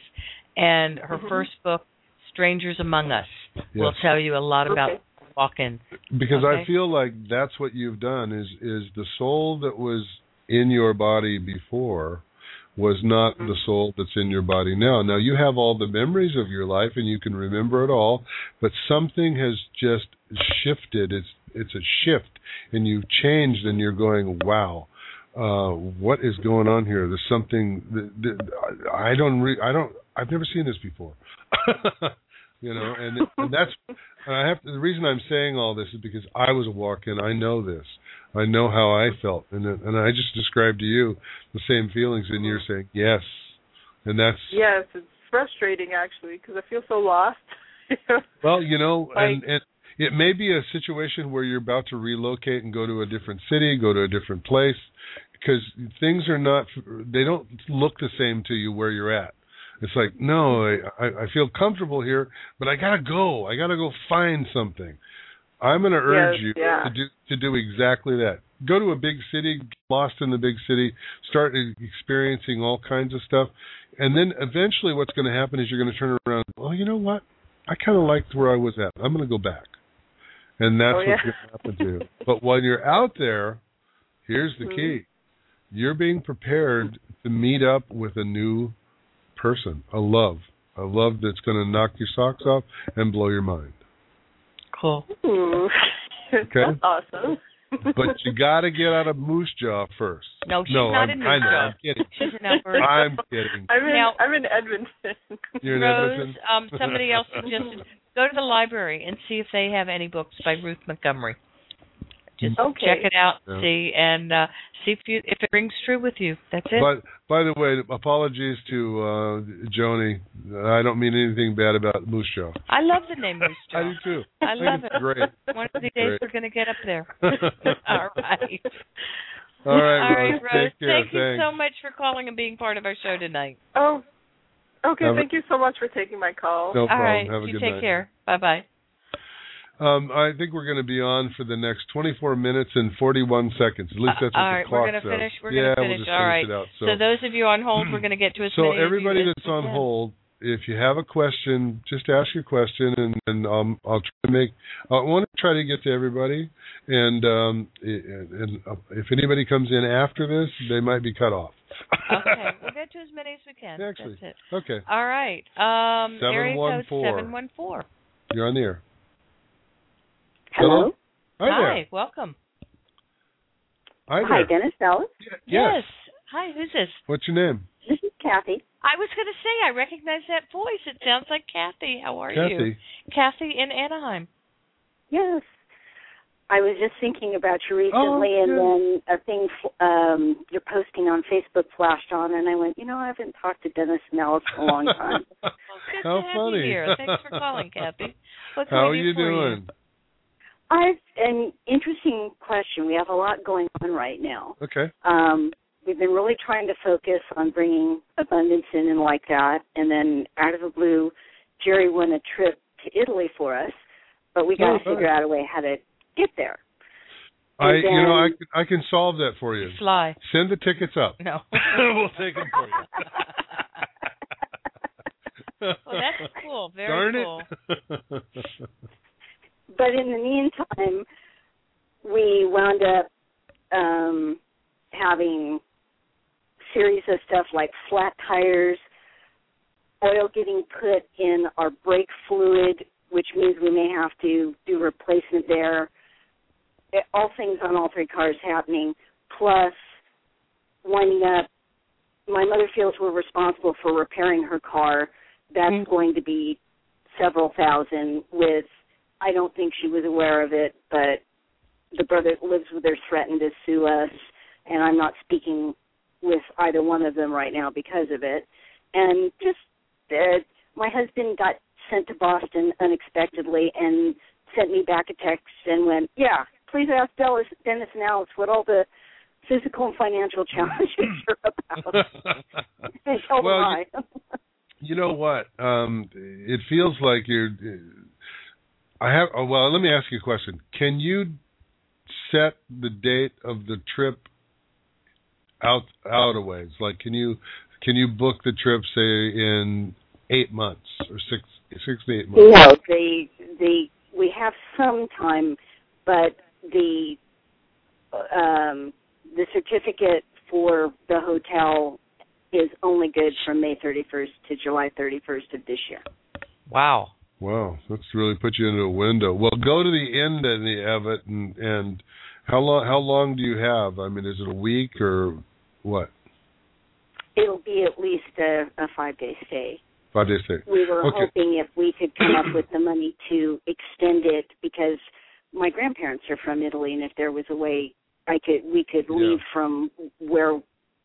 Speaker 7: and her
Speaker 20: Mm-hmm.
Speaker 6: Mhm.
Speaker 7: first book, Strangers Among Us, will
Speaker 6: Yes.
Speaker 7: tell you a lot about walk-in.
Speaker 6: Because
Speaker 7: Okay.
Speaker 6: I feel like that's what you've done is is the soul that was in your body before was not the soul that's in your body now. Now you have all the memories of your life and you can remember it all, but something has just shifted. It's it's a shift and you've changed and you're going, "Wow, uh what is going on here? There's something that, that I I don't re- I don't I've never seen this before." you know, and, and that's and I have to, the reason I'm saying all this is because I was a walk-in. I know this. I know how I felt, and then- and I just described to you the same feelings, and you're saying yes, and that's
Speaker 20: Yes, it's frustrating actually because I feel so lost.
Speaker 6: well, you know, and and it may be a situation where you're about to relocate and go to a different city, go to a different place, because things are not they don't look the same to you where you're at. It's like no, I I I feel comfortable here, but I gotta go. I gotta go find something. I'm going to urge
Speaker 9: Yes,
Speaker 6: you
Speaker 9: yeah.
Speaker 6: to do to do exactly that. Go to a big city, get lost in the big city, start e- experiencing all kinds of stuff, and then "Oh, eventually, what's going to happen is you're going to turn around. Well, you know what? I kind of liked where I was at. I'm going to go back. and that's
Speaker 20: Oh, yeah.
Speaker 6: what's going to happen to you. But while you're out there, here's the
Speaker 20: Mhm.
Speaker 6: key: you're being prepared to meet up with a new person, a love, a love that's going to knock your socks off and blow your mind.
Speaker 7: Cool.
Speaker 10: Ooh.
Speaker 6: Okay.
Speaker 10: That's awesome.
Speaker 6: But you got to get out of moose jaw first.
Speaker 10: No, she's
Speaker 6: no,
Speaker 10: not
Speaker 6: I'm,
Speaker 10: in
Speaker 6: I
Speaker 10: moose
Speaker 6: know,
Speaker 10: jaw.
Speaker 6: I'm kidding.
Speaker 7: She's in Alberta.
Speaker 6: I'm kidding.
Speaker 10: I'm in,
Speaker 7: Now-
Speaker 10: I'm in Edmonton.
Speaker 6: You're in
Speaker 7: Rose,
Speaker 6: Edmonton?
Speaker 7: um, somebody else suggested go to the library and see if they have any books by Ruth Montgomery. Just
Speaker 10: Okay.
Speaker 7: check it out,
Speaker 6: Yeah.
Speaker 7: see, and uh, see if you if it rings true with you. That's it.
Speaker 6: But by the way, apologies to uh, Joni. I don't mean anything bad about Moose Jaw.
Speaker 7: I love the name Moose Jaw.
Speaker 6: I do too.
Speaker 7: I love
Speaker 6: it's
Speaker 7: it.
Speaker 6: great.
Speaker 7: One of these days
Speaker 6: Great.
Speaker 7: we're going to get up there. All right.
Speaker 6: All right,
Speaker 7: All right,
Speaker 6: Rose.
Speaker 7: Rose.
Speaker 6: Take care.
Speaker 7: Thank you
Speaker 6: Thanks.
Speaker 7: so much for calling and being part of our show tonight.
Speaker 10: Oh, okay.
Speaker 6: Have a-
Speaker 10: thank you so much for taking my call.
Speaker 6: No
Speaker 7: All
Speaker 6: problem.
Speaker 7: right.
Speaker 6: Have a
Speaker 7: you
Speaker 6: good
Speaker 7: take
Speaker 6: night.
Speaker 7: care. Bye bye.
Speaker 6: Um, I think we're going to be on for the next 24 minutes and 41 seconds. At least that's what the
Speaker 7: All right,
Speaker 6: clock
Speaker 7: we're going to
Speaker 6: says.
Speaker 7: finish. We're
Speaker 6: yeah,
Speaker 7: going to finish.
Speaker 6: we'll just
Speaker 7: All right.
Speaker 6: finish it out. Hmm.
Speaker 7: so those of you on hold, we're going to get to as
Speaker 6: So
Speaker 7: many. of you
Speaker 6: everybody
Speaker 7: as
Speaker 6: that's
Speaker 7: we
Speaker 6: on
Speaker 7: can.
Speaker 6: hold, if you have a question, just ask your question, and, and um, I'll try to make. I want to try to get to everybody, and um, i- and, and uh, if anybody comes in after this, they might be cut off.
Speaker 7: okay, we'll get to as many as we can.
Speaker 6: Actually,
Speaker 7: That's it.
Speaker 6: okay,
Speaker 7: All right. Um, area code
Speaker 6: 714.
Speaker 7: seven one four.
Speaker 6: you're on the air. Hello. Hi,
Speaker 7: Hi. Welcome.
Speaker 6: there. Hi, there.
Speaker 9: Dennis Ellis.
Speaker 6: Yes.
Speaker 7: Hi. Who's this?
Speaker 6: What's your name?
Speaker 9: This is Kathy.
Speaker 7: I was going to say I recognize that voice. It sounds like Kathy. How are you?
Speaker 6: Kathy.
Speaker 7: Kathy in Anaheim.
Speaker 9: Yes. I was just thinking about you
Speaker 7: Oh,
Speaker 9: recently, and
Speaker 7: good.
Speaker 9: then a thing, fl- um, your posting on Facebook flashed on, and I went, you know, I haven't talked to Dennis Nellis in a long time.
Speaker 7: Good
Speaker 6: How
Speaker 7: to have
Speaker 6: funny.
Speaker 7: you here. Thanks for calling, Kathy. What can
Speaker 6: How
Speaker 7: we
Speaker 6: are
Speaker 7: do
Speaker 6: you
Speaker 7: for
Speaker 6: doing?
Speaker 9: I've an interesting question. We have a lot going on right now.
Speaker 6: Okay.
Speaker 9: Um, we've been really trying to focus on bringing abundance in and like that, and then out of the blue, Jerry won a trip to Italy for us, but we got
Speaker 6: Oh,
Speaker 9: to figure
Speaker 6: nice.
Speaker 9: out a way how to get there.
Speaker 6: I,
Speaker 9: And
Speaker 6: you know, I
Speaker 9: then-
Speaker 6: can, I can solve that for you.
Speaker 7: Fly.
Speaker 6: Send the tickets up.
Speaker 7: No.
Speaker 6: we'll take them for you. well,
Speaker 7: that's cool. Very
Speaker 6: Darn
Speaker 7: cool.
Speaker 6: it.
Speaker 9: but in the meantime, we wound up um, having series of stuff like flat tires, oil getting put in our brake fluid, which means we may have to do replacement there. It- all things on all three cars happening, plus winding up. My mother feels we're responsible for repairing her car. That's going to be several thousand with I don't think she was aware of it, but the brother that lives with her threatened to sue us, and I'm not speaking with either one of them right now because of it. And just uh, my husband got sent to Boston unexpectedly and sent me back a text and went, "Yeah, please ask Dennis, Dennis and Alice what all the physical and financial challenges are about." and tell
Speaker 6: Well,
Speaker 9: them I.
Speaker 6: you know what? Um, it feels like you're. I have. Oh, well, let me ask you a question. Can you set the date of the trip out out a ways? Like, can you can you book the trip say in eight months or six six to eight months?
Speaker 9: No, the the we have some time, but the um the certificate for the hotel is only good from May 31st to July 31st of this year.
Speaker 7: Wow.
Speaker 6: Wow, that's really put you into a window. Well, go to the end of the of it, and and how long how long do you have? I mean, is it a week or what?
Speaker 9: It'll be at least a, a five day stay.
Speaker 6: Five days. Six.
Speaker 9: We were
Speaker 6: Okay.
Speaker 9: hoping if we could come up with the money to extend it because my grandparents are from Italy, and if there was a way I could we could leave from where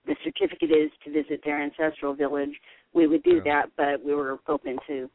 Speaker 9: the certificate is to visit their ancestral village, we would do that. But we were open to,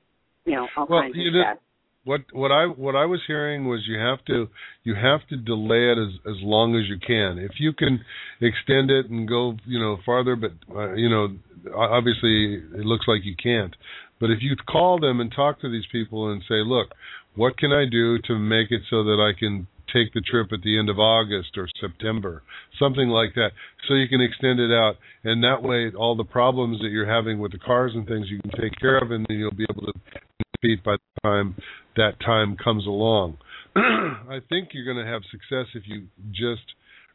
Speaker 9: you know, all
Speaker 6: Well,
Speaker 9: kinds
Speaker 6: you
Speaker 9: of
Speaker 6: know-
Speaker 9: stuff.
Speaker 6: What what I what I was hearing was you have to you have to delay it as as long as you can. If you can extend it and go you know farther, but uh, you know o- obviously it looks like you can't. But if you call them and talk to these people and say, look, what can I do to make it so that I can take the trip at the end of August or September, something like that, so you can extend it out, and that way all the problems that you're having with the cars and things you can take care of, and then you'll be able to feet by the time that time comes along. I think you're going to have success if you just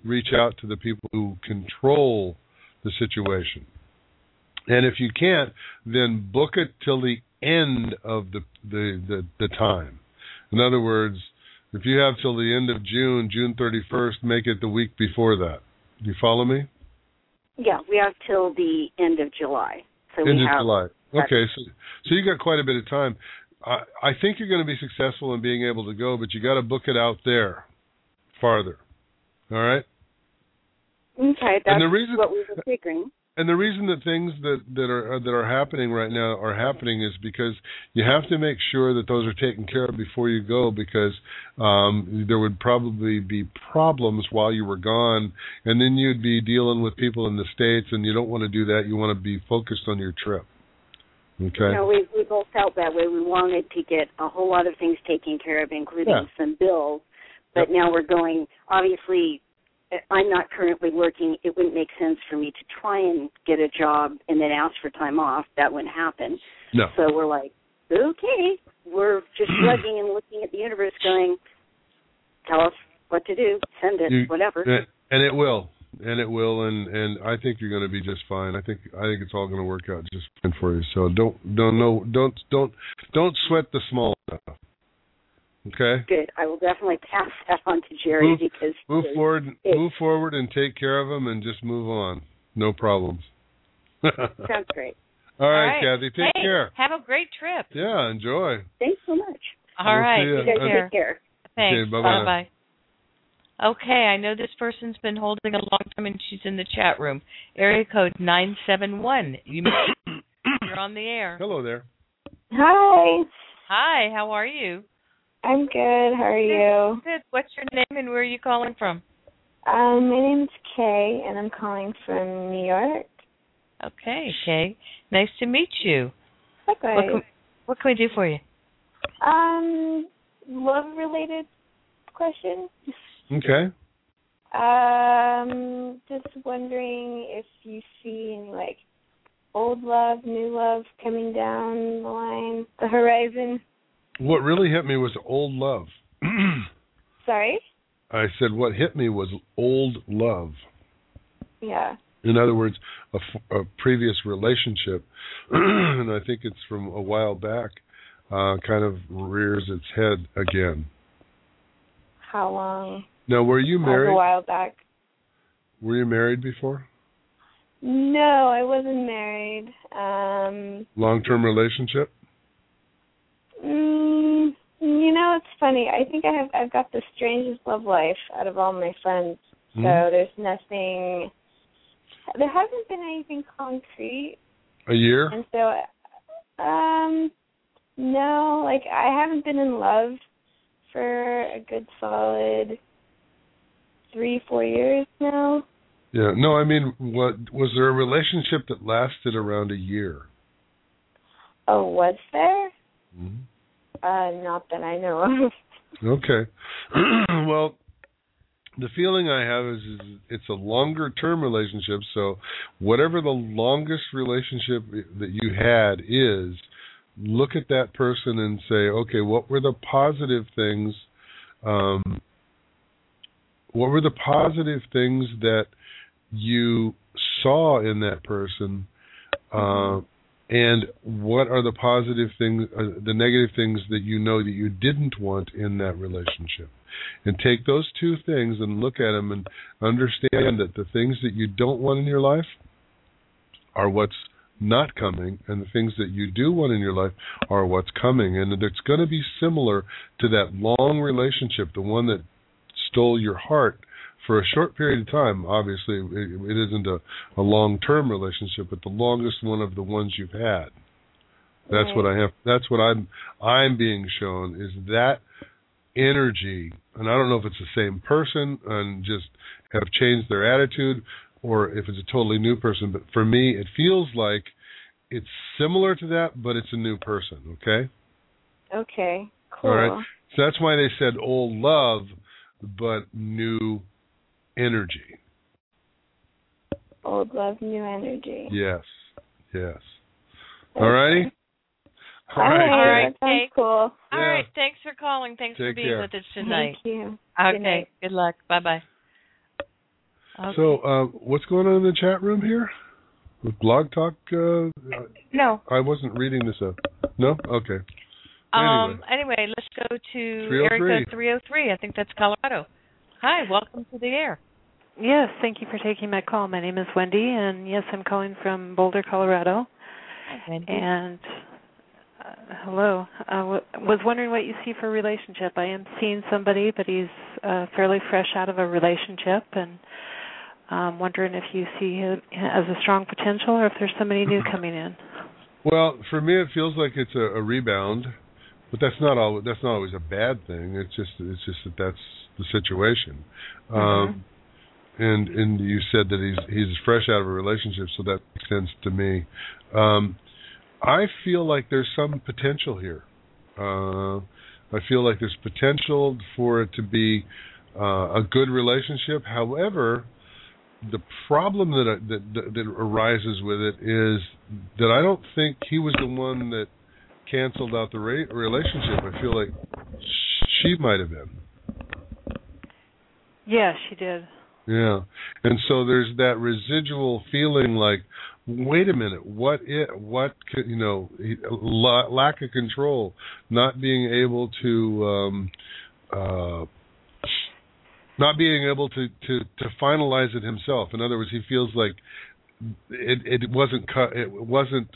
Speaker 6: reach out to the people who control the situation. And if you can't, then book it till the end of the the the, the time. In other words, if you have till the end of June, June 31st, make it the week before that. You follow me?
Speaker 9: Yeah, we have till the end of July. So
Speaker 6: end
Speaker 9: we
Speaker 6: of
Speaker 9: have
Speaker 6: July. Okay, so so you got quite a bit of time. I I think you're going to be successful in being able to go, but you got to book it out there, farther. All right.
Speaker 9: Okay, that's
Speaker 6: the reason-
Speaker 9: what we were figuring.
Speaker 6: and the reason that things that that are uh, that are happening right now are happening is because you have to make sure that those are taken care of before you go because um there would probably be problems while you were gone and then you'd be dealing with people in the states and you don't want to do that you want to be focused on your trip okay
Speaker 9: No, we we both felt that way. We wanted to get a whole lot of things taken care of, including
Speaker 6: Yeah.
Speaker 9: some bills. But now we're going. Obviously, uh, I'm not currently working. It wouldn't make sense for me to try and get a job and then ask for time off. That wouldn't happen.
Speaker 6: No.
Speaker 9: So we're like, okay, we're just shrugging and looking at the universe, going, tell us what to do, send it,
Speaker 6: You-
Speaker 9: whatever.
Speaker 6: and, and it will and it will and and i think you're going to be just fine i think i think it's all going to work out just fine for you so don't don't know don't don't don't sweat the small stuff okay
Speaker 9: Good. I will definitely pass that on to Jerry
Speaker 6: Move-
Speaker 9: because
Speaker 6: move forward move forward and take care of them and just move on no problems all
Speaker 9: sounds great.
Speaker 6: right, kathy take
Speaker 7: Hey,
Speaker 6: care
Speaker 7: Have a great trip.
Speaker 6: yeah enjoy
Speaker 9: Thanks so much.
Speaker 7: All
Speaker 6: We'll
Speaker 7: right,
Speaker 6: see ya.
Speaker 7: take
Speaker 6: Okay.
Speaker 7: care. Thanks.
Speaker 6: Okay, bye-bye.
Speaker 7: bye. Okay, I know this person's been holding a long time, and she's in the chat room. Area code nine seven one. You may- you're on the air.
Speaker 6: hello there
Speaker 21: Hi.
Speaker 7: Hi, how are you?
Speaker 21: I'm good. How are you?
Speaker 7: Good. What's your name and where are you calling from?
Speaker 21: Um, my name's Kay, and I'm calling from New York.
Speaker 7: Okay, Kay. Nice to meet you.
Speaker 21: Likewise.
Speaker 7: What can, what can we do for you?
Speaker 21: Um, love-related question.
Speaker 6: okay
Speaker 21: Um, just wondering if you see any like old love, new love coming down the line, the horizon.
Speaker 6: what really hit me was old love
Speaker 21: Sorry.
Speaker 6: i said what hit me was old love
Speaker 21: Yeah.
Speaker 6: in other words, a, f- a previous relationship, and I think it's from a while back, uh, kind of rears its head again.
Speaker 21: How long?
Speaker 6: Now, were you
Speaker 21: That was A
Speaker 6: married?
Speaker 21: while back.
Speaker 6: Were you married before?
Speaker 21: No, I wasn't married. Um.
Speaker 6: Long-term relationship?
Speaker 21: Mm, you know, it's funny. I think I have I've got the strangest love life out of all my friends. So
Speaker 6: Mhm.
Speaker 21: there's nothing. There hasn't been anything concrete,
Speaker 6: A year?
Speaker 21: and so, um, no, like I haven't been in love for a good solid three, four years now. Mm-hmm.
Speaker 6: Yeah. No, I mean, what was there a relationship that lasted around a year?
Speaker 21: Oh, was there?
Speaker 6: Mhm.
Speaker 21: Uh, not that I know of.
Speaker 6: Okay. well, the feeling I have is, is it's a longer term relationship. So, whatever the longest relationship that you had is, look at that person and say, okay, what were the positive things? Um, what were the positive things that you saw in that person? Uh, and what are the positive things, uh, the negative things that you know that you didn't want in that relationship? And take those two things and look at them and understand that the things that you don't want in your life are what's not coming, and the things that you do want in your life are what's coming. And it's going to be similar to that long relationship, the one that stole your heart for a short period of time. Obviously, it, it isn't a, a long term relationship, but the longest one of the ones you've had. That's what I have. That's what I'm. I'm being shown is that energy, and I don't know if it's the same person and just have changed their attitude, or if it's a totally new person. But for me, it feels like it's similar to that, but it's a new person. Okay.
Speaker 21: Okay, cool.
Speaker 6: All right. So that's why they said old love, but new energy.
Speaker 21: Old love, new energy.
Speaker 6: Yes. Yes. All righty. All right.
Speaker 7: All right,
Speaker 6: Jack.
Speaker 7: Kate.
Speaker 21: Cool.
Speaker 7: All
Speaker 6: Yeah.
Speaker 7: right, thanks for calling. Thanks for
Speaker 6: Take
Speaker 7: being
Speaker 6: care.
Speaker 7: with us tonight.
Speaker 21: Thank you.
Speaker 7: Okay,
Speaker 21: Good night.
Speaker 7: good luck. Bye bye. Okay.
Speaker 6: So, uh, what's going on in the chat room here? With Blog Talk, uh,
Speaker 7: no.
Speaker 6: I wasn't reading this up. No? Okay.
Speaker 7: Um. Anyway, let's go to
Speaker 6: 303.
Speaker 7: Erica 303. I think that's Colorado. Hi, welcome to the air.
Speaker 1: Yes, thank you for taking my call. My name is Wendy, and yes, I'm calling from Boulder, Colorado.
Speaker 7: Wendy.
Speaker 1: And uh, hello, I w- was wondering what you see for relationship. I am seeing somebody, but he's uh, fairly fresh out of a relationship, and um, wondering if you see him as a strong potential, or if there's somebody new coming in.
Speaker 6: Well, for me, it feels like it's a, a rebound, but that's not all. That's not always a bad thing. It's just it's just that that's the situation. Um, and and you said that he's he's fresh out of a relationship, so that makes sense to me. Um, I feel like there's some potential here. Uh, I feel like there's potential for it to be uh, a good relationship. However, the problem that, I, that that that arises with it is that I don't think he was the one that canceled out the ra- relationship. I feel like she might have been.
Speaker 1: Yeah, she did.
Speaker 6: Yeah. And so there's that residual feeling like, wait a minute, what it, what c- you know, he- la- lack of control, not being able to, um, uh, not being able to to to finalize it himself. In other words, he feels like it it wasn't cut, it wasn't,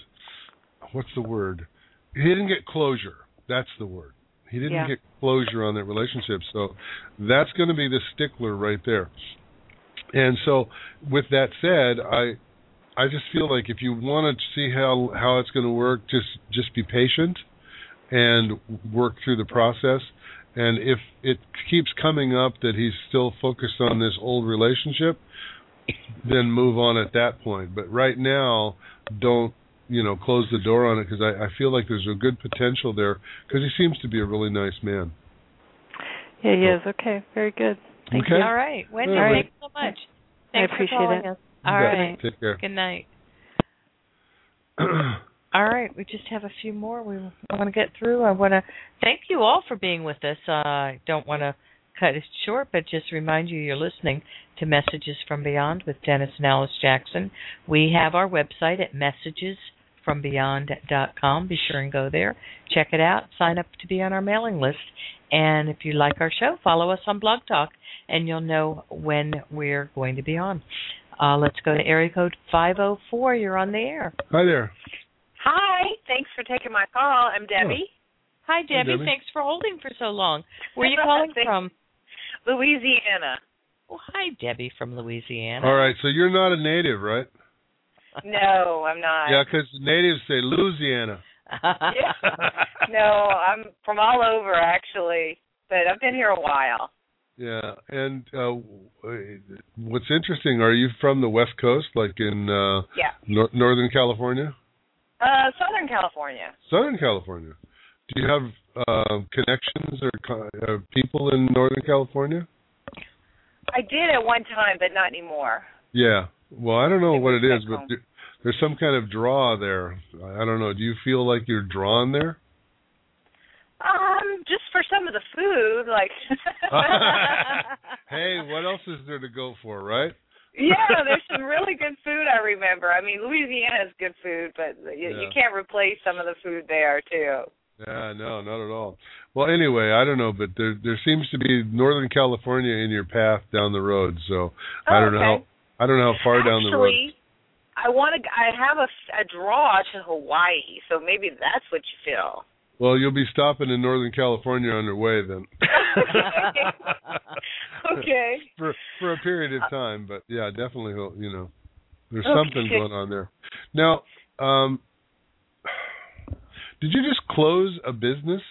Speaker 6: what's the word? He didn't get closure. That's the word. He didn't
Speaker 1: Yeah.
Speaker 6: get closure on that relationship. So that's going to be the stickler right there. And so, with that said, I I just feel like if you want to see how how it's going to work, just just be patient and work through the process. And if it keeps coming up that he's still focused on this old relationship, then move on at that point. But right now, don't you know close the door on it because I, I feel like there's a good potential there because he seems to be a really nice man.
Speaker 1: Yeah, he is. Okay, very good. Thank
Speaker 6: Okay.
Speaker 1: you.
Speaker 7: All right, Wendy.
Speaker 6: All right.
Speaker 7: Thanks so much.
Speaker 1: I
Speaker 7: Thanks
Speaker 1: appreciate
Speaker 7: for calling
Speaker 1: it.
Speaker 7: us.
Speaker 6: You
Speaker 7: All
Speaker 6: bet.
Speaker 7: right.
Speaker 6: Take care.
Speaker 7: Good night. All right, we just have a few more we want to get through. I want to thank you all for being with us. Uh, I don't want to cut it short, but just remind you you're listening to Messages from Beyond with Dennis and Alice Jackson. We have our website at messagesfrombeyond.com. Be sure and go there, check it out, sign up to be on our mailing list, and if you like our show, follow us on Blog Talk, and you'll know when we're going to be on. Uh, let's go to area code 504. You're on the air.
Speaker 6: Hi there.
Speaker 22: Hi, thanks for taking my call. I'm Debbie.
Speaker 6: Oh.
Speaker 7: Hi, Debbie.
Speaker 22: Debbie.
Speaker 7: Thanks for holding for so long. Where are you calling from?
Speaker 22: Louisiana.
Speaker 7: Well, hi, Debbie from Louisiana.
Speaker 6: All right, so you're not a native, right?
Speaker 22: No, I'm not.
Speaker 6: Yeah, because natives say Louisiana.
Speaker 22: no, I'm from all over actually, but I've been here a while.
Speaker 6: Yeah, and uh, what's interesting? Are you from the West Coast, like in uh,
Speaker 22: Yeah.
Speaker 6: nor- Northern California,
Speaker 22: Uh Southern California.
Speaker 6: Southern California? Do you have uh, connections or co- uh, people in Northern California?
Speaker 22: I did at one time, but not anymore.
Speaker 6: Yeah. Well, I don't know what it is, but there- there's some kind of draw there. I I don't know. Do you feel like you're drawn there?
Speaker 22: Um, just for some of the food, like
Speaker 6: hey, what else is there to go for, right?
Speaker 22: Yeah, there's some really good food I remember. I mean, Louisiana is good food, but you, you
Speaker 6: Yeah.
Speaker 22: can't replace some of the food there too.
Speaker 6: Yeah, no, not at all. Well, anyway, I don't know, but there there seems to be Northern California in your path down the road. So I
Speaker 22: Oh,
Speaker 6: don't know how
Speaker 22: okay.
Speaker 6: I don't know how far down the road.
Speaker 22: Actually, I want to. I have a, a draw to Hawaii, so maybe that's what you feel.
Speaker 6: Well, you'll be stopping in Northern California on your way then.
Speaker 22: okay.
Speaker 6: for for a period of time, but yeah, definitely he'll- you know there's
Speaker 22: Okay.
Speaker 6: something going on there. Now, um, did you just close a business?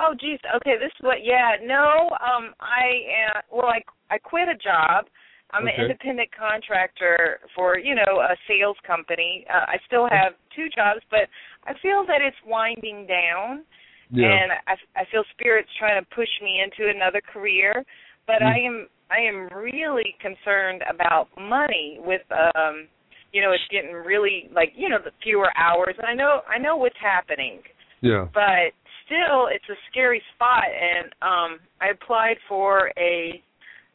Speaker 22: Oh, geez. Okay, this is what. Yeah, no. Um, I am. Well, I I quit a job. I'm
Speaker 6: Okay.
Speaker 22: an independent contractor for you know a sales company. Uh, I still have two jobs, but I feel that it's winding down. and I, I feel spirits trying to push me into another career. But
Speaker 6: Mm.
Speaker 22: I am I am really concerned about money with um you know, it's getting really like, you know, the fewer hours and I know I know what's happening.
Speaker 6: Yeah.
Speaker 22: But still it's a scary spot and um I applied for a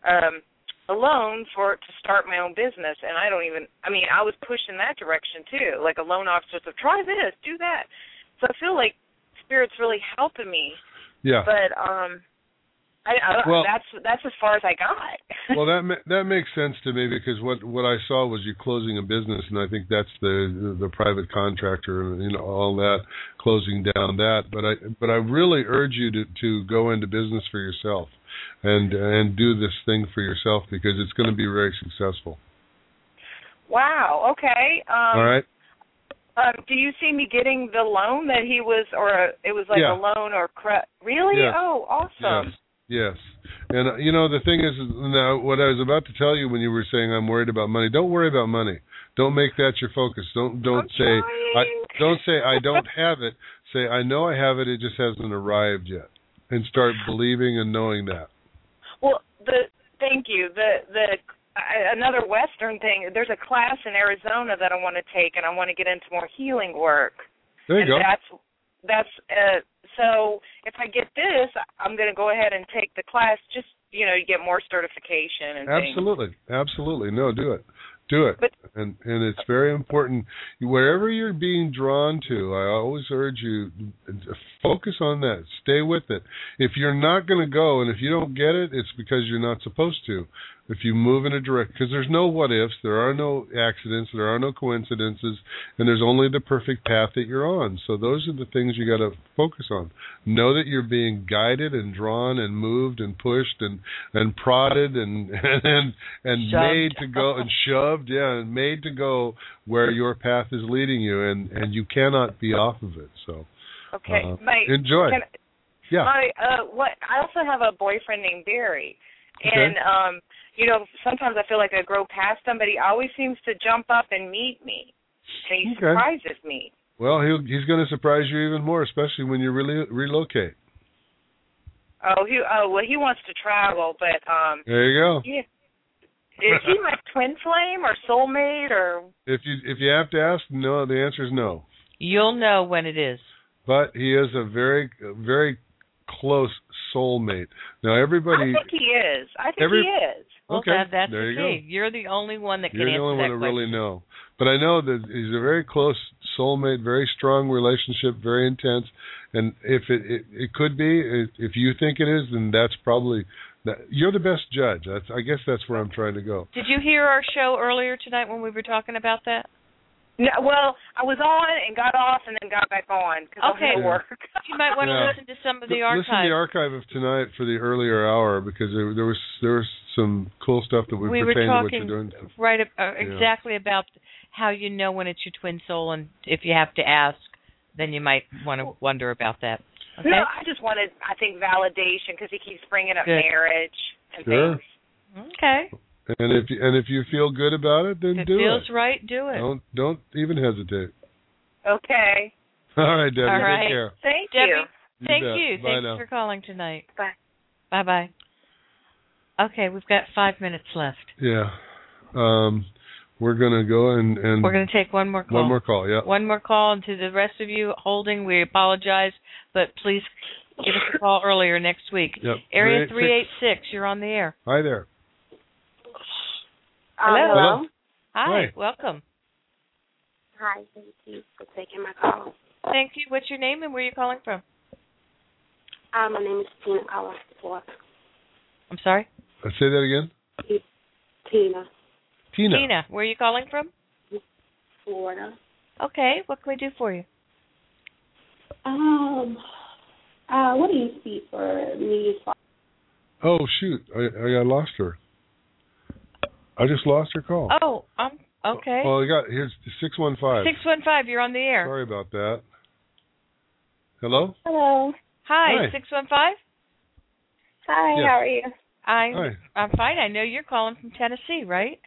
Speaker 22: um a loan for to start my own business and I don't even I mean, I was pushed in that direction too. Like a loan officer said, Try this, do that. So I feel like spirit's really helping me.
Speaker 6: Yeah.
Speaker 22: But um I, I don't,
Speaker 6: Well-
Speaker 22: that's that's as far as I got.
Speaker 6: well, that ma- that makes sense to me because what what I saw was you closing a business, and I think that's the the private contractor and you know all that closing down that. But I but I really urge you to to go into business for yourself, and and do this thing for yourself because it's going to be very successful.
Speaker 22: Wow. Okay. Um,
Speaker 6: all right.
Speaker 22: Um, do you see me getting the loan that he was, or a, it was like
Speaker 6: Yeah.
Speaker 22: a loan or cre- really?
Speaker 6: Yeah.
Speaker 22: Oh, awesome.
Speaker 6: Yes. Yes. And uh, you know the thing is is now what I was about to tell you when you were saying I'm worried about money. Don't worry about money. Don't make that your focus. Don't don't say I don't say I don't have it. Say I know I have it. It just hasn't arrived yet. And start believing and knowing that.
Speaker 22: Well, the thank you. The the I, another Western thing. There's a class in Arizona that I want to take, and I want to get into more healing work.
Speaker 6: There you
Speaker 22: and
Speaker 6: go.
Speaker 22: That's that's uh, so. If I get this, I'm going to go ahead and take the class. Just you know, you get more certification and things.
Speaker 6: Absolutely, absolutely. No, do it, do it. and and it's very important. Wherever you're being drawn to, I always urge you focus on that. Stay with it. If you're not going to go, and if you don't get it, it's because you're not supposed to. If you move in a direction, because there's no what ifs, there are no accidents, there are no coincidences, and there's only the perfect path that you're on. So those are the things you got to focus on. Know that you're being guided and drawn and moved and pushed and and prodded and and and
Speaker 3: Shoved.
Speaker 6: made to go and shoved, yeah, and made to go where your path is leading you, and and you cannot be off of it. So
Speaker 22: Okay,
Speaker 6: uh,
Speaker 22: my
Speaker 6: enjoy.
Speaker 22: Can,
Speaker 6: yeah,
Speaker 22: My uh what I also have a boyfriend named Barry. And
Speaker 6: Okay.
Speaker 22: um, you know, sometimes I feel like I grow past him, but he always seems to jump up and meet me. And he
Speaker 6: Okay.
Speaker 22: surprises me.
Speaker 6: well, he'll, he's going to surprise you even more, especially when you really relocate.
Speaker 22: Oh, he oh well he wants to travel, but um
Speaker 6: There you go.
Speaker 22: yeah. Is he my twin flame or soulmate or
Speaker 6: If you if you have to ask, no, the answer is no.
Speaker 7: You'll know when it is.
Speaker 6: But he is a very very close soulmate. Now
Speaker 22: I
Speaker 6: everybody
Speaker 22: think he is. I think
Speaker 6: Every-
Speaker 22: he is.
Speaker 7: Well,
Speaker 6: Okay,
Speaker 7: that, that's
Speaker 6: there
Speaker 7: the
Speaker 6: you go.
Speaker 7: key. You're the only one that
Speaker 6: You're the
Speaker 7: can answer
Speaker 6: only one
Speaker 7: that
Speaker 6: to
Speaker 7: question.
Speaker 6: really know. But I know that he's a very close soulmate, very strong relationship, very intense. And if it it, it could be, i- if you think it is, then that's probably that you're the best judge. That's I guess that's where I'm trying to go.
Speaker 7: Did you hear our show earlier tonight when we were talking about that?
Speaker 22: No, well, I was on and got off and then got back on because
Speaker 7: Okay.
Speaker 22: I'm at work.
Speaker 7: You might want
Speaker 6: Yeah.
Speaker 7: to listen to some of the
Speaker 6: L- Listen to
Speaker 7: archives.
Speaker 6: the archive of tonight for the earlier hour because there, there was there was some cool stuff that would
Speaker 7: we were
Speaker 6: pertain to what you're
Speaker 7: talking
Speaker 6: doing.
Speaker 7: right ab- uh, exactly about how you know when it's your twin soul, and if you have to ask, then you might want to wonder about that. Okay.
Speaker 22: No, I just wanted, I think, validation because he keeps bringing up
Speaker 7: Good.
Speaker 22: marriage and
Speaker 6: Sure.
Speaker 22: things.
Speaker 7: Okay.
Speaker 6: And if you, and if you feel good about it, then
Speaker 7: If it
Speaker 6: do
Speaker 7: feels
Speaker 6: it.
Speaker 7: right, do it.
Speaker 6: Don't don't even hesitate.
Speaker 22: Okay.
Speaker 6: All right, Debbie.
Speaker 7: All
Speaker 6: Take
Speaker 7: right.
Speaker 6: care.
Speaker 22: Thank
Speaker 7: Debbie,
Speaker 22: you.
Speaker 6: You
Speaker 7: Thank
Speaker 6: bet.
Speaker 7: you.
Speaker 6: Bye
Speaker 7: Thanks
Speaker 6: now.
Speaker 7: for calling tonight.
Speaker 22: Bye.
Speaker 7: Bye bye. Okay, we've got five minutes left.
Speaker 6: Yeah. Um, we're gonna go and and
Speaker 7: We're going to take one more call.
Speaker 6: one more call. Yeah.
Speaker 7: One more call, and to the rest of you holding, we apologize, but please give us a call earlier next week.
Speaker 6: Yep.
Speaker 7: Area
Speaker 6: Three eight
Speaker 7: 386, you're on the air.
Speaker 6: Hi there.
Speaker 7: Hello.
Speaker 6: Hello.
Speaker 7: Hi,
Speaker 6: Hi.
Speaker 7: welcome.
Speaker 8: Hi, thank you for taking my call.
Speaker 7: Thank you. What's your name and where are you calling from?
Speaker 8: Uh, my name is Tina calling from Florida.
Speaker 7: I'm sorry?
Speaker 6: Uh, Say that again.
Speaker 8: Tina,
Speaker 6: Tina.
Speaker 7: Tina, where are you calling from?
Speaker 8: Florida.
Speaker 7: Okay, what can we do for you?
Speaker 8: Um, uh, what do you see for me? as far-
Speaker 6: Oh shoot, I I I lost her. I just lost her call.
Speaker 7: Oh, um, okay.
Speaker 6: Well, I got here's six one five.
Speaker 7: 615, you're on the air.
Speaker 6: Sorry about that. Hello.
Speaker 8: Hello.
Speaker 7: Hi,
Speaker 6: Hi.
Speaker 7: 615?
Speaker 8: Hi,
Speaker 6: Yes.
Speaker 8: how are you?
Speaker 7: I'm, I'm fine. I know you're calling from Tennessee, right?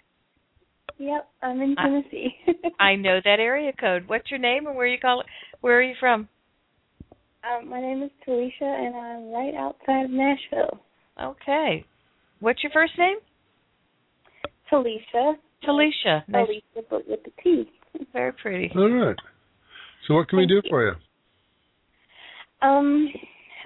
Speaker 8: Yep, I'm in
Speaker 7: I-
Speaker 8: Tennessee.
Speaker 7: I know that area code. What's your name and where you call? Where are you from?
Speaker 8: um, my name is Talisha, and I'm right outside of Nashville.
Speaker 7: Okay. What's your first name?
Speaker 8: Talisha.
Speaker 7: Talisha. Nice.
Speaker 8: Talisha, but with the T.
Speaker 7: Very pretty.
Speaker 6: All right. So what can we do for you?
Speaker 8: Um,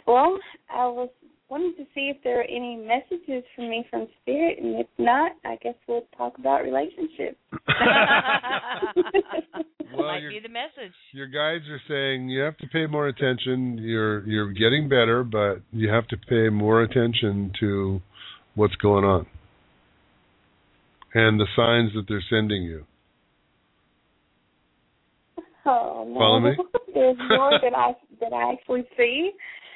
Speaker 8: well, I was wanting to see if there are any messages for me from Spirit, and if not, I guess we'll talk about relationships.
Speaker 6: Well,
Speaker 7: Might
Speaker 6: you're-
Speaker 7: be the message.
Speaker 6: Your guides are saying you have to pay more attention. You're you're getting better, but you have to pay more attention to what's going on and the signs that they're sending you.
Speaker 8: Oh no.
Speaker 6: Follow me?
Speaker 8: There's more that I that I actually see.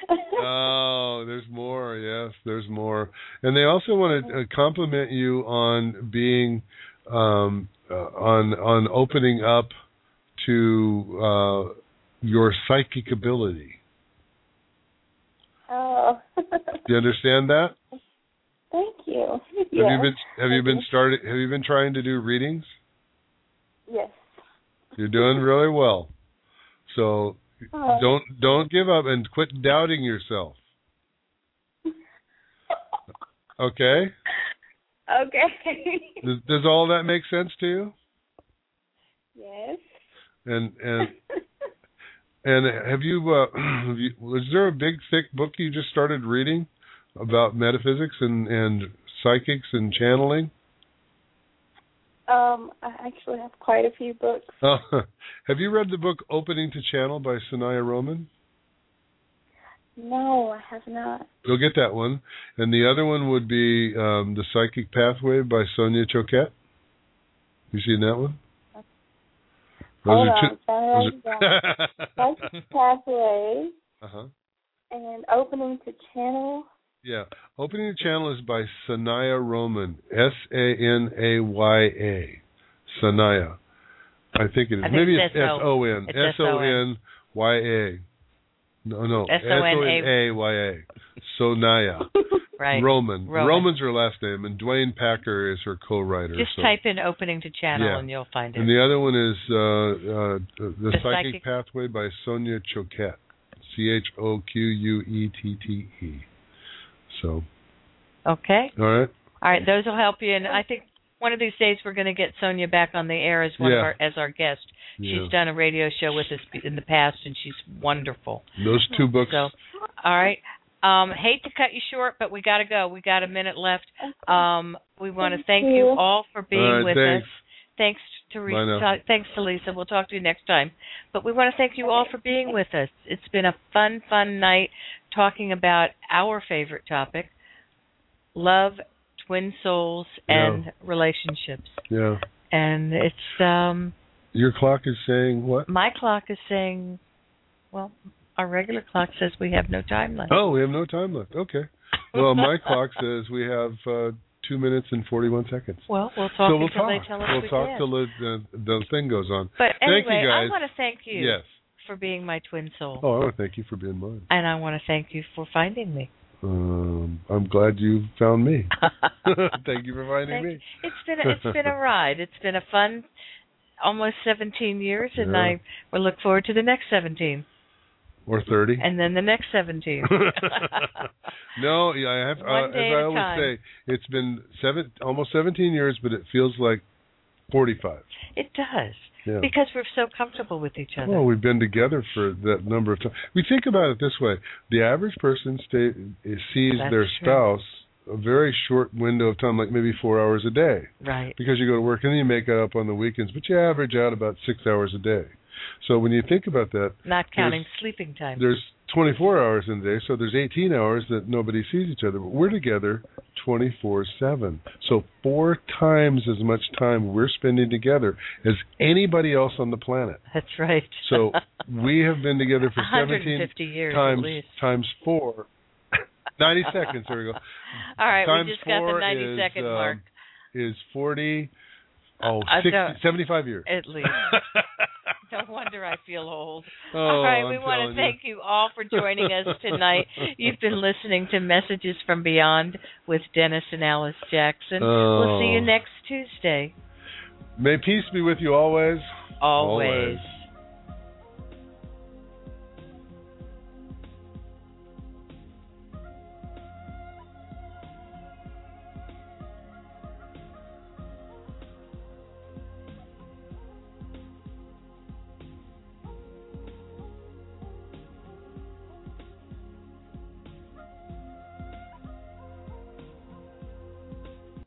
Speaker 6: oh, there's more. Yes, there's more. And they also want to uh, compliment you on being um, uh, on on opening up to uh, your psychic ability.
Speaker 8: Oh,
Speaker 6: Do you understand that?
Speaker 8: thank you.
Speaker 6: Have
Speaker 8: yes.
Speaker 6: you been Have you been started? Have you been trying to do readings?
Speaker 8: yes.
Speaker 6: You're doing really well. So
Speaker 8: Oh.
Speaker 6: don't don't give up and quit doubting yourself. Okay.
Speaker 8: Okay.
Speaker 6: Does, does all that make sense to you?
Speaker 8: yes.
Speaker 6: And and and have you, uh, have you? Was there a big thick book you just started reading about metaphysics and and psychics and channeling?
Speaker 8: Um, I actually have quite a few books.
Speaker 6: Uh, have you read the book Opening to Channel by Sanaya Roman?
Speaker 8: No, I have not.
Speaker 6: You'll get that one. And the other one would be um, The Psychic Pathway by Sonia Choquette. You seen that one? Those
Speaker 8: Hold
Speaker 6: are
Speaker 8: on.
Speaker 6: two-
Speaker 8: Sorry,
Speaker 6: those are-
Speaker 8: Psychic Pathway
Speaker 6: uh-huh.
Speaker 8: and Opening to Channel.
Speaker 6: Yeah. Opening the Channel is by Sanaya Roman. S A N A Y A. Sanaya. I think it is.
Speaker 7: I think
Speaker 6: Maybe
Speaker 7: it's
Speaker 6: it's S O N.
Speaker 7: It's
Speaker 6: S O N Y A. No, no. S O N A Y A. Sonaya.
Speaker 7: Right.
Speaker 6: Roman.
Speaker 7: Roman.
Speaker 6: Roman's her last name, and Dwayne Packer is her co writer.
Speaker 7: Just
Speaker 6: so.
Speaker 7: type in opening to channel
Speaker 6: Yeah.
Speaker 7: and you'll find it.
Speaker 6: And the other one is uh, uh, The,
Speaker 7: The
Speaker 6: Psychic,
Speaker 7: Psychic-
Speaker 6: Pathway by Sonia Choquette. C H O Q U E T T E. So,
Speaker 7: Okay.
Speaker 6: all right.
Speaker 7: All right, those will help you. And I think one of these days we're going to get Sonia back on the air as one
Speaker 6: Yeah.
Speaker 7: of our as our guest.
Speaker 6: Yeah.
Speaker 7: She's done a radio show with us in the past, and she's wonderful.
Speaker 6: Those two books.
Speaker 7: So, all right. Um, hate to cut you short, but we got to go. We got a minute left. Um, we want to thank you
Speaker 14: you.
Speaker 7: all for being
Speaker 14: All right,
Speaker 7: with
Speaker 14: thanks.
Speaker 7: us. Thanks to
Speaker 14: Bye now.
Speaker 7: Re- thanks to Lisa. We'll talk to you next time. But we want to thank you all for being with us. It's been a fun, fun night talking about our favorite topic, love, twin souls,
Speaker 6: Yeah.
Speaker 7: and relationships.
Speaker 6: Yeah.
Speaker 7: And it's um
Speaker 6: Your clock is saying what?
Speaker 7: my clock is saying, well, our regular clock says we have no time left.
Speaker 6: Oh, we have no time left. Okay. Well, my clock says we have uh, two minutes and forty-one seconds.
Speaker 7: Well, we'll talk
Speaker 6: so we'll
Speaker 7: until
Speaker 6: talk.
Speaker 7: they tell us
Speaker 6: we'll
Speaker 7: we
Speaker 6: talk
Speaker 7: did.
Speaker 6: till the, the the thing goes on.
Speaker 7: But anyway,
Speaker 6: thank you guys.
Speaker 7: I want to thank you
Speaker 6: Yes.
Speaker 7: for being my twin soul.
Speaker 6: Oh, I want to thank you for being mine.
Speaker 7: And I want to thank you for finding me.
Speaker 6: Um, I'm glad you found me. thank you for finding
Speaker 7: Thank
Speaker 6: me.
Speaker 7: you. It's been a, it's been a ride. It's been a fun almost 17 years and
Speaker 6: Yeah.
Speaker 7: I will look forward to the next 17
Speaker 6: Or thirty.
Speaker 7: and then the next 17.
Speaker 6: no, yeah, I have.
Speaker 7: One
Speaker 6: Uh,
Speaker 7: day
Speaker 6: as
Speaker 7: at
Speaker 6: I
Speaker 7: a
Speaker 6: always
Speaker 7: time.
Speaker 6: say, it's been seven, almost seventeen years, but it feels like forty-five.
Speaker 7: it does.
Speaker 6: Yeah.
Speaker 7: Because we're so comfortable with each other.
Speaker 6: Well, we've been together for that number of times. We think about it this way: the average person stay, sees
Speaker 7: That's
Speaker 6: their
Speaker 7: true.
Speaker 6: spouse a very short window of time, like maybe four hours a day,
Speaker 7: Right.
Speaker 6: because you go to work and then you make it up on the weekends, but you average out about six hours a day. So when you think about that,
Speaker 7: Not
Speaker 6: there's-
Speaker 7: counting sleeping time.
Speaker 6: there's 24 hours in the day, so there's 18 hours that nobody sees each other. But we're together 24/7, so four times as much time we're spending together as anybody else on the planet.
Speaker 7: That's right.
Speaker 6: So we have been together for 17
Speaker 7: 150 years at
Speaker 6: times
Speaker 7: least.
Speaker 6: times four. 90 seconds. There we go.
Speaker 7: All right,
Speaker 6: times
Speaker 7: we just got the
Speaker 6: four
Speaker 7: 90
Speaker 6: is,
Speaker 7: second
Speaker 6: um,
Speaker 7: mark
Speaker 6: Is 40. Oh,
Speaker 7: I
Speaker 6: 60
Speaker 7: don't-
Speaker 6: 75 years.
Speaker 7: at least. no wonder I feel old.
Speaker 6: Oh,
Speaker 7: all right, we
Speaker 6: I'm
Speaker 7: want
Speaker 6: telling
Speaker 7: to thank you all for joining us tonight. You've been listening to Messages from Beyond with Dennis and Alice Jackson. We'll see
Speaker 6: Oh.
Speaker 7: you next Tuesday.
Speaker 6: May peace be with you always.
Speaker 7: Always.
Speaker 6: always.